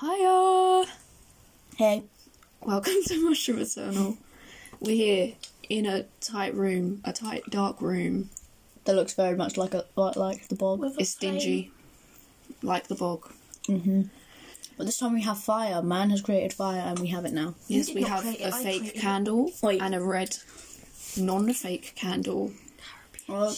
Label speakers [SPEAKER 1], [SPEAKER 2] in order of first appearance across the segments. [SPEAKER 1] Hiya!
[SPEAKER 2] Hey.
[SPEAKER 1] Welcome to Mushroom Eternal. We're here in a tight room, a tight, dark room.
[SPEAKER 2] That looks very much like a like, like the bog.
[SPEAKER 3] With a
[SPEAKER 1] It's dingy, like the bog.
[SPEAKER 2] But this time we have fire. Man has created fire and we have it now.
[SPEAKER 1] Yes,
[SPEAKER 3] did
[SPEAKER 1] we
[SPEAKER 3] not
[SPEAKER 1] have
[SPEAKER 3] create it,
[SPEAKER 1] a fake
[SPEAKER 3] I created it.
[SPEAKER 1] candle
[SPEAKER 2] Wait.
[SPEAKER 1] and a red, non fake candle.
[SPEAKER 2] Well,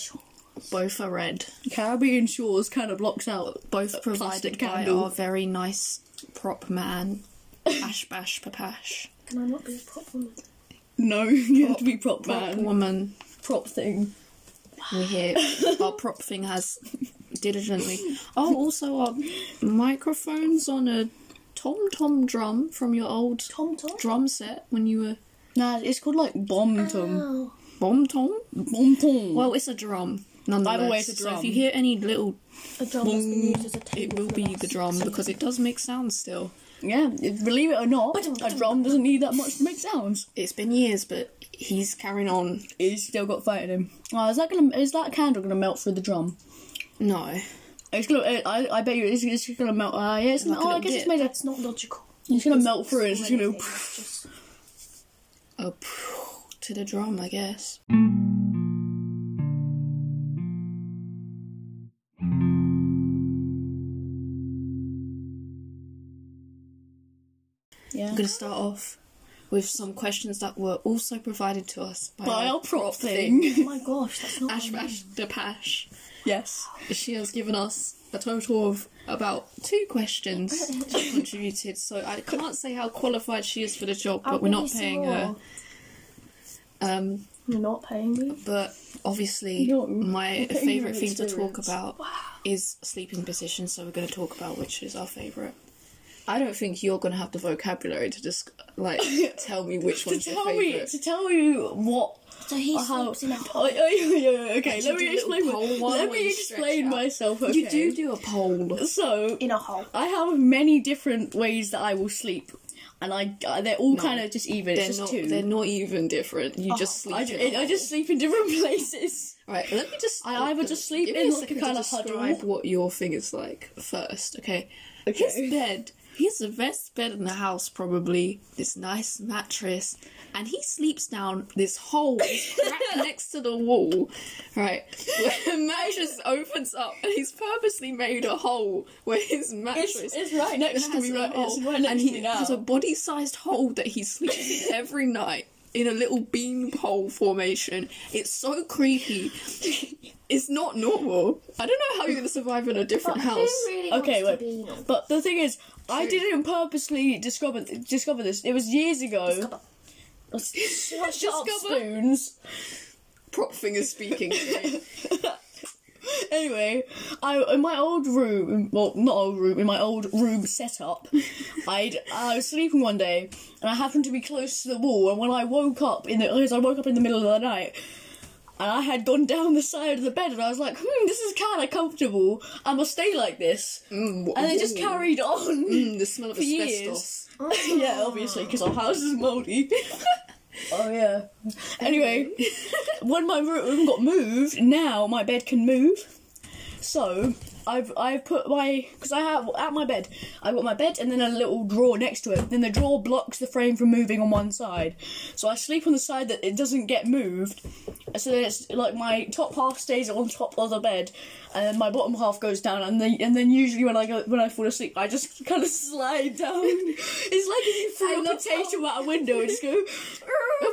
[SPEAKER 1] Both are red.
[SPEAKER 2] Caribbean shores kind of blocks out.
[SPEAKER 1] Both
[SPEAKER 2] plastic
[SPEAKER 1] provided by
[SPEAKER 2] candle.
[SPEAKER 1] our very nice prop man, Ash Bash Papash.
[SPEAKER 3] Can I not be a pop woman?
[SPEAKER 2] No, you have to be prop
[SPEAKER 1] Prop woman.
[SPEAKER 2] Prop thing.
[SPEAKER 1] we hear our prop thing has diligently. Oh, also our microphones on a tom tom drum from your old
[SPEAKER 3] Tom Tom?
[SPEAKER 1] drum set when you were
[SPEAKER 2] Nah, it's called like bomb tom.
[SPEAKER 3] Oh.
[SPEAKER 1] bomb tom.
[SPEAKER 2] Bomb tom.
[SPEAKER 1] Well, it's a drum. Nonetheless,
[SPEAKER 2] Mm. Either way, it's a
[SPEAKER 1] So if
[SPEAKER 2] drum.
[SPEAKER 1] you hear any little,
[SPEAKER 3] A drum has been used as a table.
[SPEAKER 1] Mm, it will
[SPEAKER 3] for the
[SPEAKER 1] be the
[SPEAKER 3] last
[SPEAKER 1] drum
[SPEAKER 3] century.
[SPEAKER 1] because it does make sounds still.
[SPEAKER 2] yeah, if- believe it or not, a drum doesn't need that much to make sounds.
[SPEAKER 1] It's been years, but he's carrying on.
[SPEAKER 2] He's still got fire in him. Oh, is that gonna? Is that candle gonna melt through the drum?
[SPEAKER 1] No,
[SPEAKER 2] It's gonna. I, I bet you it's, it's gonna melt. Uh, yeah, it's
[SPEAKER 1] Like a
[SPEAKER 2] oh, I
[SPEAKER 1] little
[SPEAKER 2] guess it's
[SPEAKER 1] dip.
[SPEAKER 2] made. A,
[SPEAKER 3] That's not logical.
[SPEAKER 2] it's gonna melt through. and It's just gonna.
[SPEAKER 3] It's just-
[SPEAKER 1] a to the drum, I guess.
[SPEAKER 2] Yeah.
[SPEAKER 1] I'm going to start off with some questions that were also provided to us by,
[SPEAKER 2] By
[SPEAKER 1] our
[SPEAKER 2] our prop thing.
[SPEAKER 3] Oh my gosh, that's not.
[SPEAKER 1] Ash
[SPEAKER 3] what I
[SPEAKER 1] Bash Dapash.
[SPEAKER 2] Yes.
[SPEAKER 1] She has given us a total of about two questions she contributed, so I can't say how qualified she is for the job,
[SPEAKER 3] I'll
[SPEAKER 1] but we're not
[SPEAKER 3] release
[SPEAKER 1] paying
[SPEAKER 3] more.
[SPEAKER 1] her. Um,
[SPEAKER 3] You're not paying me.
[SPEAKER 1] but obviously,
[SPEAKER 2] No,
[SPEAKER 1] my
[SPEAKER 2] paying your
[SPEAKER 1] favourite thing to talk
[SPEAKER 2] experience.
[SPEAKER 1] about is sleeping positions, so we're going to talk about which is our favourite. I don't think you're going to have the vocabulary to just like tell me which
[SPEAKER 2] to
[SPEAKER 1] one's your
[SPEAKER 2] tell me
[SPEAKER 1] favourite.
[SPEAKER 2] to tell you what
[SPEAKER 3] So he
[SPEAKER 2] or how.
[SPEAKER 3] sleeps in a
[SPEAKER 2] Oh, oh, oh, oh, okay,
[SPEAKER 1] do
[SPEAKER 2] let me
[SPEAKER 1] a little
[SPEAKER 2] explain.
[SPEAKER 1] pole
[SPEAKER 2] my-
[SPEAKER 1] while
[SPEAKER 2] Let
[SPEAKER 1] we
[SPEAKER 2] me
[SPEAKER 1] stretch
[SPEAKER 2] explain
[SPEAKER 1] out.
[SPEAKER 2] myself. Okay.
[SPEAKER 1] You do do a poll.
[SPEAKER 2] So
[SPEAKER 3] in a hole.
[SPEAKER 1] Oh.
[SPEAKER 2] I have many different ways that I will sleep, and I uh, they're all kind of just even.
[SPEAKER 1] They're
[SPEAKER 2] It's just
[SPEAKER 1] not,
[SPEAKER 2] two.
[SPEAKER 1] they're not even different. You just sleep.
[SPEAKER 2] I,
[SPEAKER 1] in
[SPEAKER 2] ju-
[SPEAKER 1] a
[SPEAKER 2] I just sleep in different places.
[SPEAKER 1] Right, let me just.
[SPEAKER 2] I either just sleep
[SPEAKER 1] Give me a
[SPEAKER 2] in, like, a
[SPEAKER 1] second to
[SPEAKER 2] kind of huddle.
[SPEAKER 1] Describe what your thing is like first, okay? His bed. He's the best bed in the house, probably. This nice mattress, and he sleeps down this hole this crack next to the wall, right? Where the mattress opens up, and he's purposely made a hole where his mattress
[SPEAKER 2] It's, it's right next to
[SPEAKER 1] has
[SPEAKER 2] me.
[SPEAKER 1] a
[SPEAKER 2] Right, it's
[SPEAKER 1] hole,
[SPEAKER 2] right next
[SPEAKER 1] and
[SPEAKER 2] to
[SPEAKER 1] he
[SPEAKER 2] me now.
[SPEAKER 1] has a body-sized hole that he sleeps in every night in a little bean pole formation. It's so creepy. it's not normal. I don't know how you're gonna survive in a different house.
[SPEAKER 3] Who really
[SPEAKER 2] Okay,
[SPEAKER 3] wants to be
[SPEAKER 2] wait.
[SPEAKER 3] anal?
[SPEAKER 2] But the thing is, I didn't purposely discover discover this. It was years ago.
[SPEAKER 3] Discover.
[SPEAKER 2] Shut up,
[SPEAKER 1] Discover.
[SPEAKER 2] spoons.
[SPEAKER 1] Prop finger speaking. today.
[SPEAKER 2] Anyway, I in my old room, well, not old room, in my old room setup, I'd, I was sleeping one day and I happened to be close to the wall. And when I woke up in the, because I woke up in the middle of the night, and I had gone down the side of the bed, and I was like, hmm, this is kind of comfortable. I must stay like this.
[SPEAKER 1] Mm,
[SPEAKER 2] And it just
[SPEAKER 1] ooh.
[SPEAKER 2] carried on.
[SPEAKER 1] Mm, the smell of
[SPEAKER 2] For years.
[SPEAKER 1] asbestos.
[SPEAKER 2] yeah, obviously, because our house is mouldy. oh yeah. Anyway, when my room got moved, now my bed can move. So I've I've put my because I have at my bed I've got my bed and then a little drawer next to it. Then the drawer blocks the frame from moving on one side, so I sleep on the side that it doesn't get moved. So then it's like my top half stays on top of the bed, and then my bottom half goes down. And then and then usually when I go when I fall asleep, I just kind of slide down. it's like if you threw a potato out a window and just go. a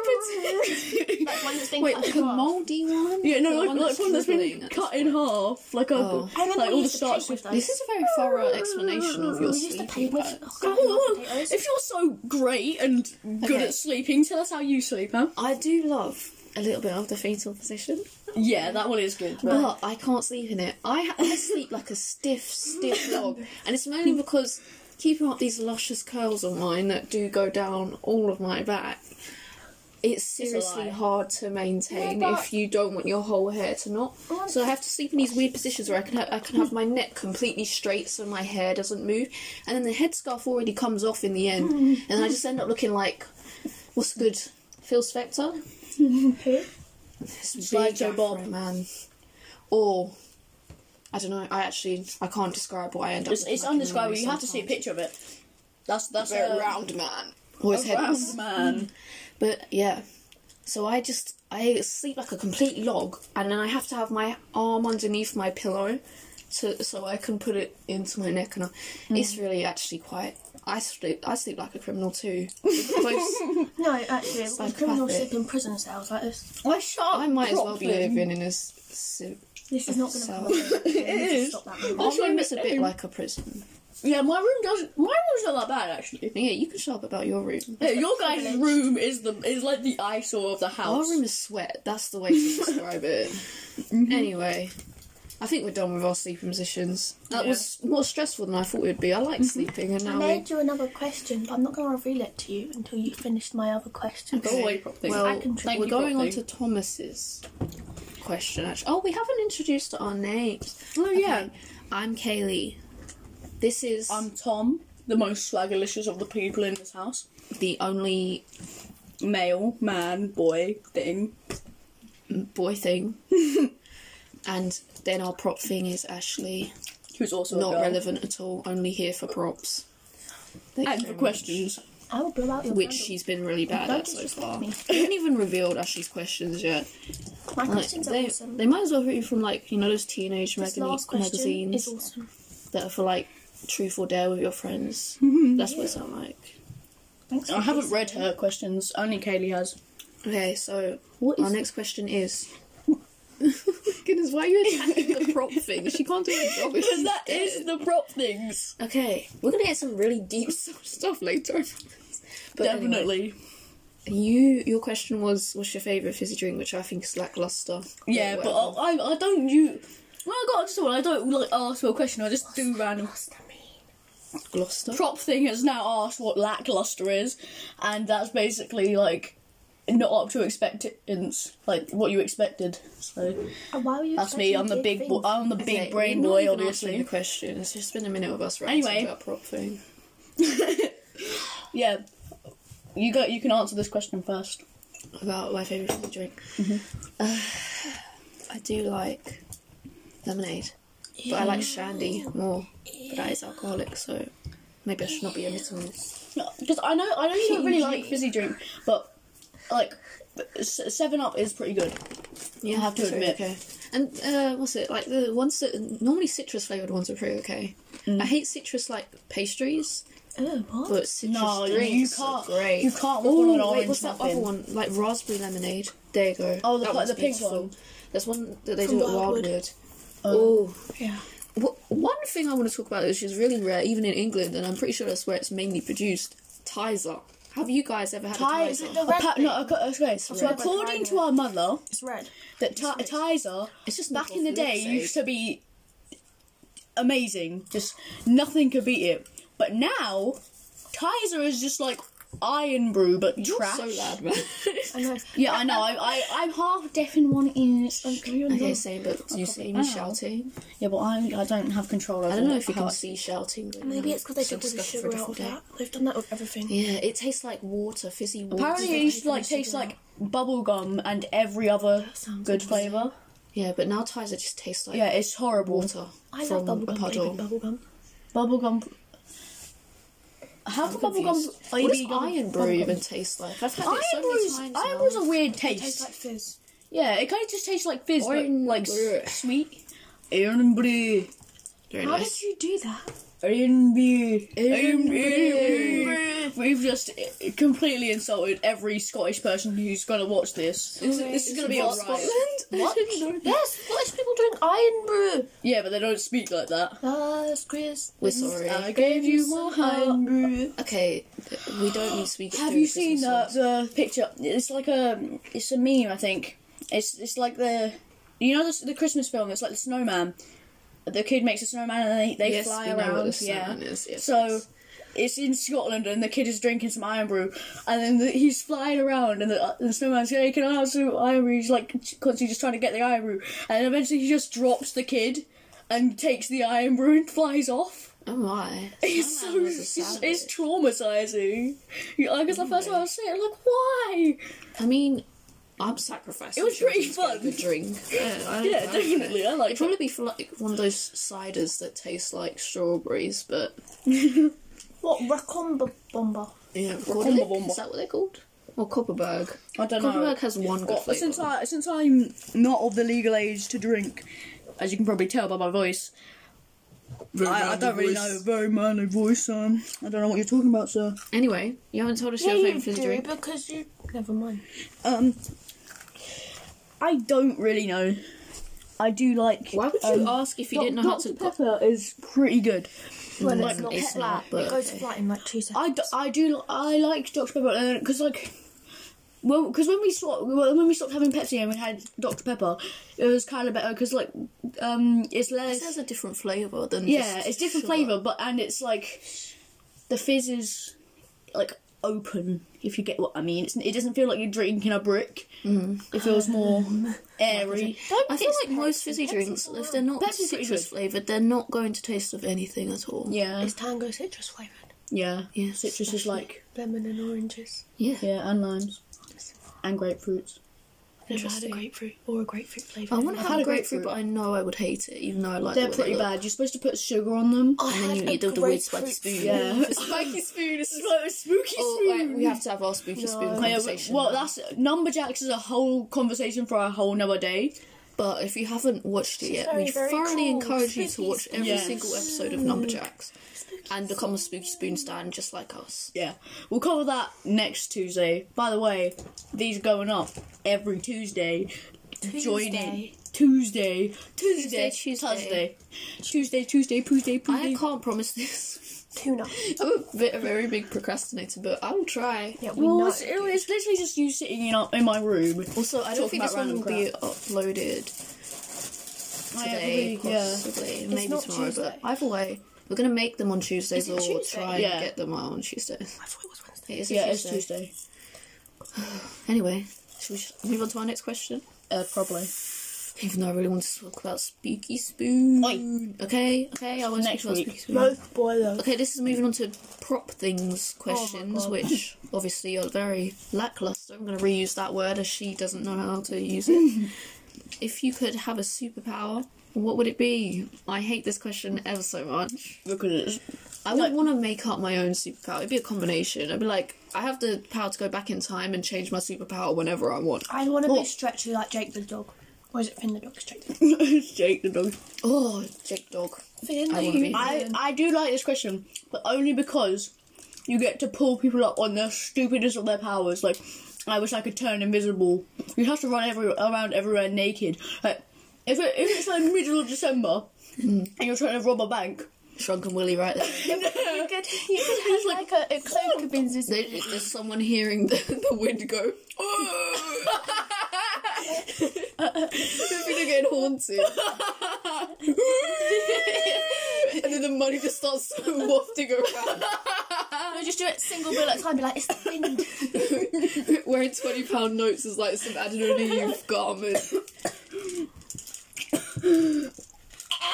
[SPEAKER 2] potato.
[SPEAKER 3] Like one that's been
[SPEAKER 1] Wait,
[SPEAKER 3] cut
[SPEAKER 1] like
[SPEAKER 3] in
[SPEAKER 1] a
[SPEAKER 3] half.
[SPEAKER 1] mouldy one.
[SPEAKER 2] Yeah, no,
[SPEAKER 1] The
[SPEAKER 2] like, like one that's been
[SPEAKER 1] dribbling.
[SPEAKER 2] cut in half, like a
[SPEAKER 1] Oh.
[SPEAKER 3] I remember
[SPEAKER 2] like
[SPEAKER 3] we
[SPEAKER 2] all the
[SPEAKER 3] used to
[SPEAKER 2] starch
[SPEAKER 3] paint
[SPEAKER 2] with
[SPEAKER 3] with those.
[SPEAKER 1] This is a very thorough explanation of your
[SPEAKER 3] we used to paint
[SPEAKER 1] sleeping
[SPEAKER 3] with.
[SPEAKER 1] pattern.
[SPEAKER 3] Oh,
[SPEAKER 2] Oh, oh,
[SPEAKER 3] God, I
[SPEAKER 2] oh.
[SPEAKER 3] love potatoes.
[SPEAKER 2] If you're so great and good
[SPEAKER 1] Okay.
[SPEAKER 2] at sleeping, tell us how you sleep, huh?
[SPEAKER 1] I do love a little bit of the fetal position.
[SPEAKER 2] Yeah, that one is good. But
[SPEAKER 1] But I can't sleep in it. I, I sleep like a stiff, stiff log. And it's mainly because keeping up these luscious curls of mine that do go down all of my back, it's seriously
[SPEAKER 2] lie.
[SPEAKER 1] hard to maintain
[SPEAKER 3] Yeah, but-
[SPEAKER 1] if you don't want your whole hair to knot. So I have to sleep in these weird positions where I can, ha- I can have my neck completely straight so my hair doesn't move. And then the headscarf already comes off in the end. And I just end up looking like, what's good? Phil Spector?
[SPEAKER 3] Who?
[SPEAKER 1] This
[SPEAKER 2] Slide
[SPEAKER 1] big
[SPEAKER 2] Joe
[SPEAKER 1] afro
[SPEAKER 2] Bob.
[SPEAKER 1] man. Or I don't know. I actually I can't describe what I end up.
[SPEAKER 2] it's,
[SPEAKER 1] looking
[SPEAKER 2] it's
[SPEAKER 1] like in the
[SPEAKER 2] undescribable.
[SPEAKER 1] mirror
[SPEAKER 2] You have to see a
[SPEAKER 1] sometimes.
[SPEAKER 2] picture of Oh, it. That's that's
[SPEAKER 1] Very
[SPEAKER 2] a
[SPEAKER 1] round man. Always
[SPEAKER 2] a round
[SPEAKER 1] headless.
[SPEAKER 2] man.
[SPEAKER 1] But yeah. So I just I sleep like a complete log, and then I have to have my arm underneath my pillow, to so I can put it into my neck, and I,
[SPEAKER 2] Mm.
[SPEAKER 1] it's really actually quite. I sleep I sleep like a criminal too. Both-
[SPEAKER 3] No, actually, it's
[SPEAKER 1] like
[SPEAKER 3] criminals
[SPEAKER 1] classic.
[SPEAKER 3] sleep in prison cells like this.
[SPEAKER 2] Why shut up?
[SPEAKER 1] I might as well be
[SPEAKER 2] properly.
[SPEAKER 1] living in a. s- s-
[SPEAKER 3] This is not going to
[SPEAKER 1] So-
[SPEAKER 3] happen. it
[SPEAKER 2] is.
[SPEAKER 3] Stop that. man.
[SPEAKER 1] Our
[SPEAKER 2] That's what
[SPEAKER 1] room
[SPEAKER 2] I
[SPEAKER 1] is a bit
[SPEAKER 2] mean.
[SPEAKER 1] like a prison.
[SPEAKER 2] Yeah, my room does. My room's not that bad actually.
[SPEAKER 1] Yeah, you can shut up about your room.
[SPEAKER 2] Yeah, your guys'
[SPEAKER 3] privileged.
[SPEAKER 2] room is the is like the eyesore of the
[SPEAKER 1] Our
[SPEAKER 2] house.
[SPEAKER 1] room is sweat. That's the way to describe it.
[SPEAKER 2] Mm-hmm.
[SPEAKER 1] Anyway, I think we're done with our sleeping positions. That
[SPEAKER 2] Yeah. Mm-hmm.
[SPEAKER 1] was more stressful than I thought it would be. I like sleeping, and
[SPEAKER 3] I
[SPEAKER 1] now we.
[SPEAKER 3] made you another question, but I'm not going to reveal it to you until you finish my other question.
[SPEAKER 2] Go away, properly.
[SPEAKER 1] Well,
[SPEAKER 3] I can
[SPEAKER 1] we're
[SPEAKER 3] thank
[SPEAKER 2] you,
[SPEAKER 1] going on
[SPEAKER 2] properly.
[SPEAKER 1] to Thomas's question. Actually, oh, we haven't introduced our names.
[SPEAKER 2] oh yeah.
[SPEAKER 1] I'm Kaylee. This is
[SPEAKER 2] I'm Tom, the most swaggerlicious of the people in this house.
[SPEAKER 1] the only
[SPEAKER 2] Male, man, boy, thing.
[SPEAKER 1] boy thing, and then our prop thing is Ashley.
[SPEAKER 2] Who's also a
[SPEAKER 1] Not
[SPEAKER 2] girl.
[SPEAKER 1] relevant at all. Only here for props. Thank
[SPEAKER 2] And
[SPEAKER 1] you
[SPEAKER 2] for
[SPEAKER 1] very much.
[SPEAKER 2] questions.
[SPEAKER 3] I will blow out your
[SPEAKER 1] which
[SPEAKER 3] candle.
[SPEAKER 1] she's been really bad
[SPEAKER 3] Don't
[SPEAKER 1] at so
[SPEAKER 3] disrespect
[SPEAKER 1] far.
[SPEAKER 3] me.
[SPEAKER 1] We haven't even revealed Ashley's questions yet.
[SPEAKER 3] My
[SPEAKER 1] Like,
[SPEAKER 3] questions
[SPEAKER 1] they,
[SPEAKER 3] are awesome.
[SPEAKER 1] they might as well be from like you know those teenage
[SPEAKER 3] this
[SPEAKER 1] magazine-
[SPEAKER 3] last question
[SPEAKER 1] magazines
[SPEAKER 3] is awesome.
[SPEAKER 1] that are for like truth or dare with your friends. That's what it sound like.
[SPEAKER 3] Thanks.
[SPEAKER 2] I
[SPEAKER 3] for
[SPEAKER 2] haven't
[SPEAKER 3] this.
[SPEAKER 2] read her questions, only Kaylee has.
[SPEAKER 1] Okay, so
[SPEAKER 2] What
[SPEAKER 1] our
[SPEAKER 2] is-
[SPEAKER 1] next question is. Goodness, why are you attacking the prop thing? She can't do her job. if
[SPEAKER 2] Because
[SPEAKER 1] she's
[SPEAKER 2] that
[SPEAKER 1] dead.
[SPEAKER 2] is the prop things.
[SPEAKER 1] Okay, we're gonna get some really deep stuff later. But anyway.
[SPEAKER 2] Definitely.
[SPEAKER 1] You, your question was, what's your favourite fizzy drink, which I think is lacklustre.
[SPEAKER 2] Yeah, but
[SPEAKER 1] whatever.
[SPEAKER 2] I, I, I don't you. When I got up to someone, I don't like ask for a question. I just do random.
[SPEAKER 1] Gloucester.
[SPEAKER 2] Prop thing has now asked what lackluster is, and that's basically like not up to expectance, like what you expected. So
[SPEAKER 3] And Why were you
[SPEAKER 2] that's me. I'm the
[SPEAKER 3] expecting
[SPEAKER 2] big, boy. I'm the
[SPEAKER 1] Okay,
[SPEAKER 2] big
[SPEAKER 1] we're
[SPEAKER 2] brain
[SPEAKER 1] not
[SPEAKER 2] boy,
[SPEAKER 1] even answering
[SPEAKER 2] obviously.
[SPEAKER 1] The question. It's just been a minute of us ranting
[SPEAKER 2] Anyway.
[SPEAKER 1] about prop thing.
[SPEAKER 2] Yeah, you go. You can answer this question first.
[SPEAKER 1] About my favourite fizzy drink.
[SPEAKER 2] Mm-hmm.
[SPEAKER 1] Uh, I do like lemonade, but I like shandy more. But that is alcoholic, so maybe I should not be admitting this.
[SPEAKER 2] Because I know, I know you don't really like fizzy drink, but like s- Seven Up is pretty good.
[SPEAKER 1] Yeah, I
[SPEAKER 2] have to admit.
[SPEAKER 1] Okay. And uh, what's it like? The ones that normally citrus flavoured ones are pretty okay.
[SPEAKER 2] Mm.
[SPEAKER 1] I hate citrus like pastries,
[SPEAKER 3] Oh, what?
[SPEAKER 1] but citrus
[SPEAKER 2] No, you-
[SPEAKER 1] drinks
[SPEAKER 2] you
[SPEAKER 1] are
[SPEAKER 2] can't.
[SPEAKER 1] great.
[SPEAKER 2] You can't
[SPEAKER 1] Oh,
[SPEAKER 2] want an
[SPEAKER 1] wait,
[SPEAKER 2] orange
[SPEAKER 1] what's that
[SPEAKER 2] muffin.
[SPEAKER 1] other one? Like raspberry lemonade. There you go.
[SPEAKER 2] Oh, the
[SPEAKER 1] that
[SPEAKER 2] pla-
[SPEAKER 1] one's
[SPEAKER 2] the pink
[SPEAKER 1] beautiful.
[SPEAKER 2] one. Um,
[SPEAKER 1] There's one that they
[SPEAKER 3] From
[SPEAKER 1] do at
[SPEAKER 3] Wildwood.
[SPEAKER 1] Wildwood. Oh,
[SPEAKER 3] yeah.
[SPEAKER 1] Wh- one thing I want to talk about, which is really rare, even in England, and I'm pretty sure that's where it's mainly produced. Tizer. Have you guys ever had
[SPEAKER 2] Thai,
[SPEAKER 1] a
[SPEAKER 3] is it
[SPEAKER 1] Tizer?
[SPEAKER 3] the red
[SPEAKER 2] appa-
[SPEAKER 3] thing?
[SPEAKER 2] no, okay, okay. So
[SPEAKER 3] red.
[SPEAKER 2] according to our mother,
[SPEAKER 3] It's red.
[SPEAKER 2] that ti- Tizer,
[SPEAKER 1] It's just
[SPEAKER 2] back
[SPEAKER 1] knockoff
[SPEAKER 2] in the day
[SPEAKER 1] Lucozade.
[SPEAKER 2] used to be amazing. Just nothing could beat it. But now, Tizer is just like iron brew, but
[SPEAKER 1] You're
[SPEAKER 2] trash.
[SPEAKER 1] so loud, man.
[SPEAKER 3] I know.
[SPEAKER 2] Yeah, I know. I, I, I'm half deaf in one ear. It's like, you're
[SPEAKER 1] okay,
[SPEAKER 2] not-
[SPEAKER 1] same, but do you see me
[SPEAKER 2] Ow.
[SPEAKER 1] shouting?
[SPEAKER 2] Yeah, but I, I don't have control over
[SPEAKER 1] I don't know if you
[SPEAKER 2] how
[SPEAKER 1] can
[SPEAKER 2] I-
[SPEAKER 1] see shouting. but
[SPEAKER 3] Maybe
[SPEAKER 1] no,
[SPEAKER 3] it's because they
[SPEAKER 1] so
[SPEAKER 3] took all the
[SPEAKER 1] disgusting
[SPEAKER 3] sugar
[SPEAKER 1] for a
[SPEAKER 3] out of
[SPEAKER 1] different
[SPEAKER 3] that. They've done that with everything.
[SPEAKER 1] day. Yeah, it tastes like water, fizzy water.
[SPEAKER 2] Apparently, it used to like taste like bubble gum and every other
[SPEAKER 3] sounds
[SPEAKER 2] good
[SPEAKER 3] amazing.
[SPEAKER 2] flavour.
[SPEAKER 1] Yeah, but now Tizer just tastes like
[SPEAKER 2] Yeah, it's horrible.
[SPEAKER 1] water
[SPEAKER 3] I love
[SPEAKER 1] from a
[SPEAKER 3] bubblegum.
[SPEAKER 1] puddle.
[SPEAKER 3] David, Bubblegum.
[SPEAKER 2] Bubble gum. How
[SPEAKER 1] I'm
[SPEAKER 2] can bubble gum?
[SPEAKER 1] confused. What does iron brew even taste like? I've had
[SPEAKER 2] Iron
[SPEAKER 1] it so many
[SPEAKER 2] brew's,
[SPEAKER 1] times.
[SPEAKER 2] iron
[SPEAKER 1] now.
[SPEAKER 2] brew's a weird
[SPEAKER 3] Tastes
[SPEAKER 2] taste.
[SPEAKER 3] like fizz.
[SPEAKER 2] yeah, it kind of just tastes like fizz, but
[SPEAKER 1] Iron
[SPEAKER 2] like
[SPEAKER 1] brew.
[SPEAKER 2] s- sweet. Iron brew.
[SPEAKER 1] Very
[SPEAKER 3] How
[SPEAKER 1] nice.
[SPEAKER 3] did you do that?
[SPEAKER 2] Iron brew. Iron
[SPEAKER 1] brew.
[SPEAKER 2] brew. We've just uh, completely insulted every Scottish person who's gonna watch this.
[SPEAKER 1] Is it-
[SPEAKER 2] this
[SPEAKER 1] is
[SPEAKER 2] is gonna
[SPEAKER 1] it
[SPEAKER 2] be a
[SPEAKER 1] from
[SPEAKER 2] riot.
[SPEAKER 1] Scotland? I didn't know that.
[SPEAKER 3] Yes, Scottish people drink iron brew.
[SPEAKER 2] Yeah, but they don't speak like that.
[SPEAKER 3] Last Chris.
[SPEAKER 1] We're sorry.
[SPEAKER 2] I gave you my iron brew.
[SPEAKER 1] Okay, we don't need to speak.
[SPEAKER 2] Have you seen uh, the, the picture? It's like a it's a meme, I think. It's it's like the you know the, the Christmas film. It's like the snowman. The kid makes a snowman and they they
[SPEAKER 1] Yes,
[SPEAKER 2] fly
[SPEAKER 1] we know
[SPEAKER 2] around.
[SPEAKER 1] what the
[SPEAKER 2] yeah.
[SPEAKER 1] snowman is, yes,
[SPEAKER 2] so.
[SPEAKER 1] yes.
[SPEAKER 2] It's in Scotland, and the kid is drinking some iron brew, and then the, he's flying around, and the, uh, the snowman's going, "Hey, "Can I have some iron brew?" He's like constantly just trying to get the iron brew, and eventually he just drops the kid, and takes the iron brew and flies off.
[SPEAKER 1] Oh my!
[SPEAKER 2] It's
[SPEAKER 1] That
[SPEAKER 2] so
[SPEAKER 1] man was a
[SPEAKER 2] it's,
[SPEAKER 1] savage.
[SPEAKER 2] it's traumatizing. Yeah, I guess the first time I was it, like, why?
[SPEAKER 1] I mean, I'm sacrificing.
[SPEAKER 2] It was
[SPEAKER 1] children
[SPEAKER 2] pretty
[SPEAKER 1] to get a
[SPEAKER 2] fun.
[SPEAKER 1] Good drink. Yeah, I don't-
[SPEAKER 2] Yeah,
[SPEAKER 1] I don't
[SPEAKER 2] definitely,
[SPEAKER 1] care.
[SPEAKER 2] I like
[SPEAKER 1] It'd probably be for like one of those ciders that taste like strawberries, but
[SPEAKER 3] What Rakomba Bomba?
[SPEAKER 1] Yeah,
[SPEAKER 2] Womba
[SPEAKER 1] Gordic?
[SPEAKER 2] Womba.
[SPEAKER 1] Is that what they're called? Or Copperberg?
[SPEAKER 2] I don't know.
[SPEAKER 1] Copperberg has one good
[SPEAKER 2] Well,
[SPEAKER 1] flavour.
[SPEAKER 2] since I since I'm not of the legal age to drink, as you can probably tell by my voice, I, I don't really know. Very manly voice, um, I don't know what you're talking about, sir.
[SPEAKER 1] Anyway, you haven't told us
[SPEAKER 3] Yeah,
[SPEAKER 1] your
[SPEAKER 3] you
[SPEAKER 1] favourite
[SPEAKER 3] do
[SPEAKER 1] fizz drink.
[SPEAKER 3] because you. Never mind.
[SPEAKER 2] Um, I don't really know. I do like.
[SPEAKER 1] Why would
[SPEAKER 2] um,
[SPEAKER 1] you ask if you didn't know how to
[SPEAKER 2] Dr Pepper is pretty good.
[SPEAKER 3] Well,
[SPEAKER 1] Mm,
[SPEAKER 3] it's not
[SPEAKER 1] it's
[SPEAKER 3] flat.
[SPEAKER 1] not, but
[SPEAKER 3] it goes
[SPEAKER 1] okay.
[SPEAKER 3] flat in like two seconds.
[SPEAKER 2] I, d- I do I like Dr Pepper because like. Well, because when we stopped when we stopped having Pepsi and we had Dr Pepper, it was kind of better because like um it's less
[SPEAKER 1] This has a different flavour than
[SPEAKER 2] yeah
[SPEAKER 1] just
[SPEAKER 2] it's different
[SPEAKER 1] sugar.
[SPEAKER 2] flavour but and it's like the fizz is like open if you get what I mean it's, it doesn't feel like you're drinking a brick
[SPEAKER 1] Mm-hmm. Um,
[SPEAKER 2] it feels more airy
[SPEAKER 1] I feel like most fizzy drinks, if they're not
[SPEAKER 2] Pepsi's pretty
[SPEAKER 1] citrus
[SPEAKER 2] good.
[SPEAKER 1] flavoured, they're not going to taste of anything at all.
[SPEAKER 2] yeah
[SPEAKER 3] It's tango citrus flavoured.
[SPEAKER 2] yeah
[SPEAKER 1] Yeah.
[SPEAKER 2] citrus is like
[SPEAKER 3] Lemon and oranges.
[SPEAKER 1] Yeah.
[SPEAKER 2] yeah and limes and grapefruits
[SPEAKER 3] I've never had a
[SPEAKER 1] Interesting.
[SPEAKER 3] grapefruit or a grapefruit flavour.
[SPEAKER 1] I want to
[SPEAKER 2] I've
[SPEAKER 1] have
[SPEAKER 2] had
[SPEAKER 1] a
[SPEAKER 2] a
[SPEAKER 1] grapefruit,
[SPEAKER 2] grapefruit.
[SPEAKER 1] but I know I would hate it, even though I like the
[SPEAKER 2] they're
[SPEAKER 1] way
[SPEAKER 2] pretty
[SPEAKER 1] they look.
[SPEAKER 2] bad you're supposed to put sugar on them
[SPEAKER 3] I
[SPEAKER 1] And then
[SPEAKER 3] had
[SPEAKER 1] you
[SPEAKER 3] a
[SPEAKER 1] eat all the weird spicy
[SPEAKER 3] grapefruit
[SPEAKER 1] spoon.
[SPEAKER 2] yeah
[SPEAKER 1] Spiky spoon is
[SPEAKER 2] like a spooky
[SPEAKER 1] Oh, wait, we have to have our spooky spoon
[SPEAKER 2] Oh, yeah,
[SPEAKER 1] conversation.
[SPEAKER 2] well, that's number jacks is a whole conversation for a whole nother day.
[SPEAKER 1] but if you haven't watched it yet,
[SPEAKER 3] very,
[SPEAKER 1] we
[SPEAKER 3] very
[SPEAKER 1] thoroughly
[SPEAKER 3] cool.
[SPEAKER 1] encourage you to
[SPEAKER 3] Spooky
[SPEAKER 1] watch every
[SPEAKER 2] Yes.
[SPEAKER 1] single episode of Number Jacks and become a spooky spoon stand just like us.
[SPEAKER 2] Yeah, we'll cover that next Tuesday. By the way, these are going up every Tuesday. Join in
[SPEAKER 3] Tuesday.
[SPEAKER 1] Tuesday,
[SPEAKER 2] Tuesday, Tuesday, Tuesday,
[SPEAKER 1] Tuesday.
[SPEAKER 2] Tuesday, Tuesday, Tuesday,
[SPEAKER 1] I
[SPEAKER 2] Tuesday.
[SPEAKER 1] can't promise this.
[SPEAKER 3] Tuna.
[SPEAKER 1] I'm a, bit, a very big procrastinator, but I will try.
[SPEAKER 3] Yeah, we
[SPEAKER 2] Well,
[SPEAKER 3] know.
[SPEAKER 2] it's, it's literally just you sitting in, our, in my room.
[SPEAKER 1] Also, I don't
[SPEAKER 2] Talking
[SPEAKER 1] think this
[SPEAKER 2] about
[SPEAKER 1] one will be
[SPEAKER 2] random
[SPEAKER 1] uploaded
[SPEAKER 2] I
[SPEAKER 1] today,
[SPEAKER 2] agree, yeah.
[SPEAKER 1] possibly, maybe
[SPEAKER 3] not
[SPEAKER 1] tomorrow.
[SPEAKER 3] Tuesday.
[SPEAKER 1] But either way, we're gonna make them on Tuesdays
[SPEAKER 3] Is it
[SPEAKER 1] or
[SPEAKER 3] Tuesday?
[SPEAKER 1] try
[SPEAKER 2] Yeah.
[SPEAKER 1] and get them out on Tuesdays.
[SPEAKER 3] I thought it was Wednesday.
[SPEAKER 1] It is a
[SPEAKER 2] Yeah, it's
[SPEAKER 1] Tuesday.
[SPEAKER 2] Tuesday.
[SPEAKER 1] Anyway, should we sh- move on to our next question?
[SPEAKER 2] Uh, probably.
[SPEAKER 1] Even though I really want to talk about Spooky Spoon.
[SPEAKER 2] Oi.
[SPEAKER 1] Okay, okay, I want to
[SPEAKER 2] Next
[SPEAKER 1] talk about
[SPEAKER 2] week.
[SPEAKER 1] Spooky Spoon.
[SPEAKER 3] Both boilers.
[SPEAKER 1] Okay, this is moving on to prop things
[SPEAKER 2] Oh
[SPEAKER 1] questions,
[SPEAKER 3] God.
[SPEAKER 1] which obviously are very lackluster. I'm going to reuse that word as she doesn't know how to use it. if you could have a superpower, what would it be? I hate this question ever so much.
[SPEAKER 2] Because it's
[SPEAKER 1] I would want to make up my own superpower. It'd be a combination. I'd be like, I have the power to go back in time and change my superpower whenever I want.
[SPEAKER 3] I want to be
[SPEAKER 2] What?
[SPEAKER 3] stretchy like Jake the dog. Or is it Finn the dog stretchy?
[SPEAKER 2] it's Jake the dog.
[SPEAKER 1] Oh, Jake Dog.
[SPEAKER 3] Finn,
[SPEAKER 1] I wanna be-
[SPEAKER 2] I, I do like this question, but only because you get to pull people up on the stupidness of their powers. Like, I wish I could turn invisible. You have to run every, around everywhere naked. Like, if, it, if it's like middle of December and you're trying to rob a bank,
[SPEAKER 1] Shrunken Willy right there.
[SPEAKER 3] you could, you could have like, a, a cloak of business.
[SPEAKER 1] There- There's someone hearing the, the wind go. Oh! They're gonna get haunted. and then the money just starts wafting around.
[SPEAKER 3] No, just do it single bill at a time. Be like, it's the wind.
[SPEAKER 1] Wearing twenty pound notes is like some Adonai Eve garment.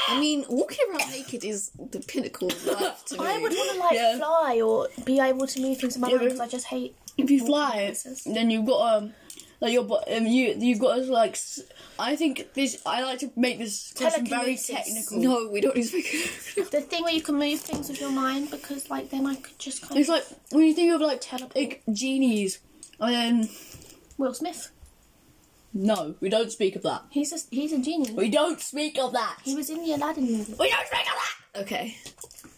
[SPEAKER 1] I mean, walking around naked is the pinnacle of life to me.
[SPEAKER 3] I would want to like
[SPEAKER 2] Yeah.
[SPEAKER 3] fly or be able to move things in my
[SPEAKER 2] Yeah,
[SPEAKER 3] mind
[SPEAKER 2] but-
[SPEAKER 3] because I just hate.
[SPEAKER 2] if you fly, then you've got um, like your bo- um, you you've got to like. s- I think this. I like to make this question very
[SPEAKER 3] Telekinesis.
[SPEAKER 2] technical.
[SPEAKER 1] No, we don't need to make it.
[SPEAKER 3] The thing where you can move things with your mind because like then I could just kind
[SPEAKER 2] It's
[SPEAKER 3] of
[SPEAKER 2] like when you think of like,
[SPEAKER 3] Teleport.
[SPEAKER 2] like genies, and then
[SPEAKER 3] Will Smith.
[SPEAKER 2] no, we don't speak of that.
[SPEAKER 3] He's a he's a genius.
[SPEAKER 2] We don't speak of that.
[SPEAKER 3] He was in the Aladdin movie.
[SPEAKER 2] We don't speak of that.
[SPEAKER 1] Okay.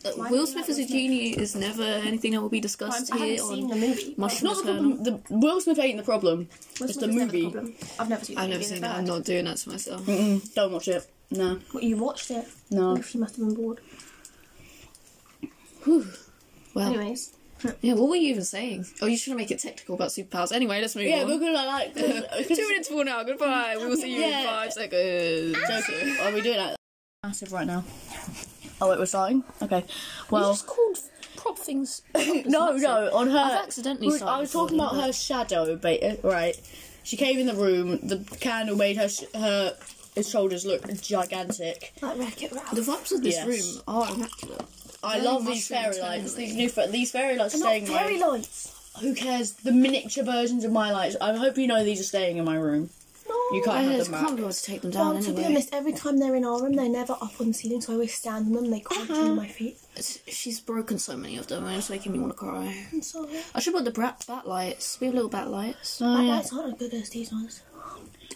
[SPEAKER 1] Uh,
[SPEAKER 3] Why do
[SPEAKER 1] Will
[SPEAKER 3] you
[SPEAKER 1] Smith
[SPEAKER 3] like
[SPEAKER 1] as
[SPEAKER 3] Will
[SPEAKER 1] a
[SPEAKER 3] Smith?
[SPEAKER 1] genie is never anything that will be discussed
[SPEAKER 3] I haven't
[SPEAKER 1] here
[SPEAKER 3] seen
[SPEAKER 1] on
[SPEAKER 3] the movie. but
[SPEAKER 1] Mushroom
[SPEAKER 2] Not the
[SPEAKER 1] Eternal.
[SPEAKER 2] problem. The Will Smith ain't the problem.
[SPEAKER 3] Will
[SPEAKER 2] it's
[SPEAKER 3] Smith
[SPEAKER 2] the
[SPEAKER 3] is never
[SPEAKER 2] movie.
[SPEAKER 3] problem. I've never seen. the
[SPEAKER 1] I've never
[SPEAKER 3] movie,
[SPEAKER 1] seen
[SPEAKER 3] they're
[SPEAKER 1] it. I'm
[SPEAKER 3] bad.
[SPEAKER 1] not doing that to myself.
[SPEAKER 2] don't watch it. No.
[SPEAKER 3] What, you watched it?
[SPEAKER 2] No.
[SPEAKER 3] She must have been bored.
[SPEAKER 1] Whew. Well,
[SPEAKER 3] Anyways,
[SPEAKER 1] yeah. What were you even saying? Oh, you should make it technical about superpowers. Anyway, let's move
[SPEAKER 2] Yeah,
[SPEAKER 1] on.
[SPEAKER 2] we're gonna like.
[SPEAKER 1] Two minutes for now. Goodbye. We will see you
[SPEAKER 2] Yeah.
[SPEAKER 1] in five seconds.
[SPEAKER 2] Joking. Are we doing that? Massive right now. Oh, it was starting. Okay.
[SPEAKER 1] Well,
[SPEAKER 2] Well.
[SPEAKER 1] just called prop things.
[SPEAKER 2] No, no. On her.
[SPEAKER 1] I've accidentally
[SPEAKER 2] we- I
[SPEAKER 1] started
[SPEAKER 2] was talking about
[SPEAKER 1] recording,
[SPEAKER 2] her shadow, ba- uh, right? She came in the room. The candle made her sh- her shoulders look gigantic.
[SPEAKER 3] like Wreck It Ralph.
[SPEAKER 1] The vibes of this
[SPEAKER 2] Yes.
[SPEAKER 1] room are immaculate.
[SPEAKER 2] I
[SPEAKER 1] Very
[SPEAKER 2] love these
[SPEAKER 1] mushroom
[SPEAKER 2] fairy lights.
[SPEAKER 1] eternally.
[SPEAKER 2] These new fa- these fairy lights
[SPEAKER 3] They're
[SPEAKER 2] staying
[SPEAKER 3] not
[SPEAKER 2] right?
[SPEAKER 3] fairy lights.
[SPEAKER 2] Who cares? The miniature versions of my lights. I hope you know these are staying in my room.
[SPEAKER 3] No,
[SPEAKER 2] You
[SPEAKER 1] I
[SPEAKER 2] can't have
[SPEAKER 1] just
[SPEAKER 2] the
[SPEAKER 1] can't
[SPEAKER 2] map.
[SPEAKER 1] be able to take them down
[SPEAKER 3] Well, to
[SPEAKER 1] anyway.
[SPEAKER 3] be honest, every time they're in our room, they're never up on the ceiling, so I always stand on them. They can't under my feet.
[SPEAKER 1] S- She's broken so many of them, and it's making me want to cry.
[SPEAKER 3] I'm sorry.
[SPEAKER 1] I should put the brat bat lights. We have little bat lights.
[SPEAKER 2] Oh,
[SPEAKER 3] My
[SPEAKER 2] yeah.
[SPEAKER 3] lights aren't as good as these ones.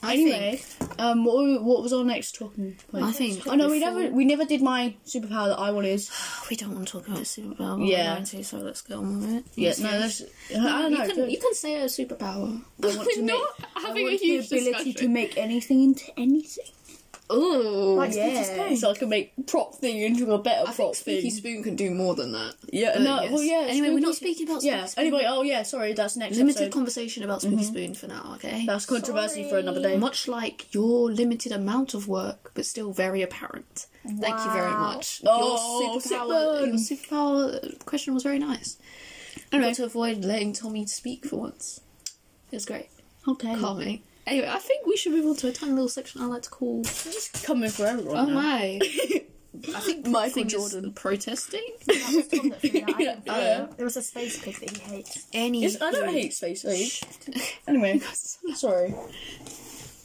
[SPEAKER 1] I
[SPEAKER 2] Anyway,
[SPEAKER 1] think
[SPEAKER 2] um, what, were- what was our next talking point?
[SPEAKER 1] I think
[SPEAKER 2] Oh no, we
[SPEAKER 1] before-
[SPEAKER 2] never we never did my superpower that I want is.
[SPEAKER 1] oh, we don't want to talk about superpower.
[SPEAKER 2] Yeah.
[SPEAKER 1] Yeah. To, so let's get on with it.
[SPEAKER 2] Yeah,
[SPEAKER 1] Yes,
[SPEAKER 2] no,
[SPEAKER 1] yes.
[SPEAKER 2] that's I don't
[SPEAKER 1] you
[SPEAKER 2] know.
[SPEAKER 1] can
[SPEAKER 2] Oh, don't-
[SPEAKER 1] you can say a superpower.
[SPEAKER 2] I want to
[SPEAKER 1] We're not
[SPEAKER 2] make- I
[SPEAKER 1] having a
[SPEAKER 2] want
[SPEAKER 1] huge
[SPEAKER 2] the ability to
[SPEAKER 1] discussion.
[SPEAKER 2] make anything into anything.
[SPEAKER 1] Ooh.
[SPEAKER 3] Like Splinter Stone.
[SPEAKER 2] so I can make prop thing into a better
[SPEAKER 1] I think
[SPEAKER 2] prop
[SPEAKER 1] Spooky
[SPEAKER 2] thing.
[SPEAKER 1] Spoon can do more than that.
[SPEAKER 2] yeah,
[SPEAKER 1] But
[SPEAKER 2] no,
[SPEAKER 1] yes.
[SPEAKER 2] well, yeah.
[SPEAKER 1] Anyway, we're not
[SPEAKER 2] Spooky-
[SPEAKER 1] speaking about
[SPEAKER 2] Yeah.
[SPEAKER 1] Spooky Spoon.
[SPEAKER 2] Anyway, oh yeah, sorry, that's next
[SPEAKER 1] Limited
[SPEAKER 2] episode.
[SPEAKER 1] conversation about Spooky Spoon for now, okay?
[SPEAKER 2] that's controversy for another day.
[SPEAKER 1] Much like your limited amount of work, but still very apparent. Thank you very much.
[SPEAKER 2] Oh,
[SPEAKER 1] your
[SPEAKER 2] sick
[SPEAKER 1] superpower,
[SPEAKER 2] burn.
[SPEAKER 1] your superpower uh, question was very nice. I got to avoid letting Tommy speak for once. It's great.
[SPEAKER 2] Okay.
[SPEAKER 1] Calming. Anyway, I think we should move on to a tiny little section I like to call.
[SPEAKER 2] It's coming for everyone.
[SPEAKER 1] Oh
[SPEAKER 2] now.
[SPEAKER 1] my! I think
[SPEAKER 2] Michael
[SPEAKER 1] thing is
[SPEAKER 2] Jordan.
[SPEAKER 1] protesting.
[SPEAKER 3] That was Tom that threw that. I didn't throw
[SPEAKER 2] Yeah.
[SPEAKER 3] it. There was a space pig that he hates.
[SPEAKER 1] Any.
[SPEAKER 2] It's- I don't hate space age. Anyway, sorry.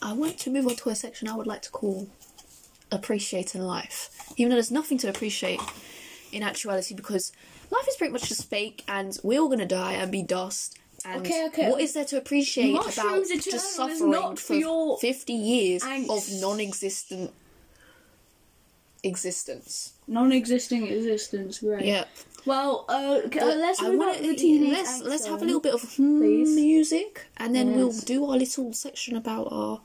[SPEAKER 1] I want to move on to a section I would like to call appreciating life. Even though there's nothing to appreciate in actuality because life is pretty much just fake and we're all gonna die and be dust. And
[SPEAKER 2] Okay, okay.
[SPEAKER 1] what is there to appreciate about
[SPEAKER 2] Mushrooms eternal
[SPEAKER 1] just
[SPEAKER 2] is
[SPEAKER 1] suffering
[SPEAKER 2] not
[SPEAKER 1] for
[SPEAKER 2] for your
[SPEAKER 1] 50 years
[SPEAKER 2] angst.
[SPEAKER 1] of non existent existence?
[SPEAKER 2] Non-existing existence, right?
[SPEAKER 1] Yeah.
[SPEAKER 2] Well, uh, okay, uh,
[SPEAKER 1] But
[SPEAKER 2] let's
[SPEAKER 1] I
[SPEAKER 2] move
[SPEAKER 1] wanna-
[SPEAKER 2] on to teenage
[SPEAKER 1] let's,
[SPEAKER 2] angst
[SPEAKER 1] let's have a
[SPEAKER 2] then.
[SPEAKER 1] little bit of hmm
[SPEAKER 2] please.
[SPEAKER 1] music and then we'll
[SPEAKER 2] Yes.
[SPEAKER 1] do our little section about our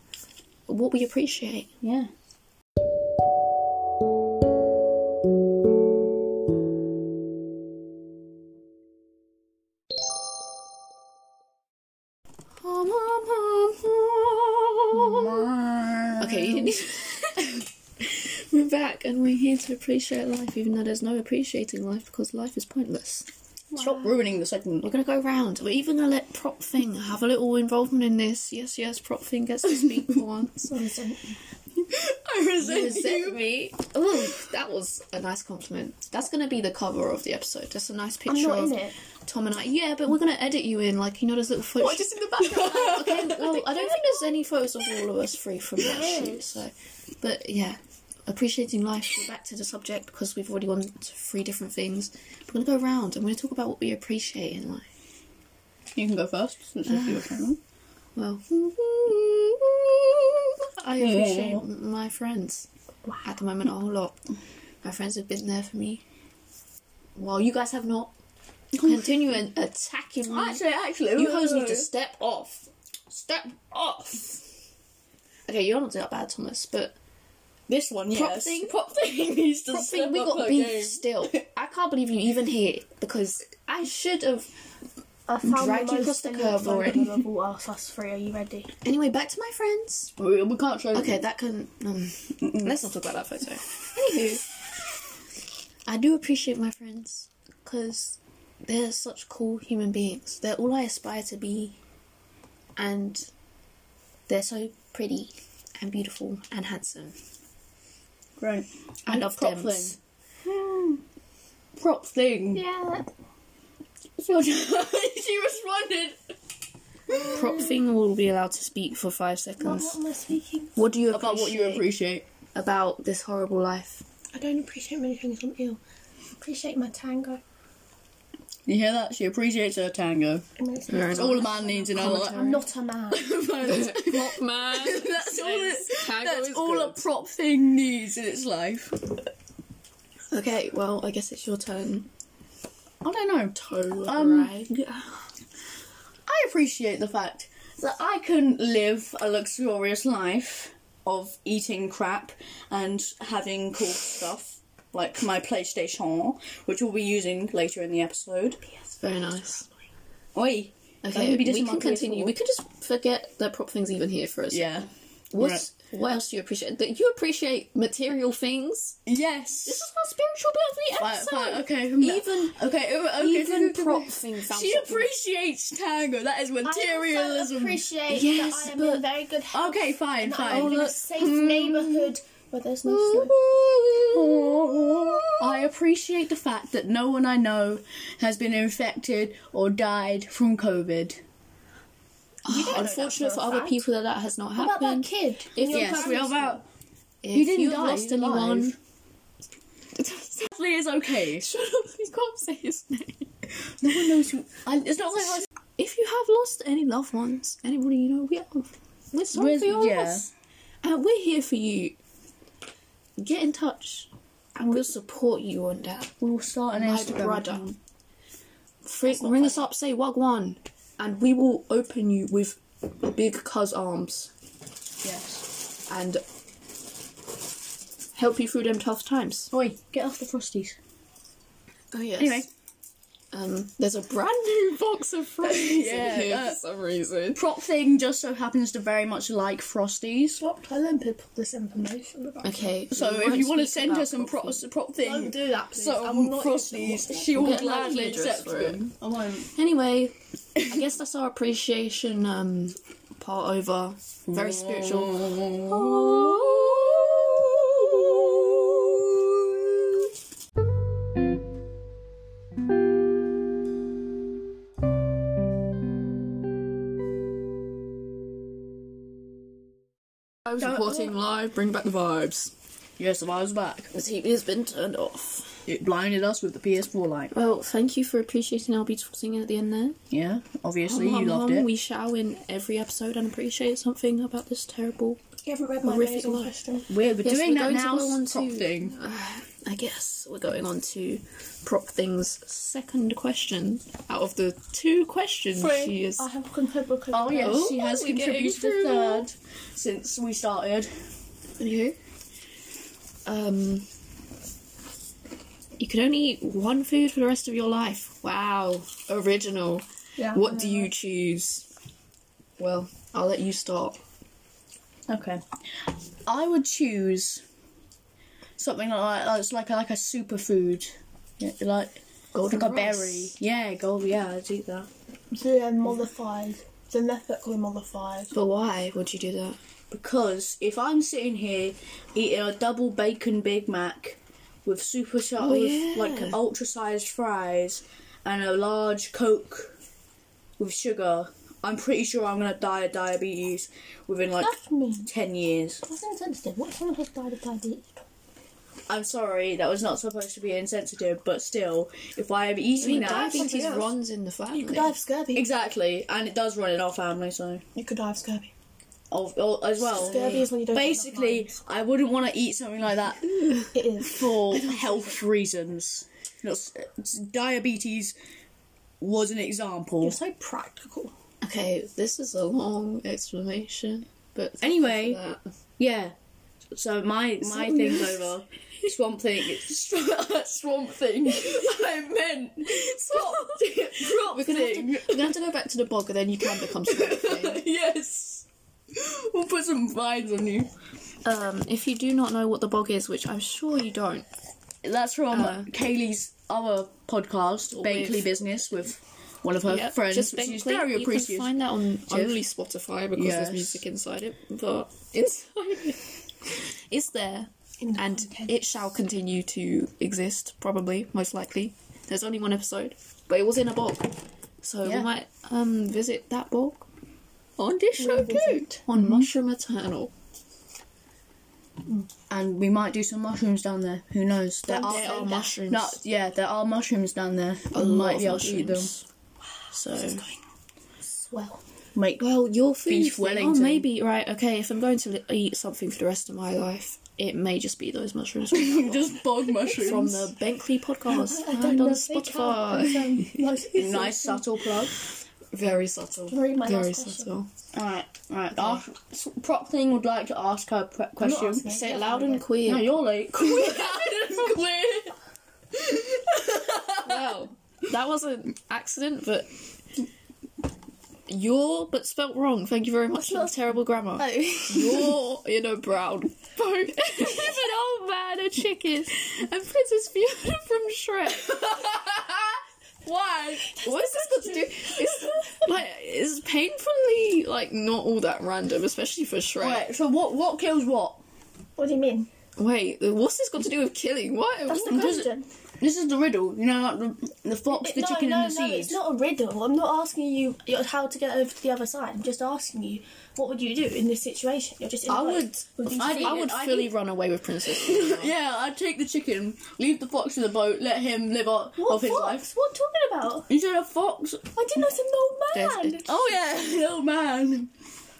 [SPEAKER 1] what we appreciate.
[SPEAKER 2] Yeah.
[SPEAKER 1] Okay, you didn't. we're back and we're here to appreciate life, even though there's no appreciating life because life is pointless.
[SPEAKER 2] Stop ruining the segment.
[SPEAKER 1] We're gonna go round. We're even gonna let Prop Thing have a little involvement in this. Yes, yes, Prop Thing gets to speak for once.
[SPEAKER 2] I resent,
[SPEAKER 1] Resent me. Oh, that was a nice compliment. That's gonna be the cover of the episode. Just a nice picture
[SPEAKER 3] I'm not
[SPEAKER 1] of
[SPEAKER 3] in it. Oh,
[SPEAKER 1] Tom and I. Yeah, but we're gonna edit you in, like you know, those little photos.
[SPEAKER 3] just in the background?
[SPEAKER 1] okay, well, I don't think there's any photos of all of us free from that shoot, so. But yeah, appreciating life, we're back to the subject because we've already gone to three different things. We're going to go around and we're going to talk about what we appreciate in life.
[SPEAKER 2] You can go first, since it's your channel.
[SPEAKER 1] Well, I appreciate
[SPEAKER 2] Yeah.
[SPEAKER 1] my friends at the moment a whole lot. My friends have been there for me. While you guys have not, continue and attacking me.
[SPEAKER 2] Actually, actually,
[SPEAKER 1] You hoes need to step off. Step off. Okay, you're not that bad, Thomas, but
[SPEAKER 2] This one,
[SPEAKER 1] Prop
[SPEAKER 2] yes.
[SPEAKER 1] thing-
[SPEAKER 2] Prop thing needs to
[SPEAKER 1] prop
[SPEAKER 2] step
[SPEAKER 1] thing, we
[SPEAKER 2] up
[SPEAKER 1] got
[SPEAKER 2] her
[SPEAKER 1] beef
[SPEAKER 2] game.
[SPEAKER 1] still. I can't believe you even here because I should have.
[SPEAKER 3] I found
[SPEAKER 1] Dragged
[SPEAKER 3] the
[SPEAKER 1] you across
[SPEAKER 3] most
[SPEAKER 1] the curb already.
[SPEAKER 3] of all us, us three. Are you ready?
[SPEAKER 1] Anyway, back to my friends.
[SPEAKER 2] We, we can't show.
[SPEAKER 1] Okay, that can. Um, let's not talk about that photo. Anywho, I do appreciate my friends because they're such cool human beings. They're all I aspire to be, and they're so pretty and beautiful and handsome.
[SPEAKER 2] Right.
[SPEAKER 1] I love
[SPEAKER 2] prop
[SPEAKER 1] them.
[SPEAKER 2] thing.
[SPEAKER 3] Hmm.
[SPEAKER 2] Prop thing.
[SPEAKER 3] Yeah.
[SPEAKER 2] It's your turn. she responded.
[SPEAKER 1] Prop thing will be allowed to speak for five
[SPEAKER 3] What,
[SPEAKER 1] seconds.
[SPEAKER 3] am I speaking?
[SPEAKER 1] What do you
[SPEAKER 2] About what you appreciate.
[SPEAKER 1] about this horrible life?
[SPEAKER 3] I don't appreciate many things. I'm ill. Appreciate my tango.
[SPEAKER 2] You hear that? She appreciates her tango.
[SPEAKER 3] I mean, it's
[SPEAKER 1] Very
[SPEAKER 2] It's all a man needs in her life.
[SPEAKER 3] I'm not a man.
[SPEAKER 1] Prop man.
[SPEAKER 2] That's all. It,
[SPEAKER 1] Tango
[SPEAKER 2] that's
[SPEAKER 1] is
[SPEAKER 2] all a
[SPEAKER 1] good.
[SPEAKER 2] prop thing needs in its life.
[SPEAKER 1] Okay, well, I guess it's your turn.
[SPEAKER 2] I don't know.
[SPEAKER 1] Toe
[SPEAKER 2] Um,
[SPEAKER 1] rag.
[SPEAKER 2] I appreciate the fact that I can live a luxurious life of eating crap and having cool stuff like my PlayStation, which we'll be using later in the episode.
[SPEAKER 1] Very nice.
[SPEAKER 2] Oi. That
[SPEAKER 1] Okay,
[SPEAKER 2] would
[SPEAKER 1] we
[SPEAKER 2] be
[SPEAKER 1] can
[SPEAKER 2] disappointing.
[SPEAKER 1] continue. We could just forget that prop thing's even here for us.
[SPEAKER 2] Yeah.
[SPEAKER 1] What's, What else do you appreciate? That you appreciate material things. This
[SPEAKER 2] Yes.
[SPEAKER 1] is our spiritual bit of the
[SPEAKER 2] Right,
[SPEAKER 1] episode.
[SPEAKER 2] fine, okay.
[SPEAKER 1] Even
[SPEAKER 2] Okay. o- okay.
[SPEAKER 1] even
[SPEAKER 2] okay.
[SPEAKER 1] prop thing. Found
[SPEAKER 2] She
[SPEAKER 1] something.
[SPEAKER 2] appreciates tango. That is
[SPEAKER 3] I also
[SPEAKER 2] materialism.
[SPEAKER 3] appreciate
[SPEAKER 1] Yes,
[SPEAKER 3] that I am
[SPEAKER 1] but-
[SPEAKER 3] in very good health.
[SPEAKER 2] Okay. Fine.
[SPEAKER 3] and that I live
[SPEAKER 2] Fine.
[SPEAKER 3] in a safe neighbourhood where there's no snow.
[SPEAKER 2] I appreciate the fact that no one I know has been infected or died from COVID.
[SPEAKER 3] You don't know that
[SPEAKER 1] Unfortunate
[SPEAKER 3] for
[SPEAKER 1] for
[SPEAKER 3] a
[SPEAKER 1] other
[SPEAKER 3] fact.
[SPEAKER 1] people that that has not
[SPEAKER 3] What about that
[SPEAKER 1] happened.
[SPEAKER 3] kid?
[SPEAKER 1] If
[SPEAKER 3] Your
[SPEAKER 1] yes,
[SPEAKER 3] parents-
[SPEAKER 1] about if
[SPEAKER 2] You didn't
[SPEAKER 1] you've
[SPEAKER 2] die,
[SPEAKER 1] lost
[SPEAKER 2] you're alive.
[SPEAKER 1] anyone.
[SPEAKER 2] Sadly, it's okay.
[SPEAKER 1] Shut up! You can't say his name.
[SPEAKER 2] No one knows who. I, it's not like I.
[SPEAKER 1] If you have lost any loved ones, anybody you know, we are we're sorry
[SPEAKER 2] We're-
[SPEAKER 1] for your
[SPEAKER 2] yeah.
[SPEAKER 1] loss, and we're here for you. Get in touch, and we'll support you on that.
[SPEAKER 2] We'll start an
[SPEAKER 1] My
[SPEAKER 2] Instagram.
[SPEAKER 1] brother.
[SPEAKER 2] account.
[SPEAKER 1] Freak, ring us up, say wagwan, and we will open you with big cuz arms
[SPEAKER 2] Yes.
[SPEAKER 1] and help you through them tough times.
[SPEAKER 2] Oi, get off the frosties.
[SPEAKER 1] Oh yes.
[SPEAKER 2] Anyway.
[SPEAKER 1] um, there's a brand new box of Frosties
[SPEAKER 2] Yeah,
[SPEAKER 1] in here
[SPEAKER 2] uh,
[SPEAKER 1] for some reason.
[SPEAKER 2] Prop thing just so happens to very much like frosties.
[SPEAKER 3] Stop telling people this information about
[SPEAKER 1] Okay.
[SPEAKER 2] So
[SPEAKER 1] we
[SPEAKER 2] if
[SPEAKER 1] won't
[SPEAKER 2] you want to
[SPEAKER 1] speak
[SPEAKER 2] send
[SPEAKER 1] about
[SPEAKER 2] her some prop,
[SPEAKER 1] coffee.
[SPEAKER 2] prop thing,
[SPEAKER 3] Don't do that, please.
[SPEAKER 2] So
[SPEAKER 3] I will not
[SPEAKER 2] frosties,
[SPEAKER 3] even watch
[SPEAKER 2] she will
[SPEAKER 1] Get, like,
[SPEAKER 2] gladly
[SPEAKER 1] Idris
[SPEAKER 2] accept
[SPEAKER 1] for
[SPEAKER 2] it.
[SPEAKER 1] him.
[SPEAKER 2] I won't.
[SPEAKER 1] Anyway, I guess that's our appreciation um part over. Very spiritual. I was reporting live, bring back the vibes.
[SPEAKER 2] Yes, if I was back,
[SPEAKER 1] The TV has been turned off.
[SPEAKER 2] it blinded us with the PS4 light.
[SPEAKER 1] Well, thank you for appreciating our beautiful singing at the end there.
[SPEAKER 2] Yeah, obviously
[SPEAKER 1] Hum, hum,
[SPEAKER 2] you loved
[SPEAKER 1] hum.
[SPEAKER 2] it.
[SPEAKER 1] Oh, We shall in every episode and appreciate something about this terrible.
[SPEAKER 3] You haven't read my
[SPEAKER 1] Horrific
[SPEAKER 3] amazing
[SPEAKER 1] life.
[SPEAKER 3] question.
[SPEAKER 2] We're, we're
[SPEAKER 1] Yes,
[SPEAKER 2] doing
[SPEAKER 1] we're
[SPEAKER 2] that
[SPEAKER 1] going to
[SPEAKER 2] now.
[SPEAKER 1] go on
[SPEAKER 2] prop
[SPEAKER 1] to-
[SPEAKER 2] thing.
[SPEAKER 1] I guess we're going on to prop things second question out of the two questions she is.
[SPEAKER 3] I have contributed.
[SPEAKER 2] Oh yes,
[SPEAKER 1] Oh,
[SPEAKER 2] she has
[SPEAKER 1] we're getting
[SPEAKER 2] contributed the
[SPEAKER 1] through.
[SPEAKER 2] third since we started.
[SPEAKER 1] Anywho, um, you can only eat one food for the rest of your life. Wow, original.
[SPEAKER 3] Yeah.
[SPEAKER 1] What do you choose? Well, I'll let you start.
[SPEAKER 2] Okay, I would choose something like that's like like a superfood, yeah, like
[SPEAKER 1] Golden
[SPEAKER 2] like a
[SPEAKER 1] rice.
[SPEAKER 2] berry. Yeah, gold. Yeah, I'd eat that.
[SPEAKER 3] They're modified. Genetically modified.
[SPEAKER 1] But why would you do that?
[SPEAKER 2] Because if I'm sitting here eating a double bacon Big Mac with super si-
[SPEAKER 3] Oh,
[SPEAKER 2] with
[SPEAKER 1] yeah.
[SPEAKER 2] like ultra sized fries and a large Coke with sugar, I'm pretty sure I'm gonna die of diabetes within like
[SPEAKER 3] That's me.
[SPEAKER 2] ten years.
[SPEAKER 3] That's insensitive. What someone has died of diabetes?
[SPEAKER 2] I'm sorry, that was not supposed to be insensitive, but still, if I am eating that
[SPEAKER 1] diabetes
[SPEAKER 3] something else.
[SPEAKER 1] runs in the family.
[SPEAKER 3] You could die of scurvy.
[SPEAKER 2] exactly, and it does run in our family, so
[SPEAKER 3] You could die of scurvy.
[SPEAKER 2] of, of- as well.
[SPEAKER 3] Scurvy is when you don't. get enough
[SPEAKER 2] Basically, I wouldn't want to eat something like that
[SPEAKER 3] iron. it is.
[SPEAKER 2] for health reasons. Not s- s- diabetes was an example.
[SPEAKER 3] You're so practical.
[SPEAKER 1] Okay, this is a long explanation, but thank
[SPEAKER 2] Anyway.
[SPEAKER 1] you for that.
[SPEAKER 2] Yeah. So my my
[SPEAKER 1] Something
[SPEAKER 2] thing's
[SPEAKER 1] else.
[SPEAKER 2] over. Swamp thing. Sw- Swamp thing. I meant swamp. Prop
[SPEAKER 1] we're gonna, have to,
[SPEAKER 2] thing.
[SPEAKER 1] we're gonna have to go back to the bog, and then you can become something.
[SPEAKER 2] yes. We'll put some vines on you.
[SPEAKER 1] um, if you do not know what the bog is, which I'm sure you don't,
[SPEAKER 2] That's from
[SPEAKER 1] Uh,
[SPEAKER 2] Kaylee's other podcast, Bakely Business, Oh, with one of her
[SPEAKER 1] yeah,
[SPEAKER 2] friends,
[SPEAKER 1] just
[SPEAKER 2] which is
[SPEAKER 1] Bentley,
[SPEAKER 2] very
[SPEAKER 1] you can
[SPEAKER 2] appreciative.
[SPEAKER 1] find that on only Spotify because
[SPEAKER 2] Yes.
[SPEAKER 1] there's music inside it, but it's it's there,
[SPEAKER 3] In the
[SPEAKER 1] and
[SPEAKER 3] content.
[SPEAKER 1] it shall continue to exist probably, most likely. There's only one episode, but it was in a bog, so
[SPEAKER 2] Yeah.
[SPEAKER 1] we might um visit that bog on this show too
[SPEAKER 2] Revisit.
[SPEAKER 1] on Mushroom Eternal.
[SPEAKER 2] and we might do some mushrooms down there. Who knows? There are,
[SPEAKER 1] there are mushrooms.
[SPEAKER 2] No, yeah, there are mushrooms down there.
[SPEAKER 1] A
[SPEAKER 2] I
[SPEAKER 1] lot
[SPEAKER 2] might
[SPEAKER 1] of
[SPEAKER 2] be able to eat them.
[SPEAKER 1] mushrooms.
[SPEAKER 2] So
[SPEAKER 3] Swell.
[SPEAKER 2] make
[SPEAKER 1] Well, your food.
[SPEAKER 2] Beef
[SPEAKER 1] thing-
[SPEAKER 2] Wellington.
[SPEAKER 1] Oh, maybe right. Okay, if I'm going to li- eat something for the rest of my life, it may just be those mushrooms from
[SPEAKER 2] just bog mushrooms
[SPEAKER 1] the Bentley podcast
[SPEAKER 3] I
[SPEAKER 1] and
[SPEAKER 3] know
[SPEAKER 1] on
[SPEAKER 3] if they
[SPEAKER 1] Spotify.
[SPEAKER 3] count. It's, um, nice- it's
[SPEAKER 2] nice subtle plug.
[SPEAKER 1] Very subtle.
[SPEAKER 3] Can I read my
[SPEAKER 1] Very
[SPEAKER 3] last question?
[SPEAKER 1] subtle.
[SPEAKER 2] All right, all right. Ask, prop thing would like to ask her pre- question.
[SPEAKER 3] asking.
[SPEAKER 1] Say it loud and
[SPEAKER 2] No,
[SPEAKER 1] clear.
[SPEAKER 2] you're late. Queer.
[SPEAKER 1] Well, that was an accident, but. Your, but spelt wrong. Thank you very much for the terrible grammar.
[SPEAKER 3] Oh.
[SPEAKER 1] You're in a brown boat with an old man, a chicken, and Princess Fiona from Shrek.
[SPEAKER 2] Why?
[SPEAKER 1] What is this got to do? It's like it's painfully like not all that random, especially for Shrek.
[SPEAKER 2] Right. So what? What kills what?
[SPEAKER 3] what do you mean?
[SPEAKER 1] Wait, what's this got to do with killing? What?
[SPEAKER 3] That's
[SPEAKER 1] What
[SPEAKER 3] the
[SPEAKER 1] kind of-
[SPEAKER 3] question.
[SPEAKER 2] This is the riddle, you know, like the, the fox, the
[SPEAKER 3] no,
[SPEAKER 2] chicken,
[SPEAKER 3] no,
[SPEAKER 2] and the
[SPEAKER 3] no,
[SPEAKER 2] seeds.
[SPEAKER 3] it's not a riddle. I'm not asking you your- how to get over to the other side. I'm just asking you, what would you do in this situation? You're just. In
[SPEAKER 1] I
[SPEAKER 3] the
[SPEAKER 1] would,
[SPEAKER 3] boat. you
[SPEAKER 1] I,
[SPEAKER 3] steal
[SPEAKER 1] I would
[SPEAKER 3] it?
[SPEAKER 1] fully run away with Princess. Fiona.
[SPEAKER 2] Yeah, I'd take the chicken, leave the fox in the boat, let him live out
[SPEAKER 3] What
[SPEAKER 2] of his
[SPEAKER 3] fox?
[SPEAKER 2] life.
[SPEAKER 3] What are you talking about?
[SPEAKER 2] You said a fox?
[SPEAKER 3] I didn't know it's an old man.
[SPEAKER 1] There's
[SPEAKER 2] Oh yeah, the old man.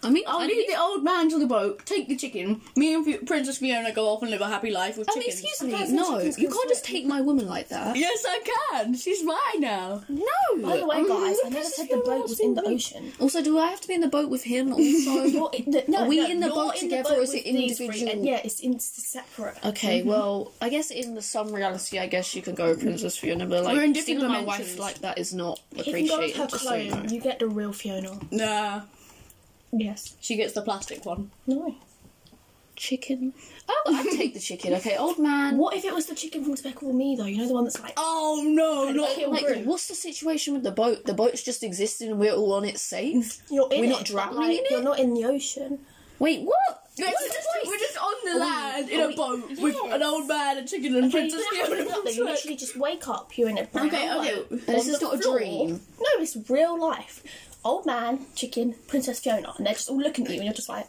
[SPEAKER 1] I mean,
[SPEAKER 2] I'll
[SPEAKER 1] I
[SPEAKER 2] leave the old man to the boat, take the chicken. Me and Fi- Princess Fiona go off and live a happy life with
[SPEAKER 1] I mean,
[SPEAKER 2] chickens.
[SPEAKER 1] Oh, excuse me,
[SPEAKER 3] Sometimes
[SPEAKER 1] no,
[SPEAKER 3] chickens
[SPEAKER 1] you
[SPEAKER 3] can
[SPEAKER 1] can't just
[SPEAKER 3] swim.
[SPEAKER 1] take my woman like that.
[SPEAKER 2] Yes, I can. She's mine now.
[SPEAKER 1] No.
[SPEAKER 3] By the way,
[SPEAKER 1] Um,
[SPEAKER 3] guys, I never said the boat was in the ocean.
[SPEAKER 1] Also, do I have to be in the boat with him also?
[SPEAKER 3] You're in the, no,
[SPEAKER 1] Are we
[SPEAKER 3] no,
[SPEAKER 1] in the
[SPEAKER 3] you're
[SPEAKER 1] boat
[SPEAKER 3] the
[SPEAKER 1] together
[SPEAKER 3] boat
[SPEAKER 1] or is it
[SPEAKER 3] with these three,
[SPEAKER 1] individual?
[SPEAKER 3] and yeah, it's, in- it's separate.
[SPEAKER 1] okay, well, I guess in the some reality, I guess you can go with Princess Fiona, but like
[SPEAKER 2] We're in
[SPEAKER 1] seeing
[SPEAKER 2] different
[SPEAKER 1] my
[SPEAKER 2] dimensions.
[SPEAKER 1] wife like that is not
[SPEAKER 3] You can go
[SPEAKER 1] appreciated.
[SPEAKER 3] with her
[SPEAKER 1] just so you
[SPEAKER 3] clone.
[SPEAKER 1] know.
[SPEAKER 3] You get the real Fiona.
[SPEAKER 2] Nah,
[SPEAKER 3] Yes.
[SPEAKER 2] she gets the plastic one.
[SPEAKER 3] No.
[SPEAKER 1] Chicken. Oh, I'd take the chicken. Okay, old man.
[SPEAKER 3] What if it was the chicken from Despicable Me though? You know the one that's like.
[SPEAKER 2] Oh no, not
[SPEAKER 3] kill
[SPEAKER 1] Like,
[SPEAKER 3] Gru.
[SPEAKER 1] what's the situation with the boat? The boat's just existing. We're all on it safe.
[SPEAKER 3] You're in
[SPEAKER 1] We're
[SPEAKER 3] it,
[SPEAKER 1] not
[SPEAKER 3] but,
[SPEAKER 1] drowning
[SPEAKER 3] like,
[SPEAKER 1] in
[SPEAKER 3] You're
[SPEAKER 1] it?
[SPEAKER 3] not in the ocean.
[SPEAKER 1] Wait, what?
[SPEAKER 2] Yes,
[SPEAKER 1] What's
[SPEAKER 2] we're,
[SPEAKER 1] the
[SPEAKER 2] just,
[SPEAKER 1] point?
[SPEAKER 2] we're just on the land in
[SPEAKER 1] are
[SPEAKER 2] a
[SPEAKER 1] we-
[SPEAKER 2] boat with
[SPEAKER 3] Yes.
[SPEAKER 2] an old man, a chicken, and
[SPEAKER 3] Okay, you
[SPEAKER 2] Princess
[SPEAKER 3] don't have to
[SPEAKER 2] Fiona.
[SPEAKER 3] wake up,
[SPEAKER 2] from
[SPEAKER 3] though. You
[SPEAKER 2] Shrek.
[SPEAKER 3] literally just wake up. You're in a brown
[SPEAKER 2] Okay, okay.
[SPEAKER 3] boat.
[SPEAKER 2] And
[SPEAKER 1] this
[SPEAKER 2] on
[SPEAKER 1] is
[SPEAKER 2] the
[SPEAKER 1] not a
[SPEAKER 2] floor.
[SPEAKER 1] dream.
[SPEAKER 3] No, it's real life. Old man, chicken, Princess Fiona, and they're just all looking at you, and you're just like,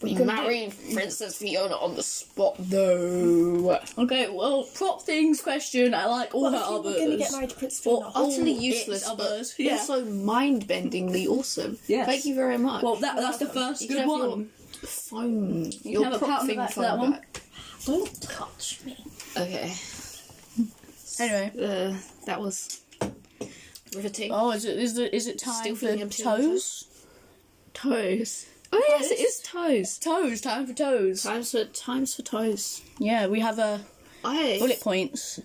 [SPEAKER 3] "What are you gonna do?"
[SPEAKER 1] Marry Princess Fiona on the spot, though.
[SPEAKER 2] Okay, well, prop things question. I like all
[SPEAKER 3] What
[SPEAKER 2] her
[SPEAKER 3] if you were gonna
[SPEAKER 2] others.
[SPEAKER 3] get married to Prince
[SPEAKER 2] Well,
[SPEAKER 3] Fiona?
[SPEAKER 1] Utterly
[SPEAKER 2] Oh,
[SPEAKER 1] useless,
[SPEAKER 2] it's
[SPEAKER 1] but
[SPEAKER 2] others, yeah.
[SPEAKER 1] also mind-bendingly awesome.
[SPEAKER 2] Yes.
[SPEAKER 1] Thank you very much.
[SPEAKER 2] Well, that, that's the first
[SPEAKER 1] you can
[SPEAKER 2] good
[SPEAKER 1] have your
[SPEAKER 2] one.
[SPEAKER 1] phone.
[SPEAKER 2] can have
[SPEAKER 1] your
[SPEAKER 2] a pat on
[SPEAKER 1] prop
[SPEAKER 2] the
[SPEAKER 1] thing
[SPEAKER 2] back for
[SPEAKER 1] phone
[SPEAKER 2] that one.
[SPEAKER 1] back.
[SPEAKER 3] Don't touch me.
[SPEAKER 1] Okay.
[SPEAKER 2] Anyway.
[SPEAKER 1] Uh, that was riveting.
[SPEAKER 2] Oh, is it is the is it time
[SPEAKER 1] Still
[SPEAKER 2] for
[SPEAKER 1] feeling empty
[SPEAKER 2] toes?
[SPEAKER 1] Toes. Oh yes, it is toes.
[SPEAKER 2] Toes, time for toes.
[SPEAKER 1] Times for times for toes.
[SPEAKER 2] Yeah, we have a
[SPEAKER 1] I
[SPEAKER 2] bullet points.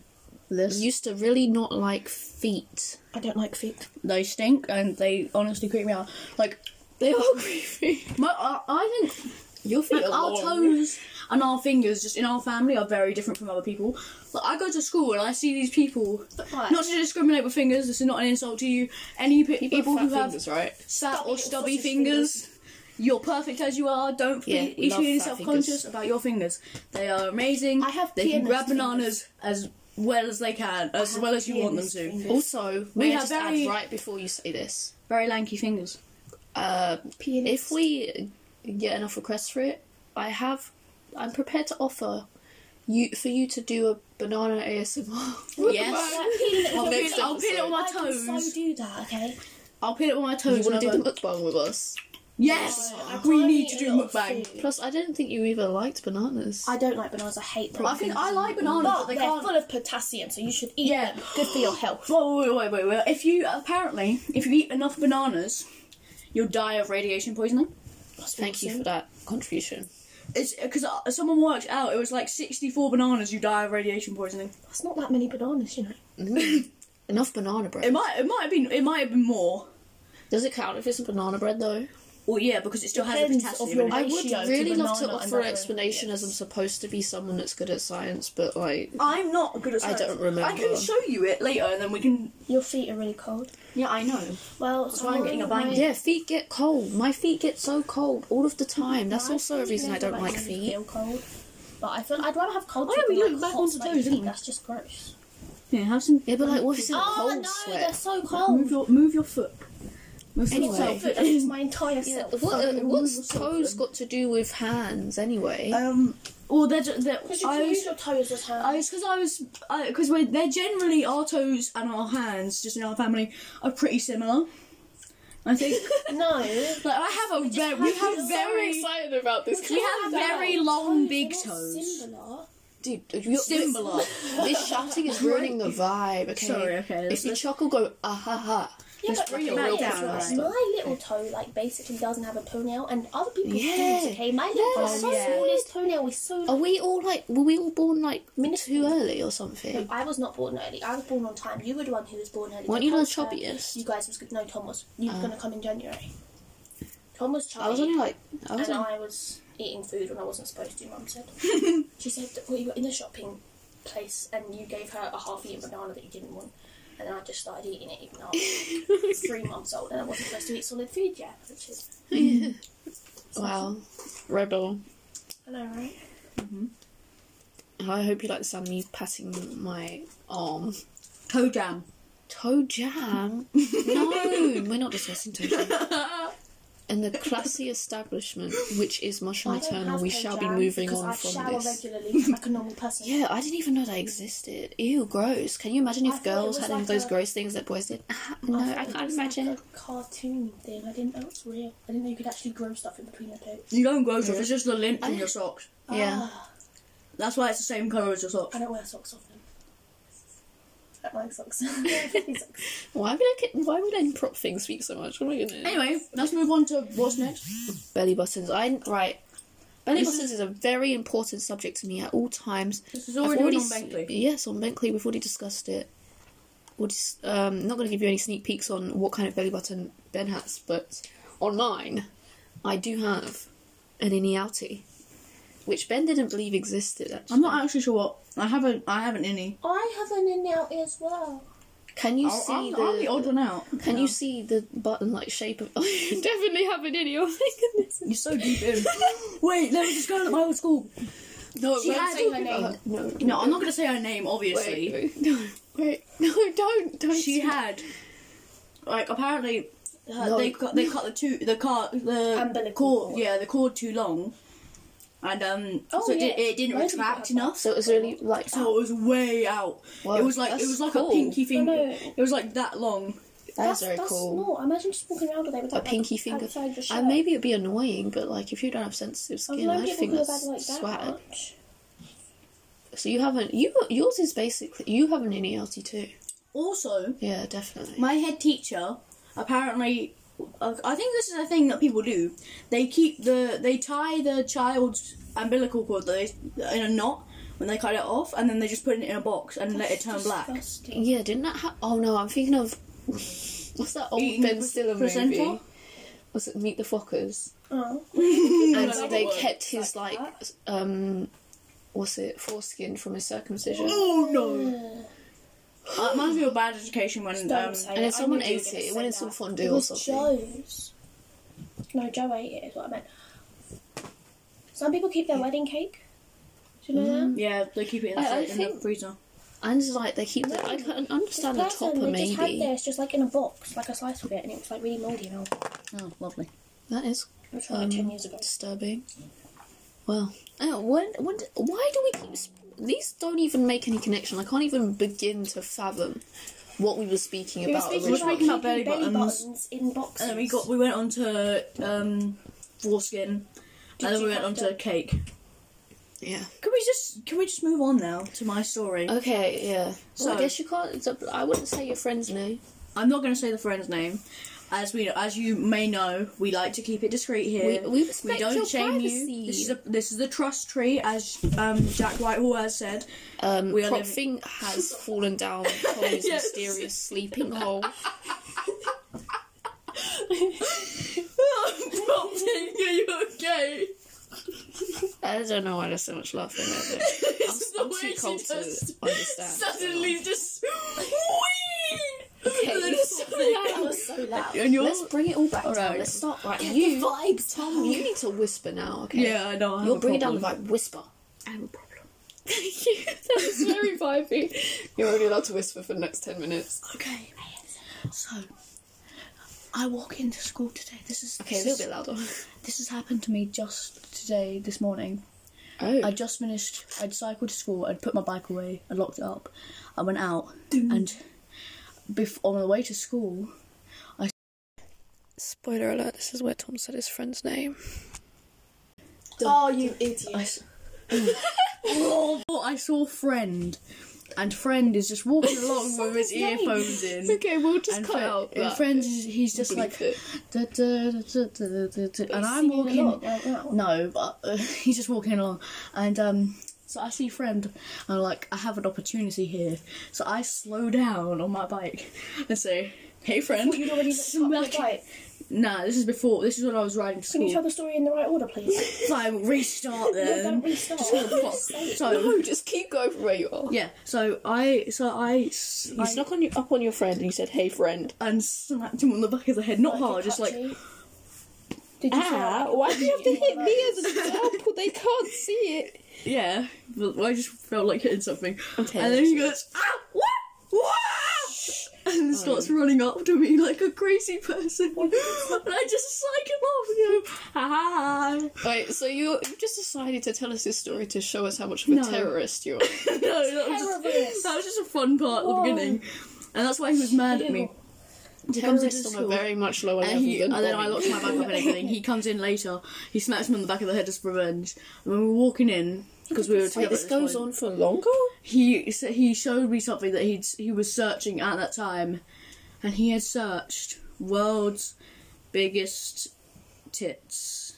[SPEAKER 2] for This
[SPEAKER 1] used to really not like feet.
[SPEAKER 3] I don't like feet.
[SPEAKER 2] they stink and they honestly creep me out. Like
[SPEAKER 1] They are creepy.
[SPEAKER 2] my, I, I think
[SPEAKER 1] Your feet
[SPEAKER 2] like,
[SPEAKER 1] are
[SPEAKER 2] our
[SPEAKER 1] long.
[SPEAKER 2] toes and our fingers, just in our family, are very different from other people. Like I go to school and I see these people.
[SPEAKER 3] Right.
[SPEAKER 2] Not to discriminate with fingers. This is not an insult to you. Any pe- people,
[SPEAKER 1] People
[SPEAKER 2] who
[SPEAKER 1] have fat
[SPEAKER 2] have
[SPEAKER 1] fingers, right?
[SPEAKER 2] fat or
[SPEAKER 3] Stubby or
[SPEAKER 2] stubby
[SPEAKER 3] sausage
[SPEAKER 2] fingers. You're perfect as you are. Don't
[SPEAKER 1] Yeah,
[SPEAKER 2] be each
[SPEAKER 1] love
[SPEAKER 2] being
[SPEAKER 1] fat
[SPEAKER 2] self conscious
[SPEAKER 1] fingers.
[SPEAKER 2] about your fingers. They are amazing.
[SPEAKER 3] I have
[SPEAKER 2] They can
[SPEAKER 3] pianist
[SPEAKER 2] grab
[SPEAKER 3] fingers.
[SPEAKER 2] bananas as well as they can, as well as you want them
[SPEAKER 3] Yes,
[SPEAKER 2] to.
[SPEAKER 3] fingers.
[SPEAKER 1] Also, may I
[SPEAKER 2] have
[SPEAKER 1] just
[SPEAKER 2] very-
[SPEAKER 1] add right before you say this?
[SPEAKER 2] Very lanky fingers.
[SPEAKER 1] Uh,
[SPEAKER 3] Pianist.
[SPEAKER 1] if we get enough requests for it, I have. I'm prepared to offer you for you to do a banana ASMR.
[SPEAKER 2] Yes.
[SPEAKER 3] Like, peeling it with
[SPEAKER 1] I'll
[SPEAKER 3] your
[SPEAKER 1] make
[SPEAKER 3] fingers.
[SPEAKER 1] some-
[SPEAKER 2] I'll peel it with my
[SPEAKER 3] I can so
[SPEAKER 2] toes.
[SPEAKER 3] do that, okay?
[SPEAKER 2] I'll peel it with my
[SPEAKER 1] you
[SPEAKER 2] toes.
[SPEAKER 1] want
[SPEAKER 2] and
[SPEAKER 1] to
[SPEAKER 2] I
[SPEAKER 1] do the
[SPEAKER 2] don't-
[SPEAKER 1] mukbang with us?
[SPEAKER 2] yes,
[SPEAKER 3] I
[SPEAKER 2] we
[SPEAKER 3] can't
[SPEAKER 2] need
[SPEAKER 3] eat
[SPEAKER 2] to
[SPEAKER 3] a
[SPEAKER 2] do
[SPEAKER 3] lot of
[SPEAKER 2] mukbang.
[SPEAKER 3] food.
[SPEAKER 1] Plus, I didn't think you even liked bananas.
[SPEAKER 3] I don't like bananas. I hate them.
[SPEAKER 2] I think I like bananas,
[SPEAKER 3] but
[SPEAKER 2] but they
[SPEAKER 3] they're
[SPEAKER 2] can't.
[SPEAKER 3] full of potassium, so you should eat
[SPEAKER 2] Yeah.
[SPEAKER 3] them. Good for your health.
[SPEAKER 2] Whoa, wait, wait, wait, wait. If you apparently, if you eat enough bananas, you'll die of radiation poisoning.
[SPEAKER 1] Thank you for that contribution.
[SPEAKER 2] It's because someone worked out it was like sixty-four bananas you die of radiation poisoning.
[SPEAKER 3] That's not that many bananas, you know.
[SPEAKER 1] Enough banana bread.
[SPEAKER 2] It might, it might have been, it might have been more.
[SPEAKER 1] Does it count if it's a banana bread though?
[SPEAKER 2] Well, yeah, because it still has the
[SPEAKER 3] Depends
[SPEAKER 2] potassium.
[SPEAKER 3] of your
[SPEAKER 2] in it.
[SPEAKER 1] I would
[SPEAKER 3] Ratio to
[SPEAKER 1] really love to
[SPEAKER 3] banana and
[SPEAKER 1] offer an
[SPEAKER 3] other
[SPEAKER 1] explanation as I'm supposed to be someone that's good at science, but like
[SPEAKER 2] I'm not good at
[SPEAKER 1] I
[SPEAKER 2] science.
[SPEAKER 1] don't remember.
[SPEAKER 2] I can show you it later, and then we can.
[SPEAKER 3] Your feet are really cold.
[SPEAKER 2] Yeah, I know.
[SPEAKER 3] Well, um,
[SPEAKER 2] why I'm getting a bang.
[SPEAKER 1] yeah, feet get cold. My feet get so cold all of the time. That's
[SPEAKER 3] My
[SPEAKER 1] also a
[SPEAKER 3] feet
[SPEAKER 1] reason I
[SPEAKER 3] never
[SPEAKER 1] don't like
[SPEAKER 3] really
[SPEAKER 1] feet.
[SPEAKER 3] Feel cold, but I feel I'd rather have cold.
[SPEAKER 2] Oh,
[SPEAKER 3] feet
[SPEAKER 2] yeah, we
[SPEAKER 3] than,
[SPEAKER 2] looked
[SPEAKER 3] like,
[SPEAKER 2] back
[SPEAKER 3] hot,
[SPEAKER 2] onto
[SPEAKER 3] like,
[SPEAKER 2] toes, didn't we?
[SPEAKER 3] That's just gross.
[SPEAKER 2] Yeah, have some.
[SPEAKER 1] Yeah, but like what if it's in a
[SPEAKER 3] Oh
[SPEAKER 1] cold
[SPEAKER 3] no, they're
[SPEAKER 1] sweat?
[SPEAKER 3] so
[SPEAKER 2] Move
[SPEAKER 3] cold.
[SPEAKER 2] your, move your foot. Move your
[SPEAKER 1] Anyway.
[SPEAKER 2] foot.
[SPEAKER 3] Foot, That's just my entire
[SPEAKER 1] Yeah,
[SPEAKER 3] self.
[SPEAKER 1] what, uh, what's
[SPEAKER 2] yourself
[SPEAKER 1] toes
[SPEAKER 2] then.
[SPEAKER 1] got to do with hands anyway?
[SPEAKER 2] Um. Well, they're. ju- they're
[SPEAKER 3] Because you
[SPEAKER 2] I
[SPEAKER 3] can use
[SPEAKER 2] was.
[SPEAKER 3] your toes as
[SPEAKER 2] I
[SPEAKER 3] hands.
[SPEAKER 2] was because I was because we're they're generally our toes and our hands just in our family are pretty similar. I think.
[SPEAKER 3] No,
[SPEAKER 2] like I have a very we have very
[SPEAKER 1] excited about this.
[SPEAKER 2] we have very long big
[SPEAKER 3] they're not
[SPEAKER 2] toes.
[SPEAKER 3] similar.
[SPEAKER 1] Dude, you're,
[SPEAKER 2] Symbolar.
[SPEAKER 1] This shouting is ruining the vibe. Okay.
[SPEAKER 2] Sorry, okay,
[SPEAKER 1] If
[SPEAKER 2] let's-
[SPEAKER 1] you chuckle, go ah ha ha.
[SPEAKER 3] Yeah,
[SPEAKER 1] Let's
[SPEAKER 3] but
[SPEAKER 1] bring
[SPEAKER 3] the
[SPEAKER 1] it
[SPEAKER 3] thing
[SPEAKER 1] real
[SPEAKER 3] is,
[SPEAKER 1] down,
[SPEAKER 3] like,
[SPEAKER 1] right?
[SPEAKER 3] my little toe like basically doesn't have a toenail, and other people
[SPEAKER 1] Yeah. Oh,
[SPEAKER 3] do. Okay, my little
[SPEAKER 1] Yeah, Oh,
[SPEAKER 3] toe,
[SPEAKER 1] so
[SPEAKER 3] my smallest toenail is so.
[SPEAKER 1] Are we all like? Were we all born like
[SPEAKER 3] Minuscule.
[SPEAKER 1] too early or something?
[SPEAKER 3] I was not born early. I was born on time. You were the one who was born early.
[SPEAKER 1] Weren't you the
[SPEAKER 3] Tom's, uh,
[SPEAKER 1] chubbiest? Oh.
[SPEAKER 3] You guys was good. No, Tom was. You were gonna come in January. Tom was chubby.
[SPEAKER 1] I was only like I was
[SPEAKER 3] and
[SPEAKER 1] only,
[SPEAKER 3] I was eating food when I wasn't supposed to. Mum said. she said, "Well, you were in a shopping place, and you gave her a half-eaten banana that you didn't want." And then I just started eating it, even though I was three months old and I wasn't supposed to eat solid food yet, which is
[SPEAKER 1] wow rebel.
[SPEAKER 3] I know, right?
[SPEAKER 1] I hope you like the sound of me patting my arm.
[SPEAKER 2] Toe jam.
[SPEAKER 1] Toe jam? No, we're not discussing toe jam. And the classy establishment, which is Mushroom
[SPEAKER 3] I don't
[SPEAKER 1] Eternal,
[SPEAKER 3] have
[SPEAKER 1] we
[SPEAKER 3] toe
[SPEAKER 1] shall be
[SPEAKER 3] jam
[SPEAKER 1] moving
[SPEAKER 3] because
[SPEAKER 1] on
[SPEAKER 3] I
[SPEAKER 1] from
[SPEAKER 3] shower
[SPEAKER 1] this.
[SPEAKER 3] regularly like a normal person.
[SPEAKER 1] Yeah, I didn't even know they existed. Ew, gross. Can you imagine if
[SPEAKER 3] I thought it
[SPEAKER 1] girls
[SPEAKER 3] was
[SPEAKER 1] had
[SPEAKER 3] like
[SPEAKER 1] any of those
[SPEAKER 3] a-
[SPEAKER 1] gross things that boys did? no,
[SPEAKER 3] thought
[SPEAKER 1] I
[SPEAKER 3] it
[SPEAKER 1] can't
[SPEAKER 3] was like
[SPEAKER 1] imagine.
[SPEAKER 3] a cartoon thing. I didn't know it was real. I didn't know you could actually grow stuff in between your toes.
[SPEAKER 2] You don't grow stuff, it's just the lint in your socks.
[SPEAKER 1] Yeah.
[SPEAKER 3] Ah,
[SPEAKER 2] That's why it's the same colour as your socks.
[SPEAKER 3] I don't wear socks often. I don't like socks. I don't like socks.
[SPEAKER 1] Why would I get, why would I prop things speak so much? Oh What am I gonna
[SPEAKER 2] Anyway, let's move on to what's next.
[SPEAKER 1] Belly buttons. I right. Belly
[SPEAKER 2] This
[SPEAKER 1] buttons is a very important subject to me at all times.
[SPEAKER 2] This is
[SPEAKER 1] I've
[SPEAKER 2] already, on
[SPEAKER 1] s-
[SPEAKER 2] Bentley.
[SPEAKER 1] Yes, on Bentley. We've already discussed it. We'll just, um, not going to give you any sneak peeks on what kind of belly button Ben has, but on mine, I do have an innie outie, which Ben didn't believe existed. Actually.
[SPEAKER 2] I'm not actually sure what. I haven't. I haven't any.
[SPEAKER 3] I have an in out as well.
[SPEAKER 1] Can you
[SPEAKER 2] I'll-
[SPEAKER 1] see
[SPEAKER 2] I'm,
[SPEAKER 1] the?
[SPEAKER 2] I'm the odd one out.
[SPEAKER 1] Can you see the button like shape of? I definitely have an innie. Oh my goodness.
[SPEAKER 2] You're so deep in. Wait, there was this girl at my old school.
[SPEAKER 1] No,
[SPEAKER 3] She
[SPEAKER 1] we're
[SPEAKER 3] had-
[SPEAKER 1] talking
[SPEAKER 3] Say her
[SPEAKER 1] about- Uh, No,
[SPEAKER 2] No, I'm not going to say her name, obviously.
[SPEAKER 1] Wait, wait, no, wait, no, don't, don't.
[SPEAKER 2] She
[SPEAKER 1] say-
[SPEAKER 2] had, like, apparently uh,
[SPEAKER 1] No.
[SPEAKER 2] they cut they cut the two the car the
[SPEAKER 3] Umbilical
[SPEAKER 2] cord,
[SPEAKER 3] cord.
[SPEAKER 2] yeah the cord too long, and um
[SPEAKER 3] Oh,
[SPEAKER 2] so it, did,
[SPEAKER 3] yeah.
[SPEAKER 2] it didn't
[SPEAKER 3] Why did it
[SPEAKER 2] retract
[SPEAKER 3] have that?
[SPEAKER 2] enough.
[SPEAKER 1] So it was really like.
[SPEAKER 2] So it was way out.
[SPEAKER 1] Wow,
[SPEAKER 2] it was like it
[SPEAKER 1] that's
[SPEAKER 2] was like
[SPEAKER 1] cool.
[SPEAKER 2] a pinky finger.
[SPEAKER 3] no.
[SPEAKER 2] It was like that long.
[SPEAKER 1] that's very cool.
[SPEAKER 3] Small. Imagine just walking around with it with
[SPEAKER 1] a
[SPEAKER 3] that, like,
[SPEAKER 1] pinky finger.
[SPEAKER 3] outside your shirt.
[SPEAKER 1] And maybe it'd be annoying, but like if you don't have sensitive
[SPEAKER 3] I
[SPEAKER 1] skin,
[SPEAKER 3] don't
[SPEAKER 1] I
[SPEAKER 3] know
[SPEAKER 1] think
[SPEAKER 3] people who
[SPEAKER 1] that's
[SPEAKER 3] have had like that
[SPEAKER 1] swag.
[SPEAKER 3] much.
[SPEAKER 1] So you haven't you yours is basically you have an NELT too.
[SPEAKER 2] Also,
[SPEAKER 1] Yeah, definitely.
[SPEAKER 2] my head teacher apparently. uh, I think this is a thing that people do. They keep the they tie the child's umbilical cord that they, in a knot when they cut it off, and then they just put it in a box and let it turn black.
[SPEAKER 3] Disgusting.
[SPEAKER 1] yeah, didn't that ha- Oh no, I'm thinking of what's that old
[SPEAKER 2] Eating
[SPEAKER 1] Ben
[SPEAKER 2] with
[SPEAKER 1] Stiller
[SPEAKER 2] placenta?
[SPEAKER 1] movie? Was it Meet the Fockers?
[SPEAKER 3] Oh.
[SPEAKER 1] And
[SPEAKER 2] Another
[SPEAKER 1] they
[SPEAKER 2] word.
[SPEAKER 1] kept his like,
[SPEAKER 3] Like
[SPEAKER 1] um, what's it foreskin from his circumcision.
[SPEAKER 2] Oh no! Uh, it reminds me of bad education when
[SPEAKER 3] Don't
[SPEAKER 2] um,
[SPEAKER 3] say
[SPEAKER 1] And
[SPEAKER 3] it,
[SPEAKER 1] if
[SPEAKER 3] I
[SPEAKER 1] someone
[SPEAKER 3] knew you
[SPEAKER 1] ate
[SPEAKER 3] were gonna
[SPEAKER 1] it, it
[SPEAKER 3] say
[SPEAKER 1] went
[SPEAKER 3] that.
[SPEAKER 1] into a fondue
[SPEAKER 3] It
[SPEAKER 1] or
[SPEAKER 3] was
[SPEAKER 1] something.
[SPEAKER 3] Joe's. No, Joe ate it, is what I meant. Some people keep their wedding cake. Do you know
[SPEAKER 1] Mm.
[SPEAKER 3] that?
[SPEAKER 2] Yeah, they keep it in the,
[SPEAKER 1] I- I
[SPEAKER 2] fri- in the
[SPEAKER 1] think-
[SPEAKER 2] freezer.
[SPEAKER 1] And it's like they keep. The, I can understand the
[SPEAKER 3] This person,
[SPEAKER 1] topper
[SPEAKER 3] they just had
[SPEAKER 1] maybe.
[SPEAKER 3] this just like in a box, like a slice of it, and it was like really mouldy and all. It
[SPEAKER 2] Oh, lovely.
[SPEAKER 1] That is
[SPEAKER 3] was from like
[SPEAKER 1] Um,
[SPEAKER 3] 10 years ago.
[SPEAKER 1] disturbing. Well, oh, when, when, d- why do we keep? s- These don't even make any connection. I can't even begin to fathom what we were speaking
[SPEAKER 3] We were
[SPEAKER 1] about. Um,
[SPEAKER 3] speaking about
[SPEAKER 1] originally.
[SPEAKER 2] speaking about
[SPEAKER 3] keeping
[SPEAKER 2] belly
[SPEAKER 3] belly
[SPEAKER 2] buttons.
[SPEAKER 3] buttons in boxes.
[SPEAKER 2] And then we got we went on to um, foreskin,
[SPEAKER 3] Did
[SPEAKER 2] and then
[SPEAKER 3] you
[SPEAKER 2] we went
[SPEAKER 3] have
[SPEAKER 2] on
[SPEAKER 3] to-
[SPEAKER 2] to cake.
[SPEAKER 1] yeah.
[SPEAKER 2] Can we just can we just move on now to my story?
[SPEAKER 1] Uh, Okay. Yeah. So
[SPEAKER 2] So-
[SPEAKER 1] I guess you can't. it's up- I wouldn't say your friend's name.
[SPEAKER 2] I'm not going to say the friend's name, as we as you may know, we like to keep it discreet here.
[SPEAKER 1] We- we respect
[SPEAKER 2] don't
[SPEAKER 1] your
[SPEAKER 2] shame
[SPEAKER 1] privacy.
[SPEAKER 2] you. This is a this is the trust tree, as um, Jack Whitehall has said.
[SPEAKER 1] Um,
[SPEAKER 2] We are
[SPEAKER 1] Prop
[SPEAKER 2] living-
[SPEAKER 1] Thing has fallen down Tommy's
[SPEAKER 2] Yes.
[SPEAKER 1] mysterious sleeping hole.
[SPEAKER 2] Are you okay?
[SPEAKER 1] I don't know why there's so much laughing. at it.
[SPEAKER 2] It's
[SPEAKER 1] I'm too cold to understand.
[SPEAKER 2] just
[SPEAKER 1] Okay.
[SPEAKER 3] That was so loud.
[SPEAKER 2] and you're
[SPEAKER 1] Let's bring it all back down.
[SPEAKER 2] Alright.
[SPEAKER 1] Let's start right.
[SPEAKER 3] Get
[SPEAKER 1] you,
[SPEAKER 3] the vibes,
[SPEAKER 1] Tom, you need to whisper now. Okay.
[SPEAKER 2] yeah, I know. I have
[SPEAKER 1] You're
[SPEAKER 2] a
[SPEAKER 1] bringing down the
[SPEAKER 2] problem.
[SPEAKER 1] vibe. Whisper.
[SPEAKER 2] I have a problem.
[SPEAKER 1] Thank you. That was very vibey. You're only allowed to whisper for the next 10 minutes.
[SPEAKER 2] Okay, so I walk into school today. This is
[SPEAKER 1] Okay, a
[SPEAKER 2] this
[SPEAKER 1] little
[SPEAKER 2] is-
[SPEAKER 1] bit louder.
[SPEAKER 2] This has happened to me just today, this morning.
[SPEAKER 1] Oh.
[SPEAKER 2] I just finished. I'd cycled to school. I'd put my bike away. I locked it up. I went out, and bef- on the way to school,
[SPEAKER 1] Spoiler alert, this is where Tom said his friend's name.
[SPEAKER 3] Oh, you idiot.
[SPEAKER 2] I s- oh, I saw friend, and friend is just walking along with his earphones in.
[SPEAKER 1] Okay, we'll just
[SPEAKER 2] and
[SPEAKER 1] cut
[SPEAKER 2] fri-
[SPEAKER 1] out
[SPEAKER 2] and
[SPEAKER 1] that.
[SPEAKER 2] friends, is- he's just
[SPEAKER 1] Bleep
[SPEAKER 2] like,
[SPEAKER 1] it.
[SPEAKER 2] "Da, da, da, da, da, da, da," and I'm
[SPEAKER 3] Singing
[SPEAKER 2] walking.
[SPEAKER 3] along right now.
[SPEAKER 2] No, but uh, he's just walking along, and um, so I see friend, and I'm like, I have an opportunity here, so I slow down on my bike and say, "Hey, friend!"
[SPEAKER 3] You'd already looked
[SPEAKER 2] smack
[SPEAKER 3] up,
[SPEAKER 2] it.
[SPEAKER 3] right.
[SPEAKER 2] Nah, this is before. This is when I was riding to
[SPEAKER 3] Can you tell
[SPEAKER 2] school.
[SPEAKER 3] the story in the right order, please?
[SPEAKER 2] Fine, restart
[SPEAKER 3] No, don't
[SPEAKER 2] then.
[SPEAKER 3] restart. Just say it.
[SPEAKER 2] so
[SPEAKER 1] No, just keep going from where you are.
[SPEAKER 2] yeah, so I, so I, s-
[SPEAKER 1] You
[SPEAKER 2] I-
[SPEAKER 1] snuck on your, up on your friend and you said, hey, friend.
[SPEAKER 2] and smacked him on the back of the head, not hard, just like
[SPEAKER 3] Touchy. Did you
[SPEAKER 4] Ah,
[SPEAKER 3] feel
[SPEAKER 4] why
[SPEAKER 3] like
[SPEAKER 4] do you have to hit me as an example? They can't see it.
[SPEAKER 2] Yeah, but I just felt like hitting something.
[SPEAKER 4] Okay.
[SPEAKER 2] And then he goes, ah, what? What? And
[SPEAKER 4] Oh.
[SPEAKER 2] starts running up to me like a crazy person. and I just psych him off and go, ha ha.
[SPEAKER 1] Wait, so you you just decided to tell us this story to show us how much of a
[SPEAKER 2] No.
[SPEAKER 1] terrorist you are.
[SPEAKER 2] No, that was, just,
[SPEAKER 3] Terrorist.
[SPEAKER 2] that was just a fun part at
[SPEAKER 3] Whoa.
[SPEAKER 2] the beginning. And that's why he was mad at me. He comes into
[SPEAKER 1] Terrorists on a
[SPEAKER 2] school.
[SPEAKER 1] very much lower level
[SPEAKER 4] Oh,
[SPEAKER 2] And, he,
[SPEAKER 1] than
[SPEAKER 2] and then I
[SPEAKER 1] bombing.
[SPEAKER 2] locked my bag up and everything. He comes in later. He smacks me on the back of the head as revenge. And when we were walking in, because we were together,
[SPEAKER 4] Wait, this
[SPEAKER 2] at this
[SPEAKER 4] goes
[SPEAKER 2] point,
[SPEAKER 4] on for longer?
[SPEAKER 2] He so he showed me something that he he was searching at that time, and he had searched world's biggest tits.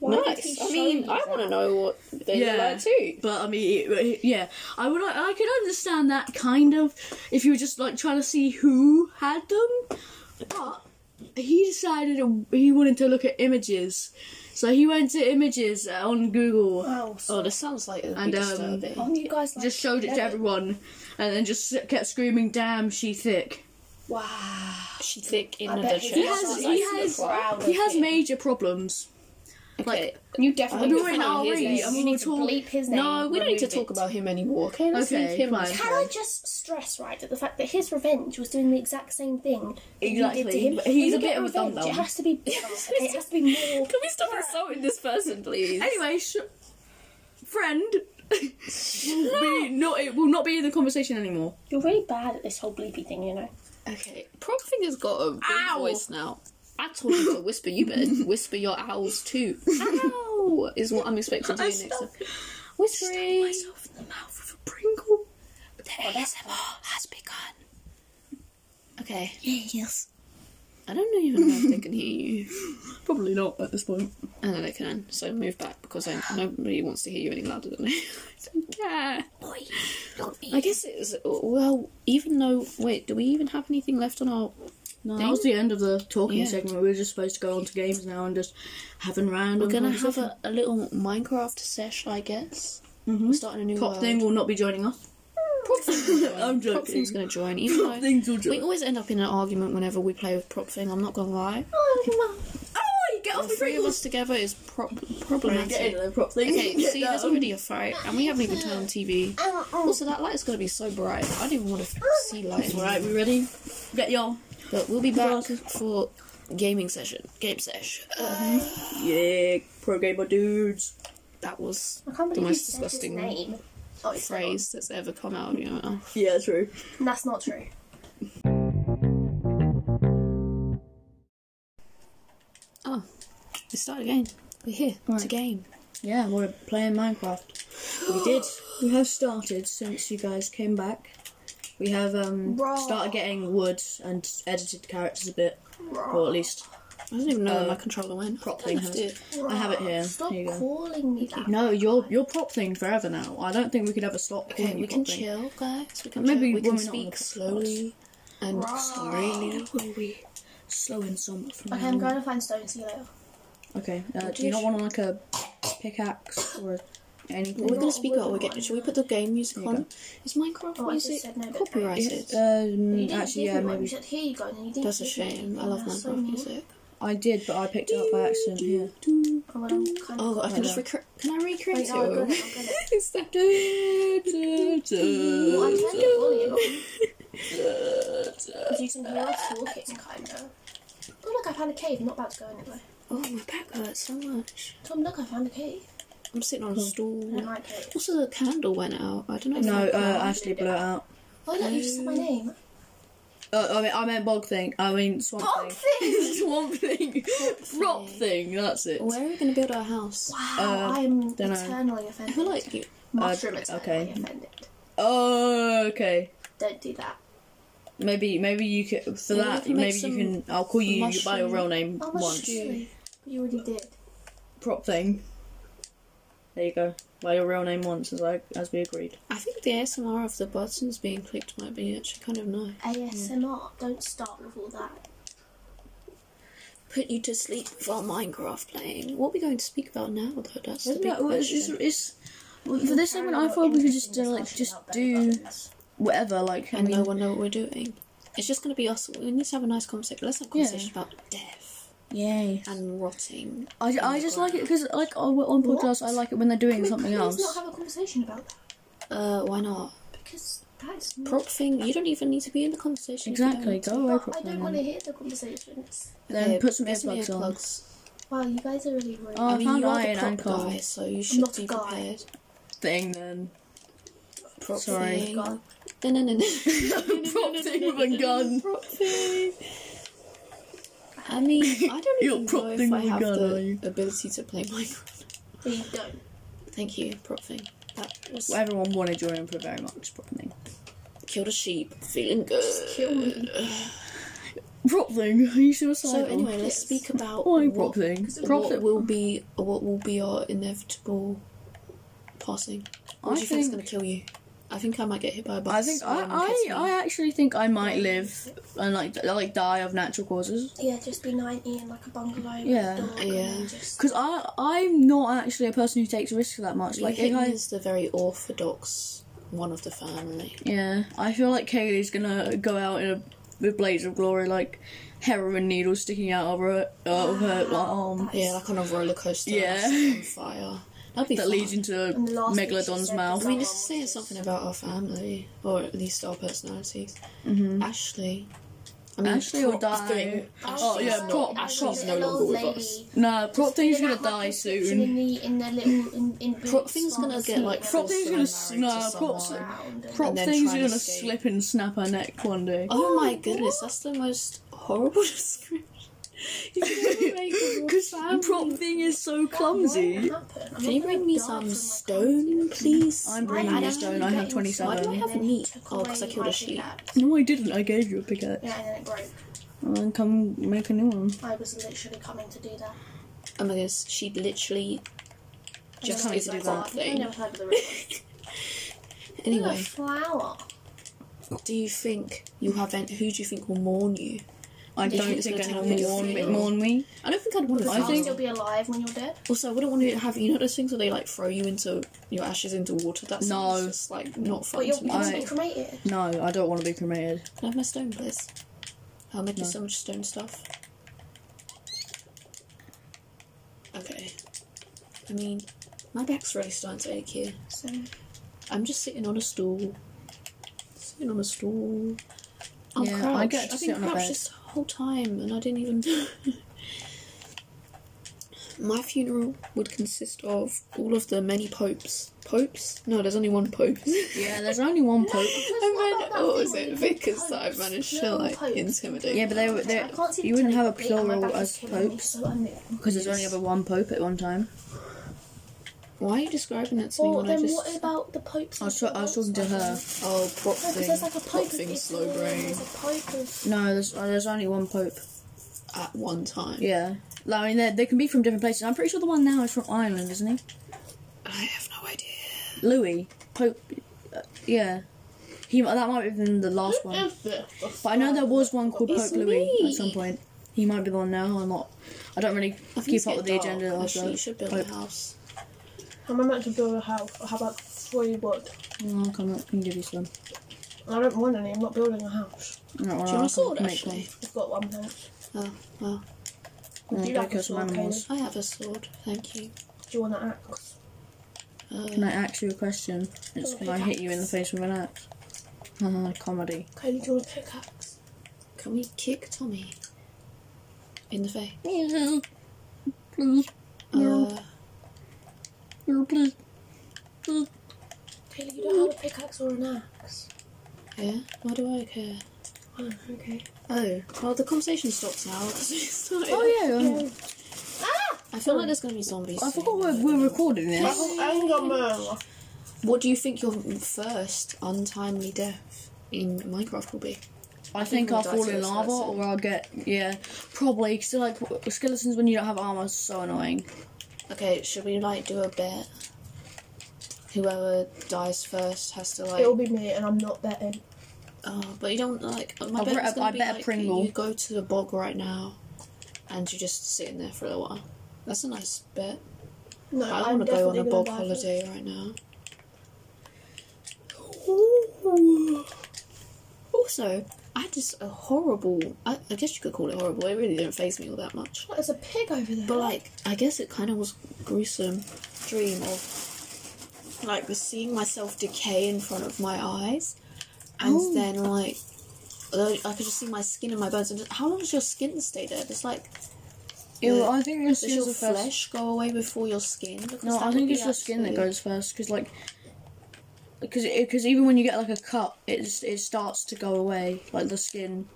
[SPEAKER 4] Nice. I mean, I want to know what they
[SPEAKER 2] Yeah.
[SPEAKER 4] look like too.
[SPEAKER 2] But I mean, it- it- yeah, I would I could understand that kind of if you were just like trying to see who had them, but he decided he wanted to look at images, so he went to images on Google.
[SPEAKER 3] Wow.
[SPEAKER 1] Oh, this sounds like it would
[SPEAKER 2] And,
[SPEAKER 1] be
[SPEAKER 2] um,
[SPEAKER 1] disturbing.
[SPEAKER 3] Aren't Oh, you guys like
[SPEAKER 2] Just showed it to
[SPEAKER 3] clever?
[SPEAKER 2] everyone, and then just kept screaming, "Damn, she thick."
[SPEAKER 3] Wow.
[SPEAKER 1] she thick in
[SPEAKER 3] I
[SPEAKER 1] the
[SPEAKER 3] bet
[SPEAKER 1] chest.
[SPEAKER 3] he
[SPEAKER 2] He has, he has,
[SPEAKER 3] proud
[SPEAKER 2] he
[SPEAKER 3] of
[SPEAKER 2] has
[SPEAKER 3] him.
[SPEAKER 2] major problems.
[SPEAKER 1] Okay.
[SPEAKER 3] You definitely.
[SPEAKER 2] I'm already-
[SPEAKER 3] can't use
[SPEAKER 2] already-
[SPEAKER 3] this.
[SPEAKER 2] I'm
[SPEAKER 3] you need to
[SPEAKER 2] already
[SPEAKER 3] bleep his name.
[SPEAKER 1] no, we don't need to
[SPEAKER 2] remove
[SPEAKER 1] talk
[SPEAKER 2] it.
[SPEAKER 1] about him anymore. Okay, let's
[SPEAKER 2] Okay,
[SPEAKER 1] leave him.
[SPEAKER 2] fine.
[SPEAKER 1] as-
[SPEAKER 3] Can I just stress, right, that the fact that his revenge was doing the exact same thing that you did to
[SPEAKER 2] Exactly,
[SPEAKER 3] him?
[SPEAKER 2] but he's
[SPEAKER 3] When you
[SPEAKER 2] a
[SPEAKER 3] get
[SPEAKER 2] bit of a
[SPEAKER 3] revenge,
[SPEAKER 2] dumb-dumb.
[SPEAKER 3] It has to be. it has to be more.
[SPEAKER 1] Can we stop insulting this person, please?
[SPEAKER 2] Anyway, sh- friend, will be not, it will not be in the conversation anymore.
[SPEAKER 3] You're really bad at this whole bleepy thing, you know.
[SPEAKER 1] Okay, prop finger's got a big
[SPEAKER 2] Ow.
[SPEAKER 1] voice now. I told you to whisper. You better whisper your owls too. Ow is what I'm expecting to
[SPEAKER 2] I
[SPEAKER 1] do next.
[SPEAKER 2] stuck-
[SPEAKER 1] time. Whispering.
[SPEAKER 2] Myself in the mouth of a Pringle.
[SPEAKER 3] Oh,
[SPEAKER 1] has begun. Okay,
[SPEAKER 3] Yes.
[SPEAKER 1] I don't even know if they can hear you.
[SPEAKER 2] Probably not at this point.
[SPEAKER 1] I know they can, so move back because I, nobody wants to hear you any louder than me. I don't care.
[SPEAKER 3] Boy, don't be.
[SPEAKER 1] I guess it's well. Even though, wait, do we even have anything left on our?
[SPEAKER 2] No, that was the end of the talking
[SPEAKER 1] Yeah.
[SPEAKER 2] segment. We were just supposed to go on to games now and just having random.
[SPEAKER 1] We're gonna have
[SPEAKER 2] conversation.
[SPEAKER 1] a, a little Minecraft sesh, I guess. We're starting a new
[SPEAKER 2] Mm-hmm. Pop
[SPEAKER 1] world.
[SPEAKER 2] thing will not be joining us. I'm
[SPEAKER 1] Prop
[SPEAKER 2] joking.
[SPEAKER 1] thing's gonna join. Even
[SPEAKER 2] Prop
[SPEAKER 1] though
[SPEAKER 2] things will
[SPEAKER 1] we
[SPEAKER 2] join.
[SPEAKER 1] always end up in an argument whenever we play with prop thing. I'm not gonna lie.
[SPEAKER 2] Oh, get off
[SPEAKER 1] The
[SPEAKER 2] the
[SPEAKER 1] three of
[SPEAKER 2] Pringles!
[SPEAKER 1] us together is pro-
[SPEAKER 2] Get in
[SPEAKER 1] problematic.
[SPEAKER 2] there, prop thing.
[SPEAKER 1] Okay,
[SPEAKER 2] Get
[SPEAKER 1] see, there's
[SPEAKER 2] down.
[SPEAKER 1] already a fight, and we haven't even turned on TV.
[SPEAKER 2] Oh,
[SPEAKER 1] Also, that light's gonna be so bright. I don't even want to see light.
[SPEAKER 2] Alright, we ready? Get y'all.
[SPEAKER 1] But we'll be back
[SPEAKER 2] Glasses.
[SPEAKER 1] for gaming session. Game sesh. Uh,
[SPEAKER 2] Yeah, pro gamer dudes.
[SPEAKER 1] that was
[SPEAKER 3] I can't
[SPEAKER 1] the
[SPEAKER 3] believe you
[SPEAKER 1] most
[SPEAKER 3] said his
[SPEAKER 1] disgusting
[SPEAKER 3] name. Oh, it's not.
[SPEAKER 1] phrase that's ever come out of your mouth.
[SPEAKER 2] Yeah, true.
[SPEAKER 3] That's not true.
[SPEAKER 1] Oh, we start again. We're here. It's a game.
[SPEAKER 2] Yeah, we're playing Minecraft. We did. We have started since you guys came back. We have um
[SPEAKER 3] Raw.
[SPEAKER 2] started getting wood and edited characters a bit, or at least
[SPEAKER 1] I don't even know where
[SPEAKER 2] Uh,
[SPEAKER 1] my controller went.
[SPEAKER 2] prop
[SPEAKER 1] I
[SPEAKER 2] thing
[SPEAKER 1] left
[SPEAKER 2] has.
[SPEAKER 1] it.
[SPEAKER 2] I have it here.
[SPEAKER 3] Stop
[SPEAKER 2] Here you go.
[SPEAKER 3] calling me that.
[SPEAKER 2] No, you're you're prop thing forever now. I don't think we could ever stop.
[SPEAKER 1] Okay,
[SPEAKER 2] calling you
[SPEAKER 1] we can
[SPEAKER 2] prop thing.
[SPEAKER 1] chill, guys. We can
[SPEAKER 2] Maybe
[SPEAKER 1] chill. we
[SPEAKER 2] when
[SPEAKER 1] can
[SPEAKER 2] we're not on the
[SPEAKER 1] speak
[SPEAKER 2] podcast.
[SPEAKER 1] slowly and serenely.
[SPEAKER 2] Will we slow in somewhat from
[SPEAKER 3] Okay,
[SPEAKER 2] now
[SPEAKER 3] I'm
[SPEAKER 2] on?
[SPEAKER 3] going to find stone. See you later.
[SPEAKER 2] Okay. Uh, do you not want like a pickaxe or anything?
[SPEAKER 1] We're gonna speak about what we get.
[SPEAKER 3] Wouldn't
[SPEAKER 1] Should we put the game music
[SPEAKER 2] you
[SPEAKER 1] on? Is Minecraft
[SPEAKER 3] Oh, I just
[SPEAKER 1] music
[SPEAKER 3] said no, but-
[SPEAKER 1] copyrighted? Mm,
[SPEAKER 3] You
[SPEAKER 2] Um,
[SPEAKER 3] didn't
[SPEAKER 2] actually,
[SPEAKER 3] give
[SPEAKER 2] yeah,
[SPEAKER 3] me one. You
[SPEAKER 2] maybe
[SPEAKER 3] said, here you go. And then you didn't
[SPEAKER 1] That's a
[SPEAKER 3] give me
[SPEAKER 1] shame. I
[SPEAKER 3] anything.
[SPEAKER 1] love
[SPEAKER 3] That's so
[SPEAKER 1] Minecraft
[SPEAKER 3] mean.
[SPEAKER 1] music.
[SPEAKER 2] I did, but I picked it up by accident. Yeah.
[SPEAKER 3] Oh, well, I'm kind of-
[SPEAKER 1] Oh, I can just
[SPEAKER 2] know.
[SPEAKER 1] recreate. Can I recreate
[SPEAKER 3] Wait, no, I'm
[SPEAKER 1] it?
[SPEAKER 3] good. I'm good.
[SPEAKER 1] It's that-
[SPEAKER 3] Well, I turned it volume. Because you can hear us talking, kind of. Oh, look, I found a cave. I'm not about to go anywhere.
[SPEAKER 1] Oh, my back hurts so much.
[SPEAKER 3] Tom, look, I found a cave.
[SPEAKER 1] I'm sitting on a
[SPEAKER 3] I don't
[SPEAKER 1] stool.
[SPEAKER 3] like it.
[SPEAKER 1] Also, the candle went out. I don't know. if
[SPEAKER 2] No,
[SPEAKER 1] that-
[SPEAKER 2] uh, Ashley blew it out.
[SPEAKER 3] Oh, look, you just said my name.
[SPEAKER 2] Uh, I mean, I meant bog thing. I mean swamp
[SPEAKER 3] Pop
[SPEAKER 2] thing.
[SPEAKER 1] Uh,
[SPEAKER 3] thing!
[SPEAKER 2] Swamp thing. Prop thing. That's it.
[SPEAKER 1] Where are we gonna build our house?
[SPEAKER 3] Wow,
[SPEAKER 2] Uh,
[SPEAKER 3] I'm
[SPEAKER 2] dunno.
[SPEAKER 3] eternally
[SPEAKER 1] I feel
[SPEAKER 3] offended.
[SPEAKER 1] like you.
[SPEAKER 3] Mushroom
[SPEAKER 2] Uh,
[SPEAKER 3] eternally
[SPEAKER 2] okay.
[SPEAKER 3] offended.
[SPEAKER 2] Oh, okay.
[SPEAKER 3] Don't do that.
[SPEAKER 2] Maybe, maybe you could for
[SPEAKER 1] Maybe we
[SPEAKER 2] that.
[SPEAKER 1] can make
[SPEAKER 2] maybe you
[SPEAKER 1] some
[SPEAKER 2] can. I'll call you by your
[SPEAKER 1] mushroom-
[SPEAKER 2] real name
[SPEAKER 3] Oh,
[SPEAKER 2] once.
[SPEAKER 3] mushroom. You already did.
[SPEAKER 2] Prop thing. There you go. By your real name once, as I as we agreed.
[SPEAKER 1] I think the ASMR of the buttons being clicked might be actually kind of nice.
[SPEAKER 3] ASMR. Don't start with all that.
[SPEAKER 1] Put you to sleep with our Minecraft playing. What are we going to speak about now, though? That's the
[SPEAKER 2] Isn't
[SPEAKER 1] big
[SPEAKER 2] that what it's, it's,
[SPEAKER 1] question.
[SPEAKER 2] well, for this segment? I thought we could just uh, like just do whatever. Like I
[SPEAKER 1] And no
[SPEAKER 2] mean,
[SPEAKER 1] one know what we're doing. It's just going to be us. We need to have a nice conversation. Let's have a conversation about death.
[SPEAKER 2] Yay.
[SPEAKER 1] and rotting.
[SPEAKER 2] I, I just like it because like on, on podcasts I like it when they're doing something
[SPEAKER 3] Please
[SPEAKER 2] else.
[SPEAKER 3] not have a conversation about that
[SPEAKER 1] Uh, why not?
[SPEAKER 3] because that is. not-
[SPEAKER 1] Prop thing. You don't even need to be in the conversation. if you
[SPEAKER 2] Exactly.
[SPEAKER 1] don't.
[SPEAKER 2] Go away
[SPEAKER 3] But
[SPEAKER 2] from
[SPEAKER 3] I don't
[SPEAKER 2] them.
[SPEAKER 3] want to hear the conversations.
[SPEAKER 2] Then
[SPEAKER 1] Okay,
[SPEAKER 2] put some
[SPEAKER 1] get
[SPEAKER 2] earplugs on.
[SPEAKER 1] earplugs.
[SPEAKER 3] Wow, you guys are really rude.
[SPEAKER 2] Oh,
[SPEAKER 1] I
[SPEAKER 2] I
[SPEAKER 1] mean,
[SPEAKER 2] found
[SPEAKER 1] you're
[SPEAKER 2] iron
[SPEAKER 1] the prop
[SPEAKER 2] and coal.
[SPEAKER 1] guy, so you should
[SPEAKER 3] not
[SPEAKER 1] be
[SPEAKER 3] a guy.
[SPEAKER 1] prepared.
[SPEAKER 2] Thing then.
[SPEAKER 1] Prop
[SPEAKER 2] Sorry.
[SPEAKER 1] thing.
[SPEAKER 3] Guy.
[SPEAKER 1] No, no, no, no.
[SPEAKER 2] Prop thing with a gun.
[SPEAKER 1] prop thing. I mean, I don't
[SPEAKER 2] You're
[SPEAKER 1] even
[SPEAKER 2] prop
[SPEAKER 1] know if
[SPEAKER 2] thing
[SPEAKER 1] I
[SPEAKER 2] with a
[SPEAKER 1] have
[SPEAKER 2] gun, are
[SPEAKER 1] the
[SPEAKER 2] you?
[SPEAKER 1] ability to play Minecraft.
[SPEAKER 3] But you don't.
[SPEAKER 1] Thank you, prop thing. That was
[SPEAKER 2] Everyone wanted your input very much. Prop thing.
[SPEAKER 1] killed a sheep. Feeling good.
[SPEAKER 3] Kill me.
[SPEAKER 2] Prop thing. Are you
[SPEAKER 1] So
[SPEAKER 2] suicidal?
[SPEAKER 1] anyway, let's speak about
[SPEAKER 2] Why prop
[SPEAKER 1] what,
[SPEAKER 2] thing? Prop
[SPEAKER 1] what
[SPEAKER 2] thing.
[SPEAKER 1] will be what will be our inevitable passing. What
[SPEAKER 2] I
[SPEAKER 1] do you think is going
[SPEAKER 2] think-
[SPEAKER 1] to kill you? I think I might get hit by a bus.
[SPEAKER 2] I think I,
[SPEAKER 1] when
[SPEAKER 2] I,
[SPEAKER 1] kids are-
[SPEAKER 2] I actually think I might live and like like die of natural causes
[SPEAKER 3] Yeah, just be 90 in like a bungalow. with a
[SPEAKER 2] Yeah.
[SPEAKER 3] dog and
[SPEAKER 1] Yeah.
[SPEAKER 3] then Just...
[SPEAKER 2] because I I'm not actually a person who takes risks that much. Like if
[SPEAKER 1] Hitman
[SPEAKER 2] I,
[SPEAKER 1] is the very orthodox one of the family.
[SPEAKER 2] yeah, I feel like Kaylee's gonna go out in a with blades of glory like heroin needles sticking out of her out of her like, arm
[SPEAKER 1] Yeah, like on a roller coaster.
[SPEAKER 2] Yeah.
[SPEAKER 1] that's on fire. That'd be
[SPEAKER 2] that
[SPEAKER 1] fun.
[SPEAKER 2] leads into
[SPEAKER 3] And the last thing she
[SPEAKER 2] megalodon's
[SPEAKER 3] said
[SPEAKER 2] mouth.
[SPEAKER 3] was,
[SPEAKER 1] I mean, this is saying something about our family, or at least our personalities. Mm-hmm. Ashley. I mean,
[SPEAKER 2] Ashley will
[SPEAKER 1] Prop's
[SPEAKER 2] die.
[SPEAKER 1] doing-
[SPEAKER 2] Oh, yeah,
[SPEAKER 1] Ashley's
[SPEAKER 2] prop-
[SPEAKER 1] not- Ashley's
[SPEAKER 2] prop-
[SPEAKER 1] no longer with us.
[SPEAKER 2] Nah, prop thing's
[SPEAKER 3] He's
[SPEAKER 2] gonna die
[SPEAKER 3] In
[SPEAKER 2] soon.
[SPEAKER 3] the, in the little, in, in
[SPEAKER 1] Prop thing's gonna uh, get like
[SPEAKER 2] Prop
[SPEAKER 1] forced
[SPEAKER 2] thing's
[SPEAKER 1] or
[SPEAKER 2] gonna s-
[SPEAKER 1] married to
[SPEAKER 2] nah, prop's-
[SPEAKER 1] someone.
[SPEAKER 2] Prop
[SPEAKER 1] then
[SPEAKER 2] thing's
[SPEAKER 1] try and
[SPEAKER 2] gonna
[SPEAKER 1] escape.
[SPEAKER 2] slip and snap her neck one day.
[SPEAKER 1] Oh my goodness, that's the most horrible description. You could ever make of your
[SPEAKER 2] Because
[SPEAKER 1] family.
[SPEAKER 2] prop thing is so clumsy.
[SPEAKER 1] Can you bring me some stone, please?
[SPEAKER 2] I'm bringing
[SPEAKER 1] I
[SPEAKER 2] you
[SPEAKER 1] don't-
[SPEAKER 2] stone, I have
[SPEAKER 1] Why
[SPEAKER 2] 27.
[SPEAKER 1] do I have meat? Oh, because I killed a sheep.
[SPEAKER 2] No, I didn't. I gave you a pickaxe.
[SPEAKER 3] Yeah, and then it broke.
[SPEAKER 2] And then come make a new one.
[SPEAKER 3] I was literally coming to do that.
[SPEAKER 1] Oh my goodness, she literally just
[SPEAKER 2] Coming
[SPEAKER 1] did
[SPEAKER 2] to do
[SPEAKER 1] that,
[SPEAKER 2] that.
[SPEAKER 3] I
[SPEAKER 1] thing.
[SPEAKER 3] never heard of the real one. A
[SPEAKER 1] Anyway,
[SPEAKER 3] flower.
[SPEAKER 1] do you think you have? Any, who do you think will mourn you?
[SPEAKER 2] I
[SPEAKER 1] Yeah,
[SPEAKER 2] don't
[SPEAKER 1] it's
[SPEAKER 2] think
[SPEAKER 1] gonna
[SPEAKER 2] anyone
[SPEAKER 1] take
[SPEAKER 2] will
[SPEAKER 1] a
[SPEAKER 2] mourn me,
[SPEAKER 1] feel.
[SPEAKER 2] mourn me.
[SPEAKER 1] I don't think I'd want to.
[SPEAKER 2] I
[SPEAKER 3] I
[SPEAKER 2] think-
[SPEAKER 3] think you'll be alive when you're dead.
[SPEAKER 1] Also, I wouldn't want to have you know those things where they like throw you into your ashes into water. That's
[SPEAKER 2] No.
[SPEAKER 1] just like not
[SPEAKER 3] But
[SPEAKER 1] fun.
[SPEAKER 3] you're
[SPEAKER 1] To me.
[SPEAKER 3] going
[SPEAKER 1] Can
[SPEAKER 3] to be cremated.
[SPEAKER 2] No, I don't want to be cremated.
[SPEAKER 1] I have my stone, please? I'll make you
[SPEAKER 2] No.
[SPEAKER 1] so much stone stuff. Okay. I mean, my back's really starting to ache here.
[SPEAKER 3] So
[SPEAKER 1] I'm just sitting on a stool. Sitting on a stool. I'm
[SPEAKER 2] Yeah, I
[SPEAKER 1] crouched. I
[SPEAKER 2] get to
[SPEAKER 1] have
[SPEAKER 2] sit
[SPEAKER 1] been
[SPEAKER 2] on a
[SPEAKER 1] crouched
[SPEAKER 2] bed.
[SPEAKER 1] this whole time and I didn't even. My funeral would consist of all of the many popes. Popes? No, there's only one pope.
[SPEAKER 2] Yeah, there's only one pope.
[SPEAKER 1] I meant, what was it? Vickers
[SPEAKER 3] Popes.
[SPEAKER 1] that I've managed to
[SPEAKER 3] Plural
[SPEAKER 1] like
[SPEAKER 3] popes.
[SPEAKER 1] intimidate.
[SPEAKER 2] Yeah, but they were
[SPEAKER 3] I
[SPEAKER 2] there.
[SPEAKER 3] can't see
[SPEAKER 2] You
[SPEAKER 3] the
[SPEAKER 2] wouldn't have a
[SPEAKER 3] telly properly and my
[SPEAKER 2] plural
[SPEAKER 3] back is
[SPEAKER 2] as
[SPEAKER 3] killing me,
[SPEAKER 2] popes.
[SPEAKER 3] so I move.
[SPEAKER 2] Because there's only ever one pope at one time.
[SPEAKER 1] Why are you describing that to me
[SPEAKER 3] Or
[SPEAKER 1] when I
[SPEAKER 3] then
[SPEAKER 1] just?
[SPEAKER 3] what about the popes?
[SPEAKER 2] I was, tra- I was talking to her.
[SPEAKER 1] Oh, prop
[SPEAKER 3] No, because
[SPEAKER 1] thing.
[SPEAKER 3] there's like a
[SPEAKER 1] prop
[SPEAKER 3] pope of
[SPEAKER 1] thing,
[SPEAKER 3] Italy,
[SPEAKER 1] slow brain
[SPEAKER 3] there's a pope of
[SPEAKER 2] No, there's uh, there's only one pope.
[SPEAKER 1] at one time.
[SPEAKER 2] Yeah. Like, I mean, they- they can be from different places. I'm pretty sure the one now is from Ireland, isn't he?
[SPEAKER 1] I have no idea.
[SPEAKER 2] Louis Pope. uh, yeah. He that might have been the last one. But I know there was one called
[SPEAKER 1] It's
[SPEAKER 2] Pope Louis
[SPEAKER 1] me.
[SPEAKER 2] at some point. He might be the one now. I'm not. I don't really
[SPEAKER 1] I think it's
[SPEAKER 2] keep up with the
[SPEAKER 1] getting
[SPEAKER 2] agenda
[SPEAKER 1] dark.
[SPEAKER 2] of
[SPEAKER 1] Actually, you
[SPEAKER 2] the
[SPEAKER 1] should build
[SPEAKER 2] Pope.
[SPEAKER 1] a house.
[SPEAKER 5] I'm about to build a house. I have like three wood.
[SPEAKER 2] No, I'll come up and give you some.
[SPEAKER 5] I don't want any. I'm not building a house.
[SPEAKER 2] No,
[SPEAKER 1] Do
[SPEAKER 2] well,
[SPEAKER 1] you
[SPEAKER 2] I'll
[SPEAKER 1] want a sword,
[SPEAKER 2] come make
[SPEAKER 1] Ashley?
[SPEAKER 5] I've got one fence.
[SPEAKER 1] Oh, well,
[SPEAKER 2] one.
[SPEAKER 5] Do
[SPEAKER 2] Yeah,
[SPEAKER 5] you
[SPEAKER 2] go
[SPEAKER 5] like
[SPEAKER 2] kill
[SPEAKER 5] a
[SPEAKER 2] some
[SPEAKER 5] sword,
[SPEAKER 2] animals.
[SPEAKER 1] I have a sword. Thank you.
[SPEAKER 5] Do you want an axe?
[SPEAKER 1] Uh,
[SPEAKER 2] Can I ask you a question? It's can I hit you in the face with an axe? Haha, comedy.
[SPEAKER 5] Kaylee, do you want a pickaxe?
[SPEAKER 1] can we kick Tommy in the face?
[SPEAKER 2] Please, please,
[SPEAKER 1] Uh,
[SPEAKER 2] please.
[SPEAKER 3] Kaylee, you don't have a pickaxe or an axe.
[SPEAKER 1] yeah. Why do I care?
[SPEAKER 5] Oh, okay.
[SPEAKER 1] Oh, well, the conversation stops now. 'cause we started.
[SPEAKER 2] Oh yeah, um,
[SPEAKER 1] I feel like there's gonna be zombies.
[SPEAKER 2] I
[SPEAKER 1] soon.
[SPEAKER 2] forgot we're, we're recording this.
[SPEAKER 1] What do you think your first untimely death in Minecraft will be?
[SPEAKER 2] I think
[SPEAKER 1] we'll
[SPEAKER 2] I'll
[SPEAKER 1] die
[SPEAKER 2] fall
[SPEAKER 1] to
[SPEAKER 2] in
[SPEAKER 1] this
[SPEAKER 2] lava,
[SPEAKER 1] lesson.
[SPEAKER 2] or I'll get yeah, probably. Cause they're like w- skeletons when you don't have armor, is so annoying.
[SPEAKER 1] Okay, should we like do a bet? Whoever dies first has to like.
[SPEAKER 5] It'll be me, and I'm not betting.
[SPEAKER 1] Oh, but you don't like. My
[SPEAKER 2] I
[SPEAKER 1] bet
[SPEAKER 2] bet-
[SPEAKER 1] was gonna
[SPEAKER 2] I
[SPEAKER 1] be,
[SPEAKER 2] bet a
[SPEAKER 1] like,
[SPEAKER 2] Pringle.
[SPEAKER 1] You go to the bog right now, and you just sit in there for a little while. That's a nice bet.
[SPEAKER 5] No,
[SPEAKER 1] I
[SPEAKER 5] I'm
[SPEAKER 1] want to go on
[SPEAKER 5] definitely
[SPEAKER 1] a
[SPEAKER 5] gonna
[SPEAKER 1] bog
[SPEAKER 5] die
[SPEAKER 1] holiday right now. Also, I had this uh, horrible. I, I guess you could call it horrible. It really didn't phase me all that much.
[SPEAKER 5] What, there's a pig over there.
[SPEAKER 1] But like, I guess it kind of was gruesome dream of like seeing myself decay in front of my eyes, and
[SPEAKER 2] Oh.
[SPEAKER 1] then like I I could just see my skin and my bones. And just, how long does your skin stay there? Does like
[SPEAKER 2] Yeah, I think your
[SPEAKER 1] does your
[SPEAKER 2] skin's the first.
[SPEAKER 1] flesh go away before your skin? Because
[SPEAKER 2] No,
[SPEAKER 1] that
[SPEAKER 2] I
[SPEAKER 1] would
[SPEAKER 2] think
[SPEAKER 1] be
[SPEAKER 2] it's your skin that
[SPEAKER 1] absolute-
[SPEAKER 2] goes first, because like, because because even when you get like a cut, it it starts to go away. Like the skin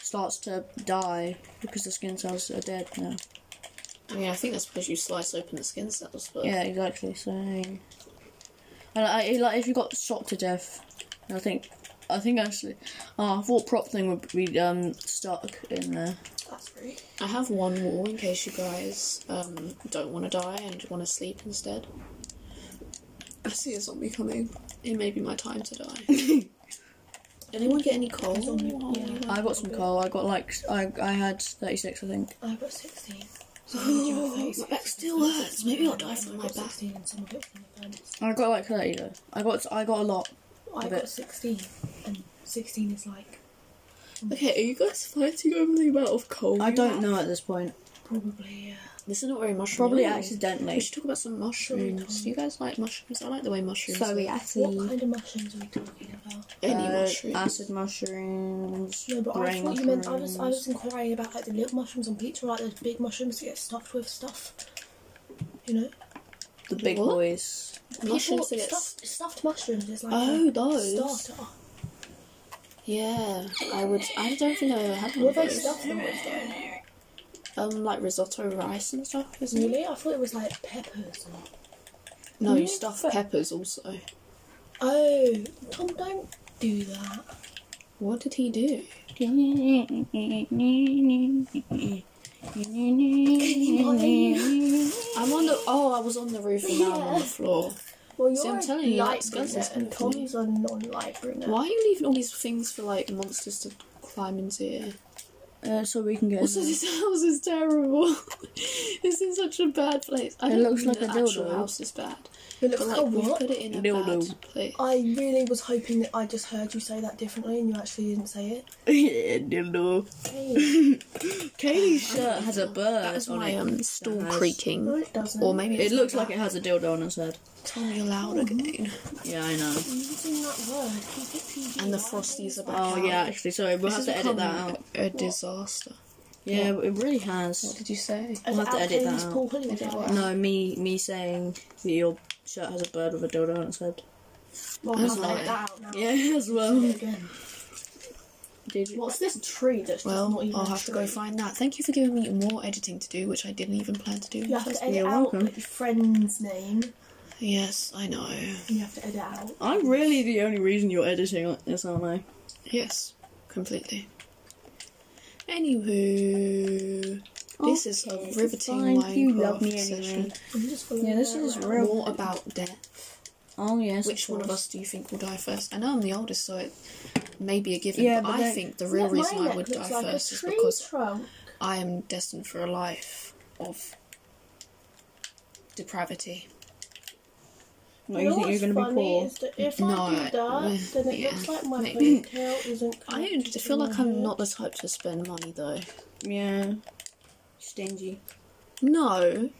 [SPEAKER 2] starts to die because the skin cells are dead now.
[SPEAKER 1] I mean, I think that's because you slice open the skin cells. But
[SPEAKER 2] Yeah, exactly. So, and I, like if you got shot to death, I think, I think actually, oh, I thought prop thing would be um stuck in there.
[SPEAKER 5] That's rude.
[SPEAKER 1] I have one more in case you guys um, don't want to die and want to sleep instead. I see a zombie coming. It may be my time to die. Anyone get any coal?
[SPEAKER 2] I got some coal. I got like I I had thirty six, I think.
[SPEAKER 5] I got 16.
[SPEAKER 1] Oh, my back still hurts. Maybe I'll die from my back.
[SPEAKER 5] 16 and some of it from the bandits.
[SPEAKER 2] I got like thirty though. I got I got a lot.
[SPEAKER 5] I
[SPEAKER 2] Of
[SPEAKER 5] got
[SPEAKER 2] it.
[SPEAKER 5] 16 and 16 is like
[SPEAKER 1] Okay, are you guys fighting over the amount of coal?
[SPEAKER 2] I
[SPEAKER 1] you
[SPEAKER 2] don't
[SPEAKER 1] have?
[SPEAKER 2] know at this point.
[SPEAKER 5] probably uh,
[SPEAKER 1] This isn't very mushroom.
[SPEAKER 2] Probably
[SPEAKER 1] heavy. We
[SPEAKER 2] accidentally.
[SPEAKER 1] should talk about some mushrooms. Do you guys like mushrooms? Mm. I like the way mushrooms.
[SPEAKER 4] So
[SPEAKER 1] look.
[SPEAKER 4] we
[SPEAKER 5] what
[SPEAKER 4] actually.
[SPEAKER 5] kind of mushrooms are we talking about?
[SPEAKER 1] Any
[SPEAKER 2] Uh,
[SPEAKER 1] mushrooms.
[SPEAKER 2] acid mushrooms.
[SPEAKER 5] No, but I
[SPEAKER 2] brain
[SPEAKER 5] thought you meant I was I
[SPEAKER 2] mushrooms.
[SPEAKER 5] was inquiring about like the little mushrooms on pizza, like those big mushrooms that get stuffed with stuff. You know,
[SPEAKER 2] the big
[SPEAKER 1] What?
[SPEAKER 2] boys.
[SPEAKER 1] mushrooms that
[SPEAKER 5] People-
[SPEAKER 1] get.
[SPEAKER 5] stuffed, stuffed mushrooms. It's like
[SPEAKER 1] Oh,
[SPEAKER 5] a
[SPEAKER 1] those.
[SPEAKER 5] starter.
[SPEAKER 1] Yeah, I would. I don't think I ever had one
[SPEAKER 5] What
[SPEAKER 1] of
[SPEAKER 5] they
[SPEAKER 1] those.
[SPEAKER 5] stuff them with though?
[SPEAKER 1] Um, like risotto rice and stuff, isn't it?
[SPEAKER 5] Really? I thought it was like peppers. Or...
[SPEAKER 1] No, you stuff peppers also.
[SPEAKER 5] Oh, Tom, don't do that.
[SPEAKER 1] What did he do? I'm on the. Oh, I was on the roof and now I'm on the floor.
[SPEAKER 5] Well, you're
[SPEAKER 1] See, I'm
[SPEAKER 5] a
[SPEAKER 1] telling you,
[SPEAKER 5] light
[SPEAKER 1] that's good,
[SPEAKER 5] brunette,
[SPEAKER 1] that's
[SPEAKER 5] and
[SPEAKER 1] good for me.
[SPEAKER 5] Tom's a non-light brunette.
[SPEAKER 1] Why are you leaving all these things for like monsters to climb into here?
[SPEAKER 2] Uh, so we can get.
[SPEAKER 1] Also,
[SPEAKER 2] in there.
[SPEAKER 1] this house is terrible. it's in such a bad place. I
[SPEAKER 2] It
[SPEAKER 1] don't
[SPEAKER 2] looks
[SPEAKER 1] mean
[SPEAKER 2] like
[SPEAKER 1] the
[SPEAKER 2] a
[SPEAKER 1] actual
[SPEAKER 2] dildo.
[SPEAKER 1] house is bad,
[SPEAKER 5] It looks
[SPEAKER 1] but
[SPEAKER 5] like
[SPEAKER 1] like
[SPEAKER 5] a
[SPEAKER 1] we
[SPEAKER 5] what?
[SPEAKER 1] put it in a
[SPEAKER 2] Dildo. Oh,
[SPEAKER 1] bad place.
[SPEAKER 5] I really was hoping that I just heard you say that differently, and you actually didn't say it.
[SPEAKER 2] yeah, dildo.
[SPEAKER 5] Hey,
[SPEAKER 2] Katie's shirt has a bird
[SPEAKER 1] That is
[SPEAKER 2] on
[SPEAKER 1] my
[SPEAKER 2] it.
[SPEAKER 1] um, stool
[SPEAKER 2] has-
[SPEAKER 5] no,
[SPEAKER 1] creaking,
[SPEAKER 5] it doesn't.
[SPEAKER 1] or maybe
[SPEAKER 2] It looks like it has a dildo on its head.
[SPEAKER 1] Tell me loud again.
[SPEAKER 2] Yeah, I know.
[SPEAKER 5] I'm using that word. Keep it PG.
[SPEAKER 1] And the
[SPEAKER 5] Why are
[SPEAKER 1] frosties
[SPEAKER 5] you-
[SPEAKER 1] are back.
[SPEAKER 2] Oh
[SPEAKER 1] out.
[SPEAKER 2] yeah, actually, sorry, we'll
[SPEAKER 1] This has
[SPEAKER 2] have to edit that
[SPEAKER 1] become
[SPEAKER 2] out.
[SPEAKER 1] A disaster. Uh,
[SPEAKER 2] Yeah, it really
[SPEAKER 1] What
[SPEAKER 2] has.
[SPEAKER 1] did you say?
[SPEAKER 5] As
[SPEAKER 2] We'll have to edit that
[SPEAKER 5] outtakes,
[SPEAKER 2] out.
[SPEAKER 5] Paul Hollywood.
[SPEAKER 2] No, me, me saying that your shirt has a bird with a dildo on its head.
[SPEAKER 5] Well, we'll
[SPEAKER 1] That's
[SPEAKER 5] have to
[SPEAKER 1] not
[SPEAKER 5] edit
[SPEAKER 1] it.
[SPEAKER 5] that out now.
[SPEAKER 2] Yeah, as well.
[SPEAKER 5] Again.
[SPEAKER 2] Did you?
[SPEAKER 5] What's this tree that's just not
[SPEAKER 1] Well,
[SPEAKER 5] even
[SPEAKER 1] I'll
[SPEAKER 5] a
[SPEAKER 1] have to go
[SPEAKER 5] tree?
[SPEAKER 1] find that. Thank you for giving me more editing to do, which I didn't even plan to do. in
[SPEAKER 5] You
[SPEAKER 1] the
[SPEAKER 5] have
[SPEAKER 1] first
[SPEAKER 5] to edit
[SPEAKER 2] you're
[SPEAKER 5] out
[SPEAKER 2] welcome.
[SPEAKER 5] your friend's name.
[SPEAKER 1] place. Yes, I know.
[SPEAKER 5] You have to edit out.
[SPEAKER 1] Oh.
[SPEAKER 2] I'm really the only reason you're editing this, aren't I?
[SPEAKER 1] Yes, completely. Anywho, this is a
[SPEAKER 2] Okay,
[SPEAKER 1] riveting
[SPEAKER 2] Oh, fine.
[SPEAKER 1] Minecraft
[SPEAKER 2] You love me anyway.
[SPEAKER 1] session.
[SPEAKER 5] I'm just following
[SPEAKER 2] Yeah, this
[SPEAKER 5] her
[SPEAKER 2] is
[SPEAKER 5] around.
[SPEAKER 2] real.
[SPEAKER 1] More about death.
[SPEAKER 2] Oh yes.
[SPEAKER 1] Which one of
[SPEAKER 2] course.
[SPEAKER 1] us do you think will die first? I know I'm the oldest, so it may be a given.
[SPEAKER 2] Yeah,
[SPEAKER 1] but,
[SPEAKER 2] but
[SPEAKER 1] I
[SPEAKER 2] then-
[SPEAKER 1] think the real
[SPEAKER 5] My
[SPEAKER 1] reason I
[SPEAKER 5] neck
[SPEAKER 1] would die
[SPEAKER 5] looks like a
[SPEAKER 1] first is
[SPEAKER 5] tree
[SPEAKER 1] because
[SPEAKER 5] trunk.
[SPEAKER 1] I am destined for a life of depravity.
[SPEAKER 2] What,
[SPEAKER 5] You
[SPEAKER 2] you
[SPEAKER 5] know
[SPEAKER 2] think
[SPEAKER 5] what's
[SPEAKER 2] you're gonna be
[SPEAKER 5] funny
[SPEAKER 2] poor?
[SPEAKER 5] is that if
[SPEAKER 1] No,
[SPEAKER 5] I do
[SPEAKER 1] I-
[SPEAKER 5] that, then it
[SPEAKER 1] yeah,
[SPEAKER 5] looks like my
[SPEAKER 1] maybe.
[SPEAKER 5] ponytail isn't.
[SPEAKER 1] I
[SPEAKER 5] connected
[SPEAKER 1] feel
[SPEAKER 5] to
[SPEAKER 1] like
[SPEAKER 5] my
[SPEAKER 1] I'm
[SPEAKER 5] hair.
[SPEAKER 1] not the type to spend money though.
[SPEAKER 2] Yeah. Stingy.
[SPEAKER 1] No, not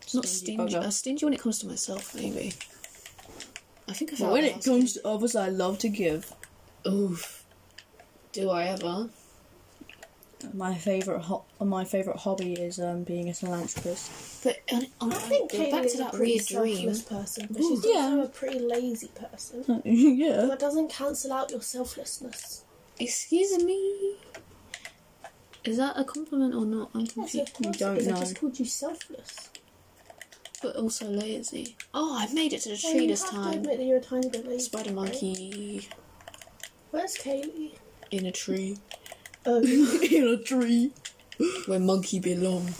[SPEAKER 2] Stingy
[SPEAKER 1] stingy.
[SPEAKER 2] bugger.
[SPEAKER 1] Uh, stingy when it comes to myself, maybe. I think if
[SPEAKER 2] But
[SPEAKER 1] I
[SPEAKER 2] when
[SPEAKER 1] was
[SPEAKER 2] it
[SPEAKER 1] asking-
[SPEAKER 2] comes to others, I love to give.
[SPEAKER 1] Oof. Do I ever?
[SPEAKER 2] My favorite ho- my favorite hobby is um, being a philanthropist.
[SPEAKER 1] But on, on,
[SPEAKER 5] I think
[SPEAKER 1] go
[SPEAKER 5] Kayla
[SPEAKER 1] back
[SPEAKER 5] is
[SPEAKER 1] to
[SPEAKER 5] a
[SPEAKER 1] that
[SPEAKER 5] pretty
[SPEAKER 1] weird dream.
[SPEAKER 5] selfless person, but she's
[SPEAKER 2] Yeah.
[SPEAKER 5] also a pretty lazy person.
[SPEAKER 2] yeah.
[SPEAKER 5] That doesn't cancel out your selflessness.
[SPEAKER 1] Excuse me. Is that a compliment or not? I'm
[SPEAKER 5] Yes,
[SPEAKER 1] confused.
[SPEAKER 5] of course it
[SPEAKER 2] don't
[SPEAKER 5] is. I
[SPEAKER 2] know.
[SPEAKER 5] just called you selfless.
[SPEAKER 1] But also lazy. Oh, I made it to the
[SPEAKER 5] Well,
[SPEAKER 1] tree
[SPEAKER 5] you
[SPEAKER 1] this
[SPEAKER 5] have to
[SPEAKER 1] time.
[SPEAKER 5] admit that you're a tiny bit lazy.
[SPEAKER 1] Spider
[SPEAKER 5] right?
[SPEAKER 1] monkey
[SPEAKER 5] Where's Kaylee?
[SPEAKER 1] in a tree
[SPEAKER 5] Oh,
[SPEAKER 2] In a tree.
[SPEAKER 1] where monkey belong.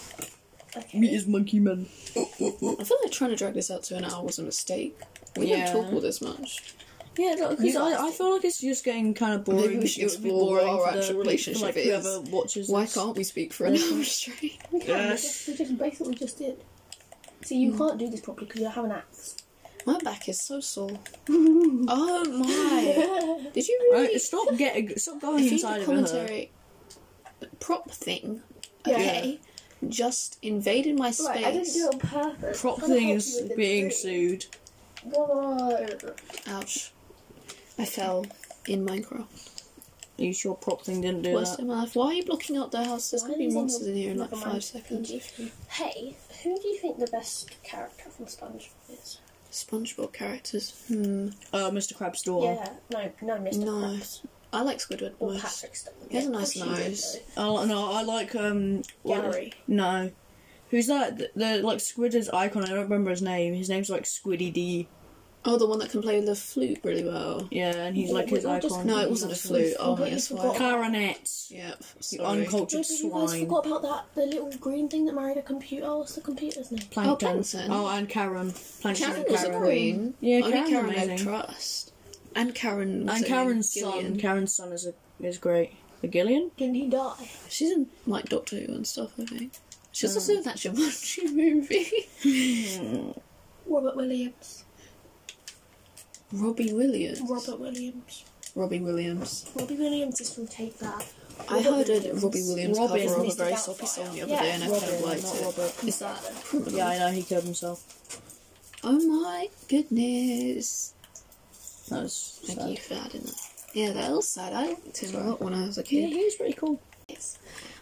[SPEAKER 2] Meet his monkey man.
[SPEAKER 1] I feel like trying to drag this out to an hour was a mistake. We
[SPEAKER 2] Yeah.
[SPEAKER 1] don't talk all this much.
[SPEAKER 2] Yeah, because I, I feel like it's just getting kind of boring.
[SPEAKER 1] Maybe we should
[SPEAKER 2] It would be
[SPEAKER 1] explore what
[SPEAKER 2] boring
[SPEAKER 1] our
[SPEAKER 2] for
[SPEAKER 1] actual
[SPEAKER 2] for,
[SPEAKER 1] relationship
[SPEAKER 2] like,
[SPEAKER 1] is.
[SPEAKER 2] Whoever watches.
[SPEAKER 1] Why
[SPEAKER 2] this.
[SPEAKER 1] can't we speak for an hour straight?
[SPEAKER 5] we, can, we
[SPEAKER 2] Yes.
[SPEAKER 1] Hmm.
[SPEAKER 5] just, we just basically just did. See, you can't do this properly because you don't have an axe.
[SPEAKER 1] My back is so sore. oh my! Did you really?
[SPEAKER 2] Right, stop getting, stop going
[SPEAKER 1] Feed
[SPEAKER 2] inside
[SPEAKER 1] the
[SPEAKER 2] of her.
[SPEAKER 1] commentary prop thing, okay, just invaded my space.
[SPEAKER 3] Right, I didn't do it on purpose.
[SPEAKER 2] Prop
[SPEAKER 3] I'm trying to
[SPEAKER 2] thing
[SPEAKER 3] help
[SPEAKER 2] is
[SPEAKER 3] you with the
[SPEAKER 2] being
[SPEAKER 3] tree.
[SPEAKER 2] sued.
[SPEAKER 3] God.
[SPEAKER 1] Ouch! I fell in Minecraft.
[SPEAKER 2] Are you sure prop thing didn't do
[SPEAKER 1] Worst day
[SPEAKER 2] that?
[SPEAKER 1] of my life. Why are you blocking out the house? There's
[SPEAKER 3] Why
[SPEAKER 1] gonna be
[SPEAKER 3] is it
[SPEAKER 1] monsters
[SPEAKER 3] not-
[SPEAKER 1] in here in like
[SPEAKER 3] never mind.
[SPEAKER 1] five seconds.
[SPEAKER 3] Hey, who do you think the best character from SpongeBob is?
[SPEAKER 1] SpongeBob characters. Hmm.
[SPEAKER 2] Uh, Mr. Crab's door.
[SPEAKER 3] Yeah, no, no, Mr.
[SPEAKER 1] No.
[SPEAKER 3] Krabs
[SPEAKER 1] I like Squidward
[SPEAKER 3] or
[SPEAKER 1] most.
[SPEAKER 3] Patrick Stumble.
[SPEAKER 1] He has a nice nose.
[SPEAKER 2] I li- no, I like um. what-
[SPEAKER 3] Gary.
[SPEAKER 2] No, who's that? The, the like Squidward's icon. I don't remember his name. His name's like Squiddy D.
[SPEAKER 1] Oh, the one that can play the flute really well.
[SPEAKER 2] Yeah, and he's
[SPEAKER 3] Yeah,
[SPEAKER 2] like his
[SPEAKER 3] we all just-
[SPEAKER 2] icon.
[SPEAKER 1] No, it wasn't a flute. Oh,
[SPEAKER 5] Completely
[SPEAKER 1] that's
[SPEAKER 5] forgot.
[SPEAKER 1] why.
[SPEAKER 2] Clarinets.
[SPEAKER 1] Yep.
[SPEAKER 2] You
[SPEAKER 1] Sorry.
[SPEAKER 2] uncultured
[SPEAKER 5] Maybe you guys
[SPEAKER 2] swine.
[SPEAKER 5] forgot about that the little green thing that married a computer. What's the computer's name?
[SPEAKER 2] Plankton.
[SPEAKER 1] Oh, Plankton.
[SPEAKER 2] Oh, and Karen. Plankton
[SPEAKER 1] Karen
[SPEAKER 2] and
[SPEAKER 1] was a
[SPEAKER 2] Karen.
[SPEAKER 1] queen.
[SPEAKER 2] Yeah,
[SPEAKER 1] Only
[SPEAKER 2] Karen's
[SPEAKER 1] Karen I
[SPEAKER 2] amazing.
[SPEAKER 1] trust. And Karen. was
[SPEAKER 2] And
[SPEAKER 1] it
[SPEAKER 2] Karen's
[SPEAKER 1] Gillian?
[SPEAKER 2] son. Karen's son is a, is great. The Gillian?
[SPEAKER 5] Didn't he die?
[SPEAKER 1] She's in like Doctor Who and stuff. I think. She was also in that Jumanji movie.
[SPEAKER 5] Robert Williams.
[SPEAKER 1] Robbie Williams.
[SPEAKER 5] Robert Williams.
[SPEAKER 1] Robbie Williams.
[SPEAKER 5] Robbie Williams is from Take That.
[SPEAKER 1] I heard a Robbie Williams
[SPEAKER 2] Robin
[SPEAKER 1] cover of a
[SPEAKER 2] is
[SPEAKER 1] very
[SPEAKER 5] about
[SPEAKER 1] soppy
[SPEAKER 5] fire.
[SPEAKER 1] song the other
[SPEAKER 5] Yeah,
[SPEAKER 1] day, and I kind of liked
[SPEAKER 2] not
[SPEAKER 1] it.
[SPEAKER 2] Robert.
[SPEAKER 1] Is that criminal?
[SPEAKER 2] Yeah, I know. He killed himself.
[SPEAKER 1] Oh my goodness.
[SPEAKER 2] That was
[SPEAKER 1] Thank
[SPEAKER 2] sad.
[SPEAKER 1] you for adding that. Yeah, that was sad. I liked him a lot when I was a
[SPEAKER 2] Yeah,
[SPEAKER 1] kid.
[SPEAKER 2] he was pretty cool.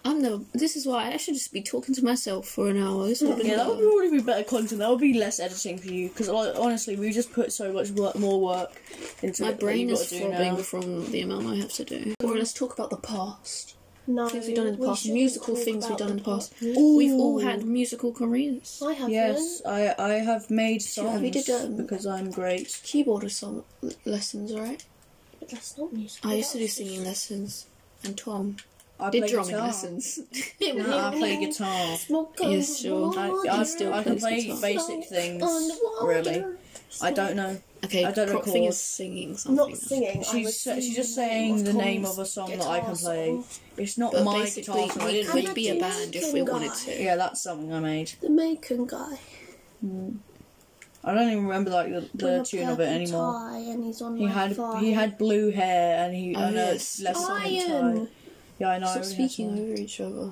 [SPEAKER 1] I'm the. This is why I should just be talking to myself for an hour. This would have been.
[SPEAKER 2] Yeah, that would
[SPEAKER 1] fun.
[SPEAKER 2] probably be better content. That would be less editing for you because honestly, we just put so much work, more work into
[SPEAKER 1] My
[SPEAKER 2] it that
[SPEAKER 1] brain
[SPEAKER 2] you've
[SPEAKER 1] is
[SPEAKER 2] got to do now.
[SPEAKER 1] throbbing from the amount I have to do. Or let's talk about the past.
[SPEAKER 5] No,
[SPEAKER 1] Things we've done in the
[SPEAKER 5] we
[SPEAKER 1] past.
[SPEAKER 5] shouldn't
[SPEAKER 1] Musical
[SPEAKER 5] talk
[SPEAKER 1] things we've
[SPEAKER 5] about
[SPEAKER 1] done in the past.
[SPEAKER 2] Ooh.
[SPEAKER 1] We've all had musical careers.
[SPEAKER 5] I haven't.
[SPEAKER 2] Yes, I I have made songs
[SPEAKER 1] have you did, um,
[SPEAKER 2] because I'm great.
[SPEAKER 1] Keyboard or song lessons, right?
[SPEAKER 5] But that's not musical.
[SPEAKER 1] I used to do
[SPEAKER 5] that's-
[SPEAKER 1] singing lessons. And Tom
[SPEAKER 2] I
[SPEAKER 1] did
[SPEAKER 2] play
[SPEAKER 1] drumming
[SPEAKER 2] guitar.
[SPEAKER 1] lessons.
[SPEAKER 2] No, I play guitar.
[SPEAKER 5] Smoke on
[SPEAKER 1] Yes, sure.
[SPEAKER 5] the
[SPEAKER 2] I,
[SPEAKER 5] water,
[SPEAKER 2] I,
[SPEAKER 1] still
[SPEAKER 2] I can
[SPEAKER 1] plays
[SPEAKER 2] play
[SPEAKER 1] guitar.
[SPEAKER 2] basic things.
[SPEAKER 5] on the water.
[SPEAKER 2] Really, I don't know.
[SPEAKER 1] okay,
[SPEAKER 2] I don't
[SPEAKER 1] prop thing
[SPEAKER 2] recall.
[SPEAKER 1] is singing something.
[SPEAKER 5] Not singing. I
[SPEAKER 2] She's
[SPEAKER 5] was
[SPEAKER 2] she's just
[SPEAKER 5] singing
[SPEAKER 2] saying the name of
[SPEAKER 5] Tom's
[SPEAKER 2] a song that I
[SPEAKER 5] guitar
[SPEAKER 2] can play.
[SPEAKER 5] song.
[SPEAKER 2] It's not
[SPEAKER 1] But
[SPEAKER 2] my
[SPEAKER 1] basically,
[SPEAKER 2] guitar. song. I
[SPEAKER 1] we
[SPEAKER 2] didn't.
[SPEAKER 1] could be a band if we wanted to.
[SPEAKER 2] Yeah, that's something I made.
[SPEAKER 5] The Macon guy.
[SPEAKER 2] I don't even remember like the,
[SPEAKER 5] with
[SPEAKER 2] the
[SPEAKER 5] a
[SPEAKER 2] tune of it
[SPEAKER 5] purple
[SPEAKER 2] anymore.
[SPEAKER 5] Tie and he's on
[SPEAKER 2] He
[SPEAKER 5] my
[SPEAKER 2] had
[SPEAKER 5] thigh.
[SPEAKER 2] he had blue hair and he
[SPEAKER 1] Oh,
[SPEAKER 2] I know
[SPEAKER 1] yes.
[SPEAKER 2] it's less
[SPEAKER 5] Iron.
[SPEAKER 2] iron. Yeah, I know. I
[SPEAKER 1] Stop
[SPEAKER 2] really
[SPEAKER 1] speaking
[SPEAKER 2] had some.
[SPEAKER 1] over each other.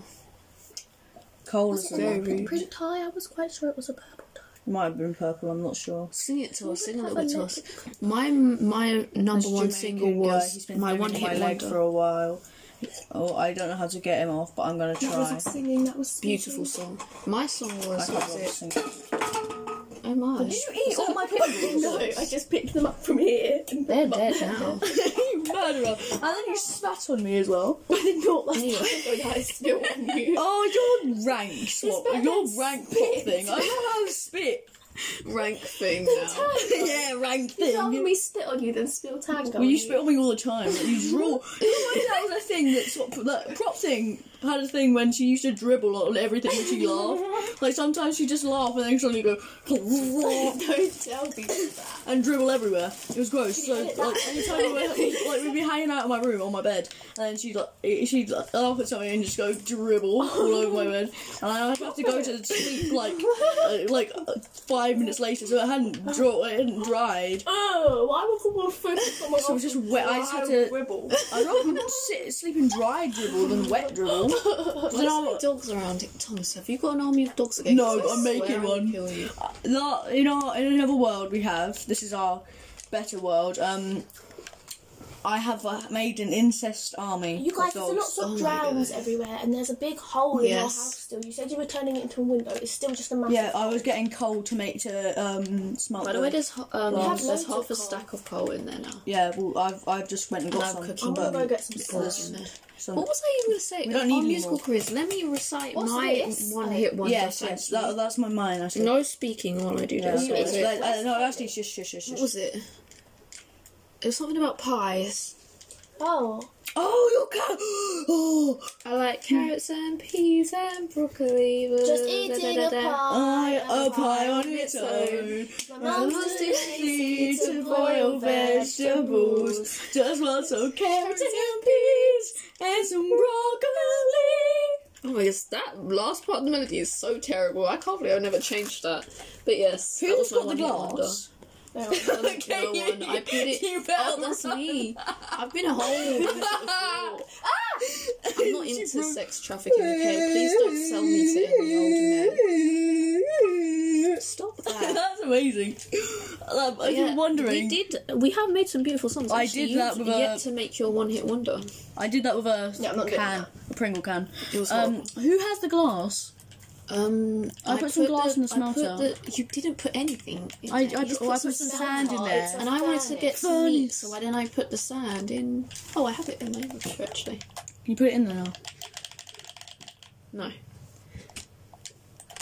[SPEAKER 2] Coal
[SPEAKER 5] Was
[SPEAKER 2] is
[SPEAKER 5] it
[SPEAKER 1] very
[SPEAKER 5] a
[SPEAKER 2] it
[SPEAKER 5] leopard
[SPEAKER 1] rude.
[SPEAKER 5] print tie? I was quite sure it was a purple tie.
[SPEAKER 2] might have been purple. I'm not sure.
[SPEAKER 1] Sing it to us. Sing a
[SPEAKER 5] Have
[SPEAKER 1] little bit to
[SPEAKER 5] leg-
[SPEAKER 1] us. My my number
[SPEAKER 2] This
[SPEAKER 1] one
[SPEAKER 2] Jamaican
[SPEAKER 1] single
[SPEAKER 2] guy,
[SPEAKER 1] was
[SPEAKER 2] he's been
[SPEAKER 1] my
[SPEAKER 2] doing
[SPEAKER 1] one hit
[SPEAKER 2] my leg
[SPEAKER 1] wonder.
[SPEAKER 2] for a while. Oh, I don't know how to get him off, but I'm gonna
[SPEAKER 5] That
[SPEAKER 2] try.
[SPEAKER 5] was singing. That was singing.
[SPEAKER 1] Beautiful song. My song
[SPEAKER 2] I
[SPEAKER 1] was. was
[SPEAKER 2] can't remember
[SPEAKER 1] it?
[SPEAKER 2] singing.
[SPEAKER 1] Oh my!
[SPEAKER 5] You eat all my pickles. no, I just picked them up from here. And
[SPEAKER 1] They're dead now.
[SPEAKER 2] you murderer! And then you spat on me as well.
[SPEAKER 5] I did not last
[SPEAKER 1] Anyway.
[SPEAKER 5] time when I spilled on you.
[SPEAKER 2] Oh, your rank swap.
[SPEAKER 5] better
[SPEAKER 2] Your
[SPEAKER 5] than
[SPEAKER 2] rank pop
[SPEAKER 5] spit.
[SPEAKER 2] thing. I know how to spit.
[SPEAKER 1] Rank thing now.
[SPEAKER 2] yeah, rank thing.
[SPEAKER 5] Rather me spit on you than spill tango.
[SPEAKER 2] Well, you spit on me all the time. Like, you draw. that was a thing that sort of, that prop thing had a thing when she used to dribble on everything when she laughed. Like sometimes she just laugh and then suddenly go
[SPEAKER 5] Don't tell people that.
[SPEAKER 2] and dribble everywhere. It was gross. So
[SPEAKER 5] edit
[SPEAKER 2] like anytime we were, like we'd be hanging out in my room on my bed and then she'd like, eh, she'd like, laugh at something and just go dribble all over my bed and I'd have to go to sleep like uh, like uh, five minutes later so it hadn't draw it hadn't dried.
[SPEAKER 5] Oh, why would people focus on my
[SPEAKER 2] So it was just wet. I just had to.
[SPEAKER 5] wibble?
[SPEAKER 2] I'd rather sit, sleep in dry dribble than wet dribble. Then I'll-
[SPEAKER 1] dogs around it. Thomas, have you got an army of dogs again?
[SPEAKER 2] No,
[SPEAKER 1] 'Cause I
[SPEAKER 2] I'm making
[SPEAKER 1] swear I'll
[SPEAKER 2] one. Oh,
[SPEAKER 1] kill you.
[SPEAKER 2] that- in our in another world we have this is our better world. Um, I have uh, made an incest army.
[SPEAKER 5] You guys,
[SPEAKER 2] of
[SPEAKER 5] there's lots
[SPEAKER 2] dogs.
[SPEAKER 5] of
[SPEAKER 1] Oh my
[SPEAKER 5] drowns
[SPEAKER 1] God.
[SPEAKER 5] everywhere, and there's a big hole in your
[SPEAKER 1] Yes.
[SPEAKER 5] house still. You said you were turning it into a window. It's still just a massive.
[SPEAKER 2] Yeah, I was getting coal to make to um smelt.
[SPEAKER 1] By the way,
[SPEAKER 2] them.
[SPEAKER 1] there's ho- um,
[SPEAKER 2] Well,
[SPEAKER 1] there's
[SPEAKER 5] loads
[SPEAKER 1] half
[SPEAKER 5] of
[SPEAKER 1] a
[SPEAKER 5] coal.
[SPEAKER 1] stack of coal in there now.
[SPEAKER 2] yeah, well, I've I've just went and got
[SPEAKER 1] And I'm
[SPEAKER 2] some.
[SPEAKER 1] cooking
[SPEAKER 5] I'm gonna
[SPEAKER 2] but-
[SPEAKER 5] go get some
[SPEAKER 1] Coal's
[SPEAKER 5] salt.
[SPEAKER 1] in there.
[SPEAKER 2] some-
[SPEAKER 1] What was I even going to say?
[SPEAKER 2] We don't
[SPEAKER 1] Our
[SPEAKER 2] need any
[SPEAKER 1] musical
[SPEAKER 2] more.
[SPEAKER 1] careers. Let me recite
[SPEAKER 5] What's
[SPEAKER 1] my
[SPEAKER 5] this?
[SPEAKER 1] one hit wonder.
[SPEAKER 2] Yes, yes,
[SPEAKER 1] thank
[SPEAKER 2] that,
[SPEAKER 1] you.
[SPEAKER 2] that's my mind. I said.
[SPEAKER 1] No speaking while I do
[SPEAKER 2] Yeah,
[SPEAKER 1] this.
[SPEAKER 2] so
[SPEAKER 1] What was
[SPEAKER 2] it's
[SPEAKER 1] it?
[SPEAKER 2] like- uh, no, actually, shush, shush, shush.
[SPEAKER 1] What
[SPEAKER 2] shush.
[SPEAKER 1] was it? It was something about pies.
[SPEAKER 5] Oh,
[SPEAKER 2] Oh, your cat! Oh,
[SPEAKER 1] I like carrots and peas and broccoli.
[SPEAKER 5] just
[SPEAKER 1] da, da,
[SPEAKER 5] eating
[SPEAKER 1] da,
[SPEAKER 5] a
[SPEAKER 1] da.
[SPEAKER 5] pie.
[SPEAKER 2] I a pie on its own. Must easy to boil vegetables. Just want some carrots and peas and some broccoli.
[SPEAKER 1] Oh my gosh, that last part of the melody is so terrible. I can't believe I never changed that. But yes, that was
[SPEAKER 2] Who's
[SPEAKER 1] my one
[SPEAKER 2] got the
[SPEAKER 1] hit wonder.
[SPEAKER 2] glass?
[SPEAKER 5] No, no,
[SPEAKER 1] No
[SPEAKER 5] no.
[SPEAKER 1] one. I put it.
[SPEAKER 2] You
[SPEAKER 1] Oh,
[SPEAKER 2] fell.
[SPEAKER 1] that's me. I've been a whole. I'm
[SPEAKER 2] Ah!
[SPEAKER 1] not into sex trafficking. Okay, please don't sell me to any old man. Stop that.
[SPEAKER 2] That's amazing. Um, I
[SPEAKER 1] Yeah,
[SPEAKER 2] was wondering.
[SPEAKER 1] We did. We have made some beautiful songs.
[SPEAKER 2] I
[SPEAKER 1] actually.
[SPEAKER 2] did that
[SPEAKER 1] You've
[SPEAKER 2] with a-
[SPEAKER 1] yet to make your one hit wonder.
[SPEAKER 2] I did that with a
[SPEAKER 5] Yeah, I'm not doing
[SPEAKER 2] can, a Pringle can.
[SPEAKER 1] It was
[SPEAKER 2] Um,
[SPEAKER 1] horrible.
[SPEAKER 2] who has the glass?
[SPEAKER 1] Um,
[SPEAKER 2] I put some glass in the
[SPEAKER 1] I put
[SPEAKER 2] smelter.
[SPEAKER 1] the- you didn't put anything. in
[SPEAKER 2] I, I
[SPEAKER 1] there. You
[SPEAKER 2] just oh, I put some sand in
[SPEAKER 5] cards.
[SPEAKER 2] there.
[SPEAKER 1] And I wanted to get some
[SPEAKER 2] Furnace.
[SPEAKER 1] meat, so why didn't I put the sand in? Oh, I have it in my inventory actually.
[SPEAKER 2] You put it in there now.
[SPEAKER 1] No.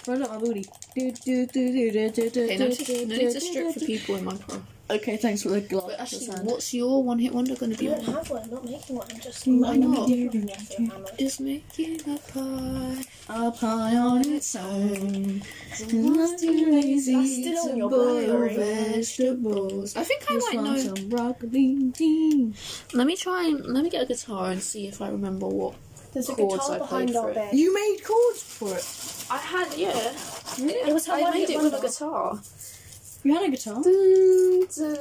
[SPEAKER 2] Roll up my booty. Do, do, do, do, do, do, do,
[SPEAKER 1] Okay, no,
[SPEAKER 2] do,
[SPEAKER 1] just,
[SPEAKER 2] do,
[SPEAKER 1] no
[SPEAKER 2] do,
[SPEAKER 1] need to
[SPEAKER 2] do,
[SPEAKER 1] strip for
[SPEAKER 2] do.
[SPEAKER 1] people in Minecraft.
[SPEAKER 2] Okay, thanks for the glass.
[SPEAKER 1] But actually,
[SPEAKER 2] sand.
[SPEAKER 1] what's your one hit wonder going to
[SPEAKER 5] I
[SPEAKER 1] be
[SPEAKER 5] don't
[SPEAKER 1] on?
[SPEAKER 5] have one. I'm not making one. I'm just.
[SPEAKER 2] Mm,
[SPEAKER 5] oh,
[SPEAKER 1] Why not?
[SPEAKER 5] It's
[SPEAKER 1] Just making a pie.
[SPEAKER 2] A pie on its own. That's too lazy
[SPEAKER 5] That's still on
[SPEAKER 2] to
[SPEAKER 5] your
[SPEAKER 2] boil
[SPEAKER 5] diary.
[SPEAKER 2] vegetables.
[SPEAKER 1] I think I
[SPEAKER 2] Just
[SPEAKER 1] might
[SPEAKER 2] want
[SPEAKER 1] know.
[SPEAKER 2] some broccoli tea.
[SPEAKER 1] Let me try and let me get a guitar and see if I remember what.
[SPEAKER 5] There's a
[SPEAKER 1] Chords
[SPEAKER 5] guitar
[SPEAKER 1] I
[SPEAKER 5] behind
[SPEAKER 1] played for
[SPEAKER 5] our
[SPEAKER 1] it.
[SPEAKER 5] bed.
[SPEAKER 2] You made chords for it.
[SPEAKER 1] I had yeah.
[SPEAKER 5] It was her
[SPEAKER 1] I
[SPEAKER 5] one
[SPEAKER 1] made
[SPEAKER 5] hit
[SPEAKER 1] it with a
[SPEAKER 5] wonder.
[SPEAKER 1] guitar.
[SPEAKER 2] You had a guitar.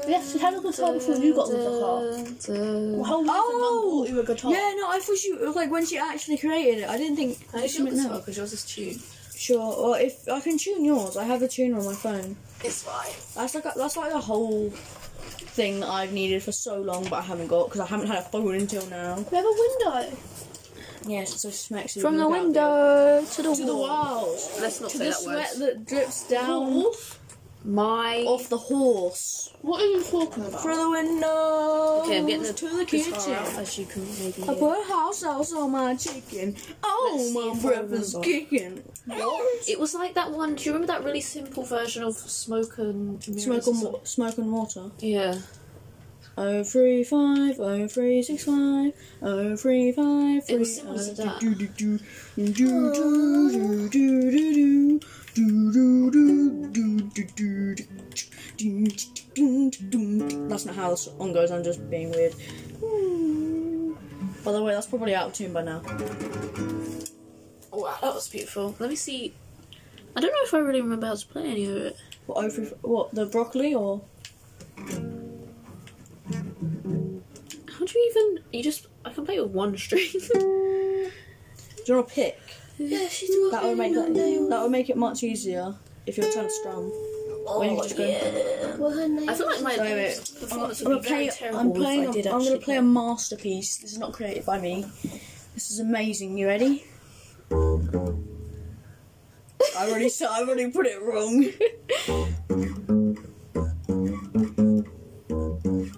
[SPEAKER 5] Yes, you had a guitar before you got the
[SPEAKER 1] guitar.
[SPEAKER 5] How
[SPEAKER 2] Oh!
[SPEAKER 5] oh, you a guitar.
[SPEAKER 2] Yeah, no, I thought you like when she actually created it. I didn't think
[SPEAKER 1] I
[SPEAKER 2] she
[SPEAKER 1] should
[SPEAKER 2] meant
[SPEAKER 1] know
[SPEAKER 2] no.
[SPEAKER 1] because yours is tuned.
[SPEAKER 2] Sure, or if I can tune yours, I have a tuner on my phone.
[SPEAKER 1] It's fine.
[SPEAKER 2] That's like a, that's like the whole thing that I've needed for so long, but I haven't got because I haven't had a phone until now.
[SPEAKER 5] We have a window.
[SPEAKER 2] Yeah, so it smacks you
[SPEAKER 1] From the
[SPEAKER 2] look out
[SPEAKER 1] window to the
[SPEAKER 2] to the
[SPEAKER 1] wall.
[SPEAKER 2] walls,
[SPEAKER 1] Let's not
[SPEAKER 2] to
[SPEAKER 1] say
[SPEAKER 2] the
[SPEAKER 1] that word.
[SPEAKER 2] sweat that drips down
[SPEAKER 1] My
[SPEAKER 2] off the horse.
[SPEAKER 5] What are you talking about?
[SPEAKER 2] From the window
[SPEAKER 1] Okay, I'm getting the
[SPEAKER 2] to the kitchen.
[SPEAKER 1] guitar out, as you can maybe
[SPEAKER 2] I
[SPEAKER 1] hear.
[SPEAKER 2] put hot sauce on my chicken.
[SPEAKER 1] Let's see
[SPEAKER 2] Oh,
[SPEAKER 1] if I
[SPEAKER 2] my breath is
[SPEAKER 1] remember.
[SPEAKER 2] kicking.
[SPEAKER 1] It was like that one. Do you remember that really simple version of Smoke and Mirrors
[SPEAKER 2] Smoke
[SPEAKER 1] or
[SPEAKER 2] and,
[SPEAKER 1] something?
[SPEAKER 2] wa- smoke and water.
[SPEAKER 1] Yeah.
[SPEAKER 2] Oh three five, oh three six five, oh three five.
[SPEAKER 1] It was similar to that.
[SPEAKER 2] Do do do do do do do do do do do do do do. Oh. That's not how the song goes. I'm just being weird. By the way, that's probably out of tune by now.
[SPEAKER 1] Wow, that was beautiful. Let me see. I don't know if I really remember how to play any of it.
[SPEAKER 2] What, oh, three, what the broccoli or
[SPEAKER 1] How do you even? You just I can play with one string.
[SPEAKER 2] do you want to pick?
[SPEAKER 5] Yeah, she's got
[SPEAKER 2] That would make that, that would make it much easier if you're trying to strum. When
[SPEAKER 1] Oh,
[SPEAKER 2] you just go-
[SPEAKER 5] Well, her name.
[SPEAKER 1] I feel like my
[SPEAKER 2] Wait, wait.
[SPEAKER 1] performance
[SPEAKER 2] I'm
[SPEAKER 1] would
[SPEAKER 2] gonna
[SPEAKER 1] be very
[SPEAKER 2] play.
[SPEAKER 1] terrible
[SPEAKER 2] I'm playing.
[SPEAKER 1] if I
[SPEAKER 2] a-
[SPEAKER 1] did
[SPEAKER 2] I'm
[SPEAKER 1] actually
[SPEAKER 2] gonna play a masterpiece. This is not created by me. This is amazing. You ready? I already. s- I already put it wrong.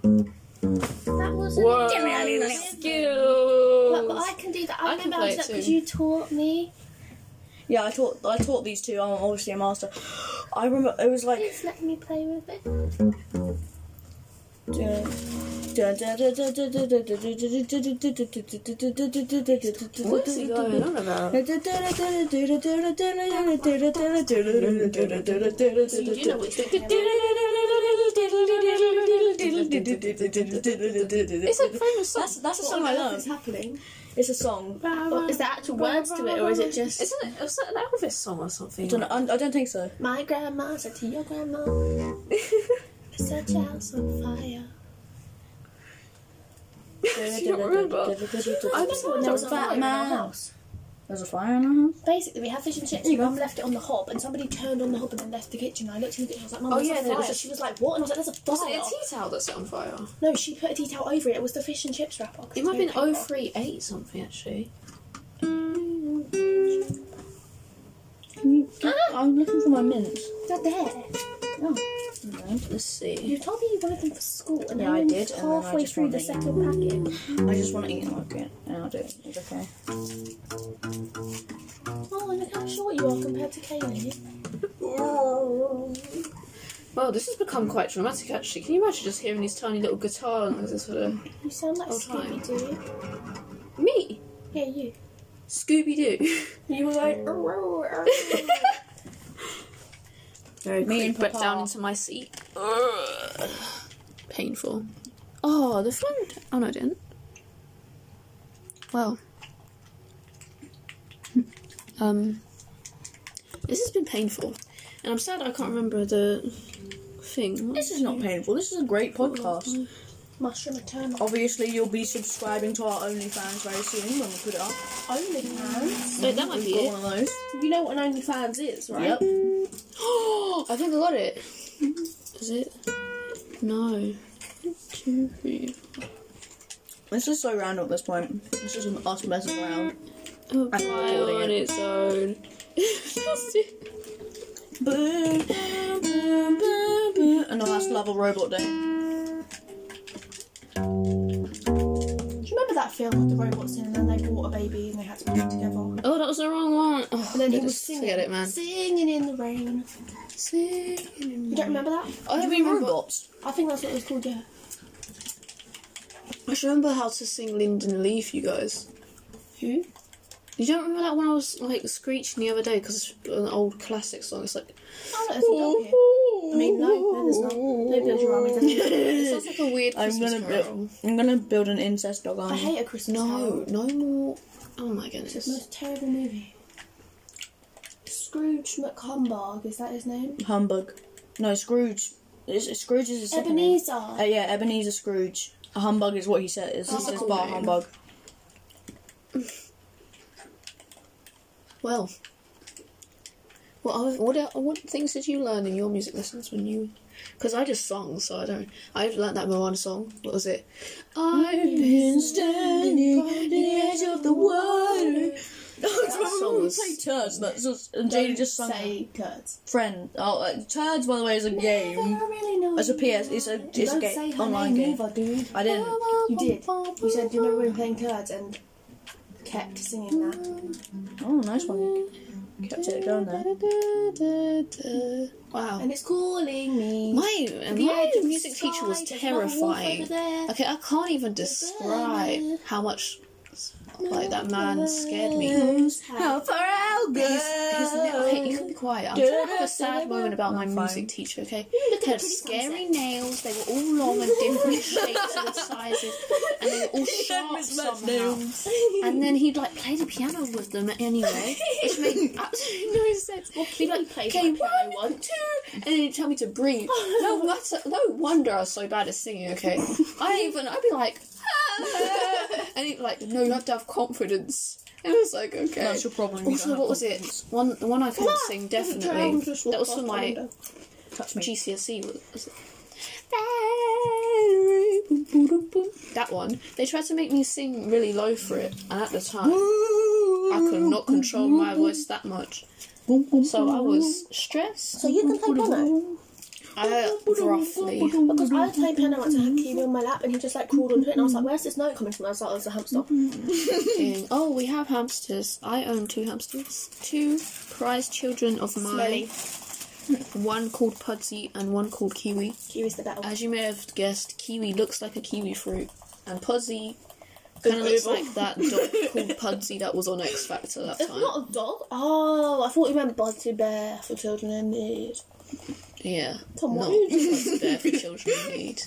[SPEAKER 5] That was But, but
[SPEAKER 1] Skills.
[SPEAKER 5] I can do that.
[SPEAKER 1] I
[SPEAKER 5] I,
[SPEAKER 1] can
[SPEAKER 5] remember
[SPEAKER 1] play
[SPEAKER 5] I
[SPEAKER 1] it
[SPEAKER 5] did that because
[SPEAKER 1] too.
[SPEAKER 5] you taught me.
[SPEAKER 2] yeah, I taught. I taught these two. I'm obviously a master. I remember. It was like.
[SPEAKER 5] Please let me play with it.
[SPEAKER 1] What's he going on about? So you do know what you're doing. It's a famous song.
[SPEAKER 2] That's that's a song I
[SPEAKER 5] What's
[SPEAKER 2] learned.
[SPEAKER 5] happening?
[SPEAKER 2] It's a song.
[SPEAKER 5] Or is there actual words to it, or is it just
[SPEAKER 1] Isn't it? Is that an Elvis song or something?
[SPEAKER 2] I don't, know, I don't think so.
[SPEAKER 5] my grandma said to your grandma? Set your house on fire.
[SPEAKER 1] you not remember?
[SPEAKER 2] There's
[SPEAKER 1] just
[SPEAKER 5] When there was a fire in our
[SPEAKER 2] Batman.
[SPEAKER 5] house.
[SPEAKER 2] a fire in our house.
[SPEAKER 5] Basically, we had fish and chips.
[SPEAKER 2] There you
[SPEAKER 5] and
[SPEAKER 2] go.
[SPEAKER 5] Mum left it on the hob, and somebody turned on the hob and then left the kitchen. I looked in the kitchen. I was like, "Mum,
[SPEAKER 1] Oh,
[SPEAKER 5] there's
[SPEAKER 1] yeah,
[SPEAKER 5] a
[SPEAKER 1] there
[SPEAKER 5] fire."
[SPEAKER 1] was a-
[SPEAKER 5] She was like, "What?" And I was like, "There's a
[SPEAKER 1] Was it
[SPEAKER 5] fire."
[SPEAKER 1] a tea towel that's on fire?
[SPEAKER 5] No, she put a tea towel over it. It was the fish and chips wrapper.
[SPEAKER 1] It might have been 038 something actually.
[SPEAKER 2] Can you, can, I'm looking for my mints.
[SPEAKER 5] They're there.
[SPEAKER 1] Let's see.
[SPEAKER 5] You told me you wanted them for school, and
[SPEAKER 2] Yeah,
[SPEAKER 5] I'm
[SPEAKER 2] I did, and then I
[SPEAKER 5] halfway
[SPEAKER 2] just
[SPEAKER 5] through the
[SPEAKER 2] wanted-
[SPEAKER 5] second packet.
[SPEAKER 2] I just want to eat them like it, and I'll do it. It's okay.
[SPEAKER 5] Oh, look how short you are compared to Kaylee.
[SPEAKER 1] Well, this has become quite dramatic actually. Can you imagine just hearing these tiny little guitar noises for the
[SPEAKER 5] You sound like
[SPEAKER 1] Oh, fine.
[SPEAKER 5] Scooby Doo.
[SPEAKER 1] me?
[SPEAKER 5] Yeah, you.
[SPEAKER 1] Scooby Doo.
[SPEAKER 5] You were like.
[SPEAKER 1] Very
[SPEAKER 2] Me and
[SPEAKER 1] But
[SPEAKER 2] Papa.
[SPEAKER 1] down into my seat. Ugh. Painful. Oh, the front. Oh no, I didn't. Well. Um. This has been painful, and I'm sad I can't remember the thing.
[SPEAKER 2] This is not painful. This is a great
[SPEAKER 1] mm.
[SPEAKER 2] podcast.
[SPEAKER 5] Mushroom eternal.
[SPEAKER 2] Obviously, you'll be subscribing to our OnlyFans very soon when we put it up.
[SPEAKER 5] OnlyFans.
[SPEAKER 1] Wait, that might be
[SPEAKER 2] Got
[SPEAKER 1] it.
[SPEAKER 2] one of those.
[SPEAKER 5] You know what an OnlyFans is, right?
[SPEAKER 2] Yep.
[SPEAKER 1] Oh, I think I got it. Is it? No. Two, three.
[SPEAKER 2] This is so random at this point. This is us messing around.
[SPEAKER 1] Oh,
[SPEAKER 2] I'm
[SPEAKER 1] why
[SPEAKER 2] recording
[SPEAKER 1] on
[SPEAKER 2] it.
[SPEAKER 1] its own.
[SPEAKER 2] Boo, boo, boo, boo. And the last level robot day.
[SPEAKER 5] Do you remember that film with the robots in and then they bought a baby and they had to put it together?
[SPEAKER 1] oh, that was the wrong one. Oh,
[SPEAKER 5] And then he
[SPEAKER 1] forget
[SPEAKER 5] was
[SPEAKER 1] it.
[SPEAKER 5] singing.
[SPEAKER 1] Forget it, man.
[SPEAKER 5] Singing in the rain. You don't remember that?
[SPEAKER 2] Oh, they be robots.
[SPEAKER 5] I think that's what it was called, yeah.
[SPEAKER 1] I should remember how to sing Linden Leaf, you guys.
[SPEAKER 5] Who?
[SPEAKER 1] You don't remember that one I was like screeching the other day because it's an old classic song. It's like
[SPEAKER 5] Oh, no, there's a dog here. I mean, no, no, there's not. Maybe there's Rami, there's
[SPEAKER 1] it sounds like a weird
[SPEAKER 2] I'm
[SPEAKER 1] Christmas
[SPEAKER 2] gonna
[SPEAKER 1] carol.
[SPEAKER 2] build. I'm gonna build an incest dog
[SPEAKER 5] I
[SPEAKER 2] army.
[SPEAKER 5] hate a Christmas
[SPEAKER 1] No,
[SPEAKER 5] Carol.
[SPEAKER 1] no more. Oh my
[SPEAKER 5] It's
[SPEAKER 1] goodness.
[SPEAKER 5] the most terrible movie. Scrooge McHumbug, is that his name?
[SPEAKER 2] Humbug. No, Scrooge. Is, Scrooge is his second name.
[SPEAKER 5] Ebenezer.
[SPEAKER 2] Uh, yeah, Ebenezer Scrooge. A humbug is what he said. It's
[SPEAKER 1] That's
[SPEAKER 2] just
[SPEAKER 1] a
[SPEAKER 2] his
[SPEAKER 1] cool
[SPEAKER 2] bar
[SPEAKER 1] name.
[SPEAKER 2] humbug.
[SPEAKER 1] Well, what other, what el- what things did you learn in your music lessons when you? Because I just sung, so I don't. I've learned that Moana song. What was it? I've been standing on the edge of the water.
[SPEAKER 2] That
[SPEAKER 1] song
[SPEAKER 2] song
[SPEAKER 1] was-
[SPEAKER 2] play turds. That's just, and Jada just sung
[SPEAKER 5] Say Kurtz.
[SPEAKER 2] friend. Oh, uh, turds by the way is a
[SPEAKER 5] Never
[SPEAKER 2] game.
[SPEAKER 5] really know
[SPEAKER 2] It's Mm. a
[SPEAKER 5] you.
[SPEAKER 2] PS. It's a
[SPEAKER 5] You
[SPEAKER 2] it's a
[SPEAKER 5] don't say
[SPEAKER 2] game
[SPEAKER 5] her
[SPEAKER 2] online
[SPEAKER 5] name
[SPEAKER 2] game.
[SPEAKER 5] either, dude.
[SPEAKER 2] I didn't.
[SPEAKER 5] You did. You said, do you remember when playing cards and kept singing that?
[SPEAKER 2] Oh, nice one. You kept it going there.
[SPEAKER 1] Wow.
[SPEAKER 5] And it's calling me.
[SPEAKER 1] My
[SPEAKER 5] The
[SPEAKER 1] my
[SPEAKER 5] edge of the
[SPEAKER 1] music teacher was
[SPEAKER 5] sky, there's another wolf
[SPEAKER 1] terrifying.
[SPEAKER 5] over there.
[SPEAKER 1] Okay, I can't even describe how much like that man scared me.
[SPEAKER 2] How far I'll go.
[SPEAKER 1] His, his nail. Okay, you can be quiet. I'm trying to have a sad moment about my music teacher. Okay, he had scary nails. They were all long and different shapes and sizes, and they were all sharp somehow. And then he'd like play the piano with them anyway, which made absolutely no sense. he'd like play okay, one, two, and then he'd tell me to breathe. No, that's no wonder I was so bad at singing. Okay, I even I'd be like, "Ah." and he'd like, no, you have to have confidence. And I was like, okay.
[SPEAKER 2] That's your problem. you
[SPEAKER 1] Also,
[SPEAKER 2] don't
[SPEAKER 1] what
[SPEAKER 2] have
[SPEAKER 1] was it? One, the one I couldn't sing definitely. That was for my
[SPEAKER 2] Touch me.
[SPEAKER 1] GCSE. E, Was, was it? That one. They tried to make me sing really low for it, and at the time, I could not control my voice that much. So I was stressed.
[SPEAKER 5] So you can play piano?
[SPEAKER 1] I roughly.
[SPEAKER 5] Because I played piano once, I had Kiwi on my lap and he just like crawled onto it and I was like, where's this note coming from? I was like, oh, it's a hamster.
[SPEAKER 1] thinking, Oh, we have hamsters. I own two hamsters. Two prized children of mine. One called Pudsey and one called Kiwi.
[SPEAKER 5] Kiwi's the better. one.
[SPEAKER 1] As you may have guessed, kiwi looks like a kiwi fruit, and Pudsey kind of looks like that dog called Pudsey that was on X Factor that
[SPEAKER 5] It's
[SPEAKER 1] time.
[SPEAKER 5] not a dog. Oh, I thought you meant Buzzy Bear for children in need.
[SPEAKER 1] Yeah,
[SPEAKER 5] Come
[SPEAKER 1] not
[SPEAKER 5] on.
[SPEAKER 1] Pudsey there for children in need.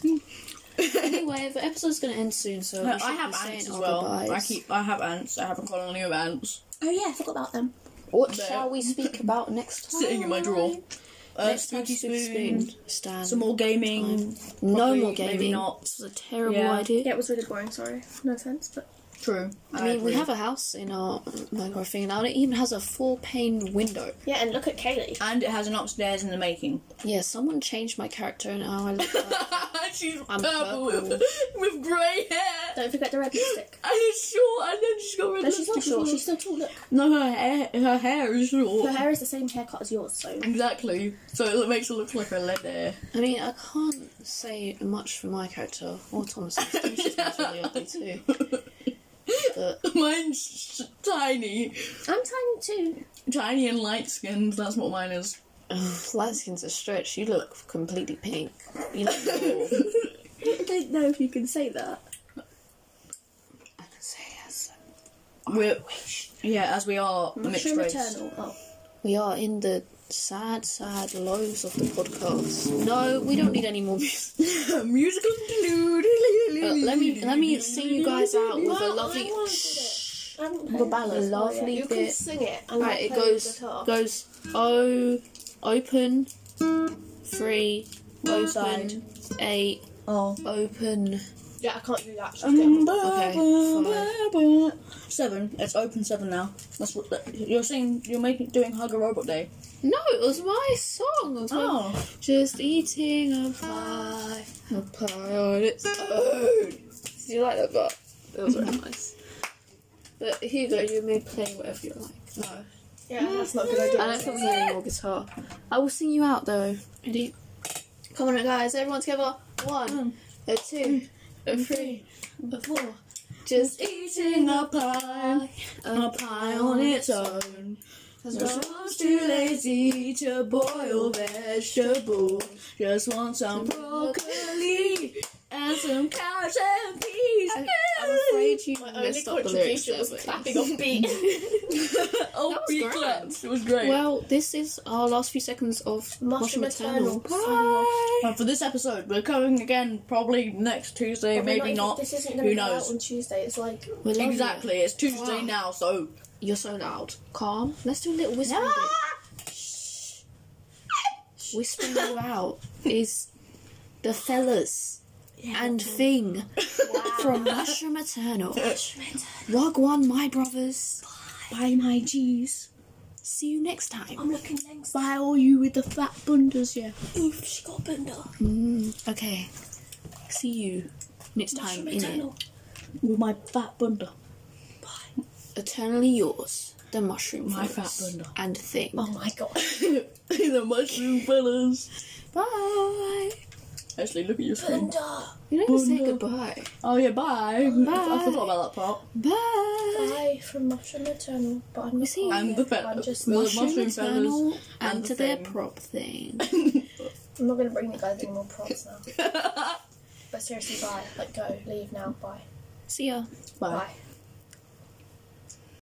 [SPEAKER 1] Anyway, the episode's going to end soon, so we
[SPEAKER 2] No,
[SPEAKER 1] should
[SPEAKER 2] I have
[SPEAKER 1] be saying
[SPEAKER 2] ants as
[SPEAKER 1] our
[SPEAKER 2] well. I
[SPEAKER 1] goodbyes.
[SPEAKER 2] keep. I have ants. I have a colony of ants
[SPEAKER 5] Oh yeah, I forgot about them.
[SPEAKER 1] What
[SPEAKER 2] There.
[SPEAKER 1] shall we speak about next time?
[SPEAKER 2] sitting in my drawer. Uh,
[SPEAKER 1] Next time,
[SPEAKER 2] spooky
[SPEAKER 1] Spooky
[SPEAKER 2] spoon.
[SPEAKER 1] Spoon. Stan.
[SPEAKER 2] Some more gaming.
[SPEAKER 1] no
[SPEAKER 2] Probably,
[SPEAKER 1] more gaming.
[SPEAKER 2] Maybe not.
[SPEAKER 1] This was a terrible
[SPEAKER 2] Yeah.
[SPEAKER 1] idea.
[SPEAKER 5] it was really boring. Sorry, no offense, but
[SPEAKER 2] True.
[SPEAKER 1] I mean, we have a house in our Minecraft thing now, and it even has a four-pane window.
[SPEAKER 5] yeah. And look at Kaylee.
[SPEAKER 2] And it has an upstairs in the making.
[SPEAKER 1] Yeah, someone changed my character, and now I look like
[SPEAKER 2] she's
[SPEAKER 1] I'm
[SPEAKER 2] purple,
[SPEAKER 1] purple.
[SPEAKER 2] with, with grey hair
[SPEAKER 5] Don't forget the red lipstick.
[SPEAKER 2] and it's short, and then she's got red
[SPEAKER 5] No, she's not
[SPEAKER 2] lipstick
[SPEAKER 5] short.
[SPEAKER 2] on.
[SPEAKER 5] She's still tall. Look,
[SPEAKER 2] No, her hair, her hair is short.
[SPEAKER 5] her hair is the same haircut as yours. So
[SPEAKER 2] Exactly. So it makes her look like a lead hair.
[SPEAKER 1] I mean, I can't say much for my character or Thomas's. Thomas's yeah. really ugly too. But
[SPEAKER 2] Mine's s- tiny,
[SPEAKER 5] I'm tiny too.
[SPEAKER 2] tiny and light skinned. That's what mine is.
[SPEAKER 1] oh, light skin's a stretch. You look completely pink. You look normal.
[SPEAKER 5] I don't know if you can say that.
[SPEAKER 1] I can say yes.
[SPEAKER 2] We're, yeah, as we are a mixed
[SPEAKER 5] True
[SPEAKER 2] race.
[SPEAKER 5] maternal. Oh,
[SPEAKER 1] We are in the sad, sad lows of the podcast. No, we don't need any more music.
[SPEAKER 2] Musical interlude.
[SPEAKER 1] But Uh, let me let me sing you guys out with a lovely.
[SPEAKER 5] I haven't played
[SPEAKER 1] The ballad.
[SPEAKER 5] it well yet.
[SPEAKER 1] Lovely
[SPEAKER 5] You can
[SPEAKER 1] bit.
[SPEAKER 5] sing it. And
[SPEAKER 1] Right, it
[SPEAKER 5] play the
[SPEAKER 1] goes
[SPEAKER 5] guitar.
[SPEAKER 1] goes O open three
[SPEAKER 5] Low side.
[SPEAKER 1] A
[SPEAKER 2] Oh.
[SPEAKER 1] open.
[SPEAKER 5] Yeah, I can't do that.
[SPEAKER 1] Okay,
[SPEAKER 2] Um, Seven. It's open seven now. That's what that, you're saying. You're making doing hug a robot day.
[SPEAKER 1] No, it was my song. It was my-
[SPEAKER 5] Oh.
[SPEAKER 1] Just eating a pie. A pie on its own. Did you like that part? That was very nice. But Hugo, you may play whatever you like. No.
[SPEAKER 5] Yeah, that's not a good idea.
[SPEAKER 1] I don't think we need any more guitar. I will sing you out though. Ready? Come on, guys, everyone together. One, a two, a three, a four. Just eating a pie, Mm. a pie on its own.
[SPEAKER 2] The sun's too lazy to boil vegetables. Just want some broccoli and some carrots and peas.
[SPEAKER 1] I, am afraid you
[SPEAKER 5] My only
[SPEAKER 1] messed up the lyrics.
[SPEAKER 5] contribution
[SPEAKER 1] there,
[SPEAKER 5] was
[SPEAKER 1] but-
[SPEAKER 5] clapping on beat.
[SPEAKER 2] oh,
[SPEAKER 1] That was
[SPEAKER 2] we
[SPEAKER 1] grand.
[SPEAKER 2] clapped. It was great.
[SPEAKER 1] Well, this is our last few seconds of
[SPEAKER 5] Mushroom
[SPEAKER 1] Mushroom Eternal.
[SPEAKER 5] Eternal.
[SPEAKER 1] Bye.
[SPEAKER 2] And for this episode, we're coming again probably next Tuesday,
[SPEAKER 5] Probably
[SPEAKER 2] maybe not.
[SPEAKER 5] This isn't gonna
[SPEAKER 2] Who
[SPEAKER 5] be out
[SPEAKER 2] knows?
[SPEAKER 5] on Tuesday. It's like
[SPEAKER 1] We love you.
[SPEAKER 2] Exactly, it's Tuesday
[SPEAKER 1] Wow.
[SPEAKER 2] now, so
[SPEAKER 1] You're so loud. Calm. Let's do a little whispering. bit. Whispering all out is the fellas and thing from Mushroom Eternal. Log one, my brothers.
[SPEAKER 2] buy my G's.
[SPEAKER 1] See you next time.
[SPEAKER 3] I'm looking lengths.
[SPEAKER 2] Buy all you with the fat bundles, yeah.
[SPEAKER 3] Oof, she got a bender.
[SPEAKER 1] Mm, okay. See you next time
[SPEAKER 3] Mushroom
[SPEAKER 1] in it.
[SPEAKER 3] eternal.
[SPEAKER 2] With my fat bundle.
[SPEAKER 1] Eternally yours, the mushroom.
[SPEAKER 2] My
[SPEAKER 1] fellas
[SPEAKER 2] fat bundle.
[SPEAKER 1] and thing.
[SPEAKER 5] oh my god.
[SPEAKER 2] the mushroom fellas.
[SPEAKER 1] Bye.
[SPEAKER 2] Actually, look at your screen.
[SPEAKER 3] Bender.
[SPEAKER 1] You don't even say
[SPEAKER 2] Bundle.
[SPEAKER 1] goodbye.
[SPEAKER 2] Oh yeah, bye. I
[SPEAKER 1] Bye.
[SPEAKER 2] forgot about that part.
[SPEAKER 1] Bye.
[SPEAKER 5] Bye from Mushroom Eternal, but I'm
[SPEAKER 1] You
[SPEAKER 5] not
[SPEAKER 1] see,
[SPEAKER 2] And the fellas.
[SPEAKER 5] I'm just-
[SPEAKER 2] the
[SPEAKER 1] mushroom,
[SPEAKER 2] mushroom fellas.
[SPEAKER 1] eternal
[SPEAKER 2] and
[SPEAKER 1] and,
[SPEAKER 2] the
[SPEAKER 1] to their
[SPEAKER 2] thing.
[SPEAKER 1] prop thing.
[SPEAKER 5] I'm not gonna bring you guys any more props now. but seriously, bye. Like go, leave now, bye.
[SPEAKER 1] See ya.
[SPEAKER 2] Bye.
[SPEAKER 5] Bye.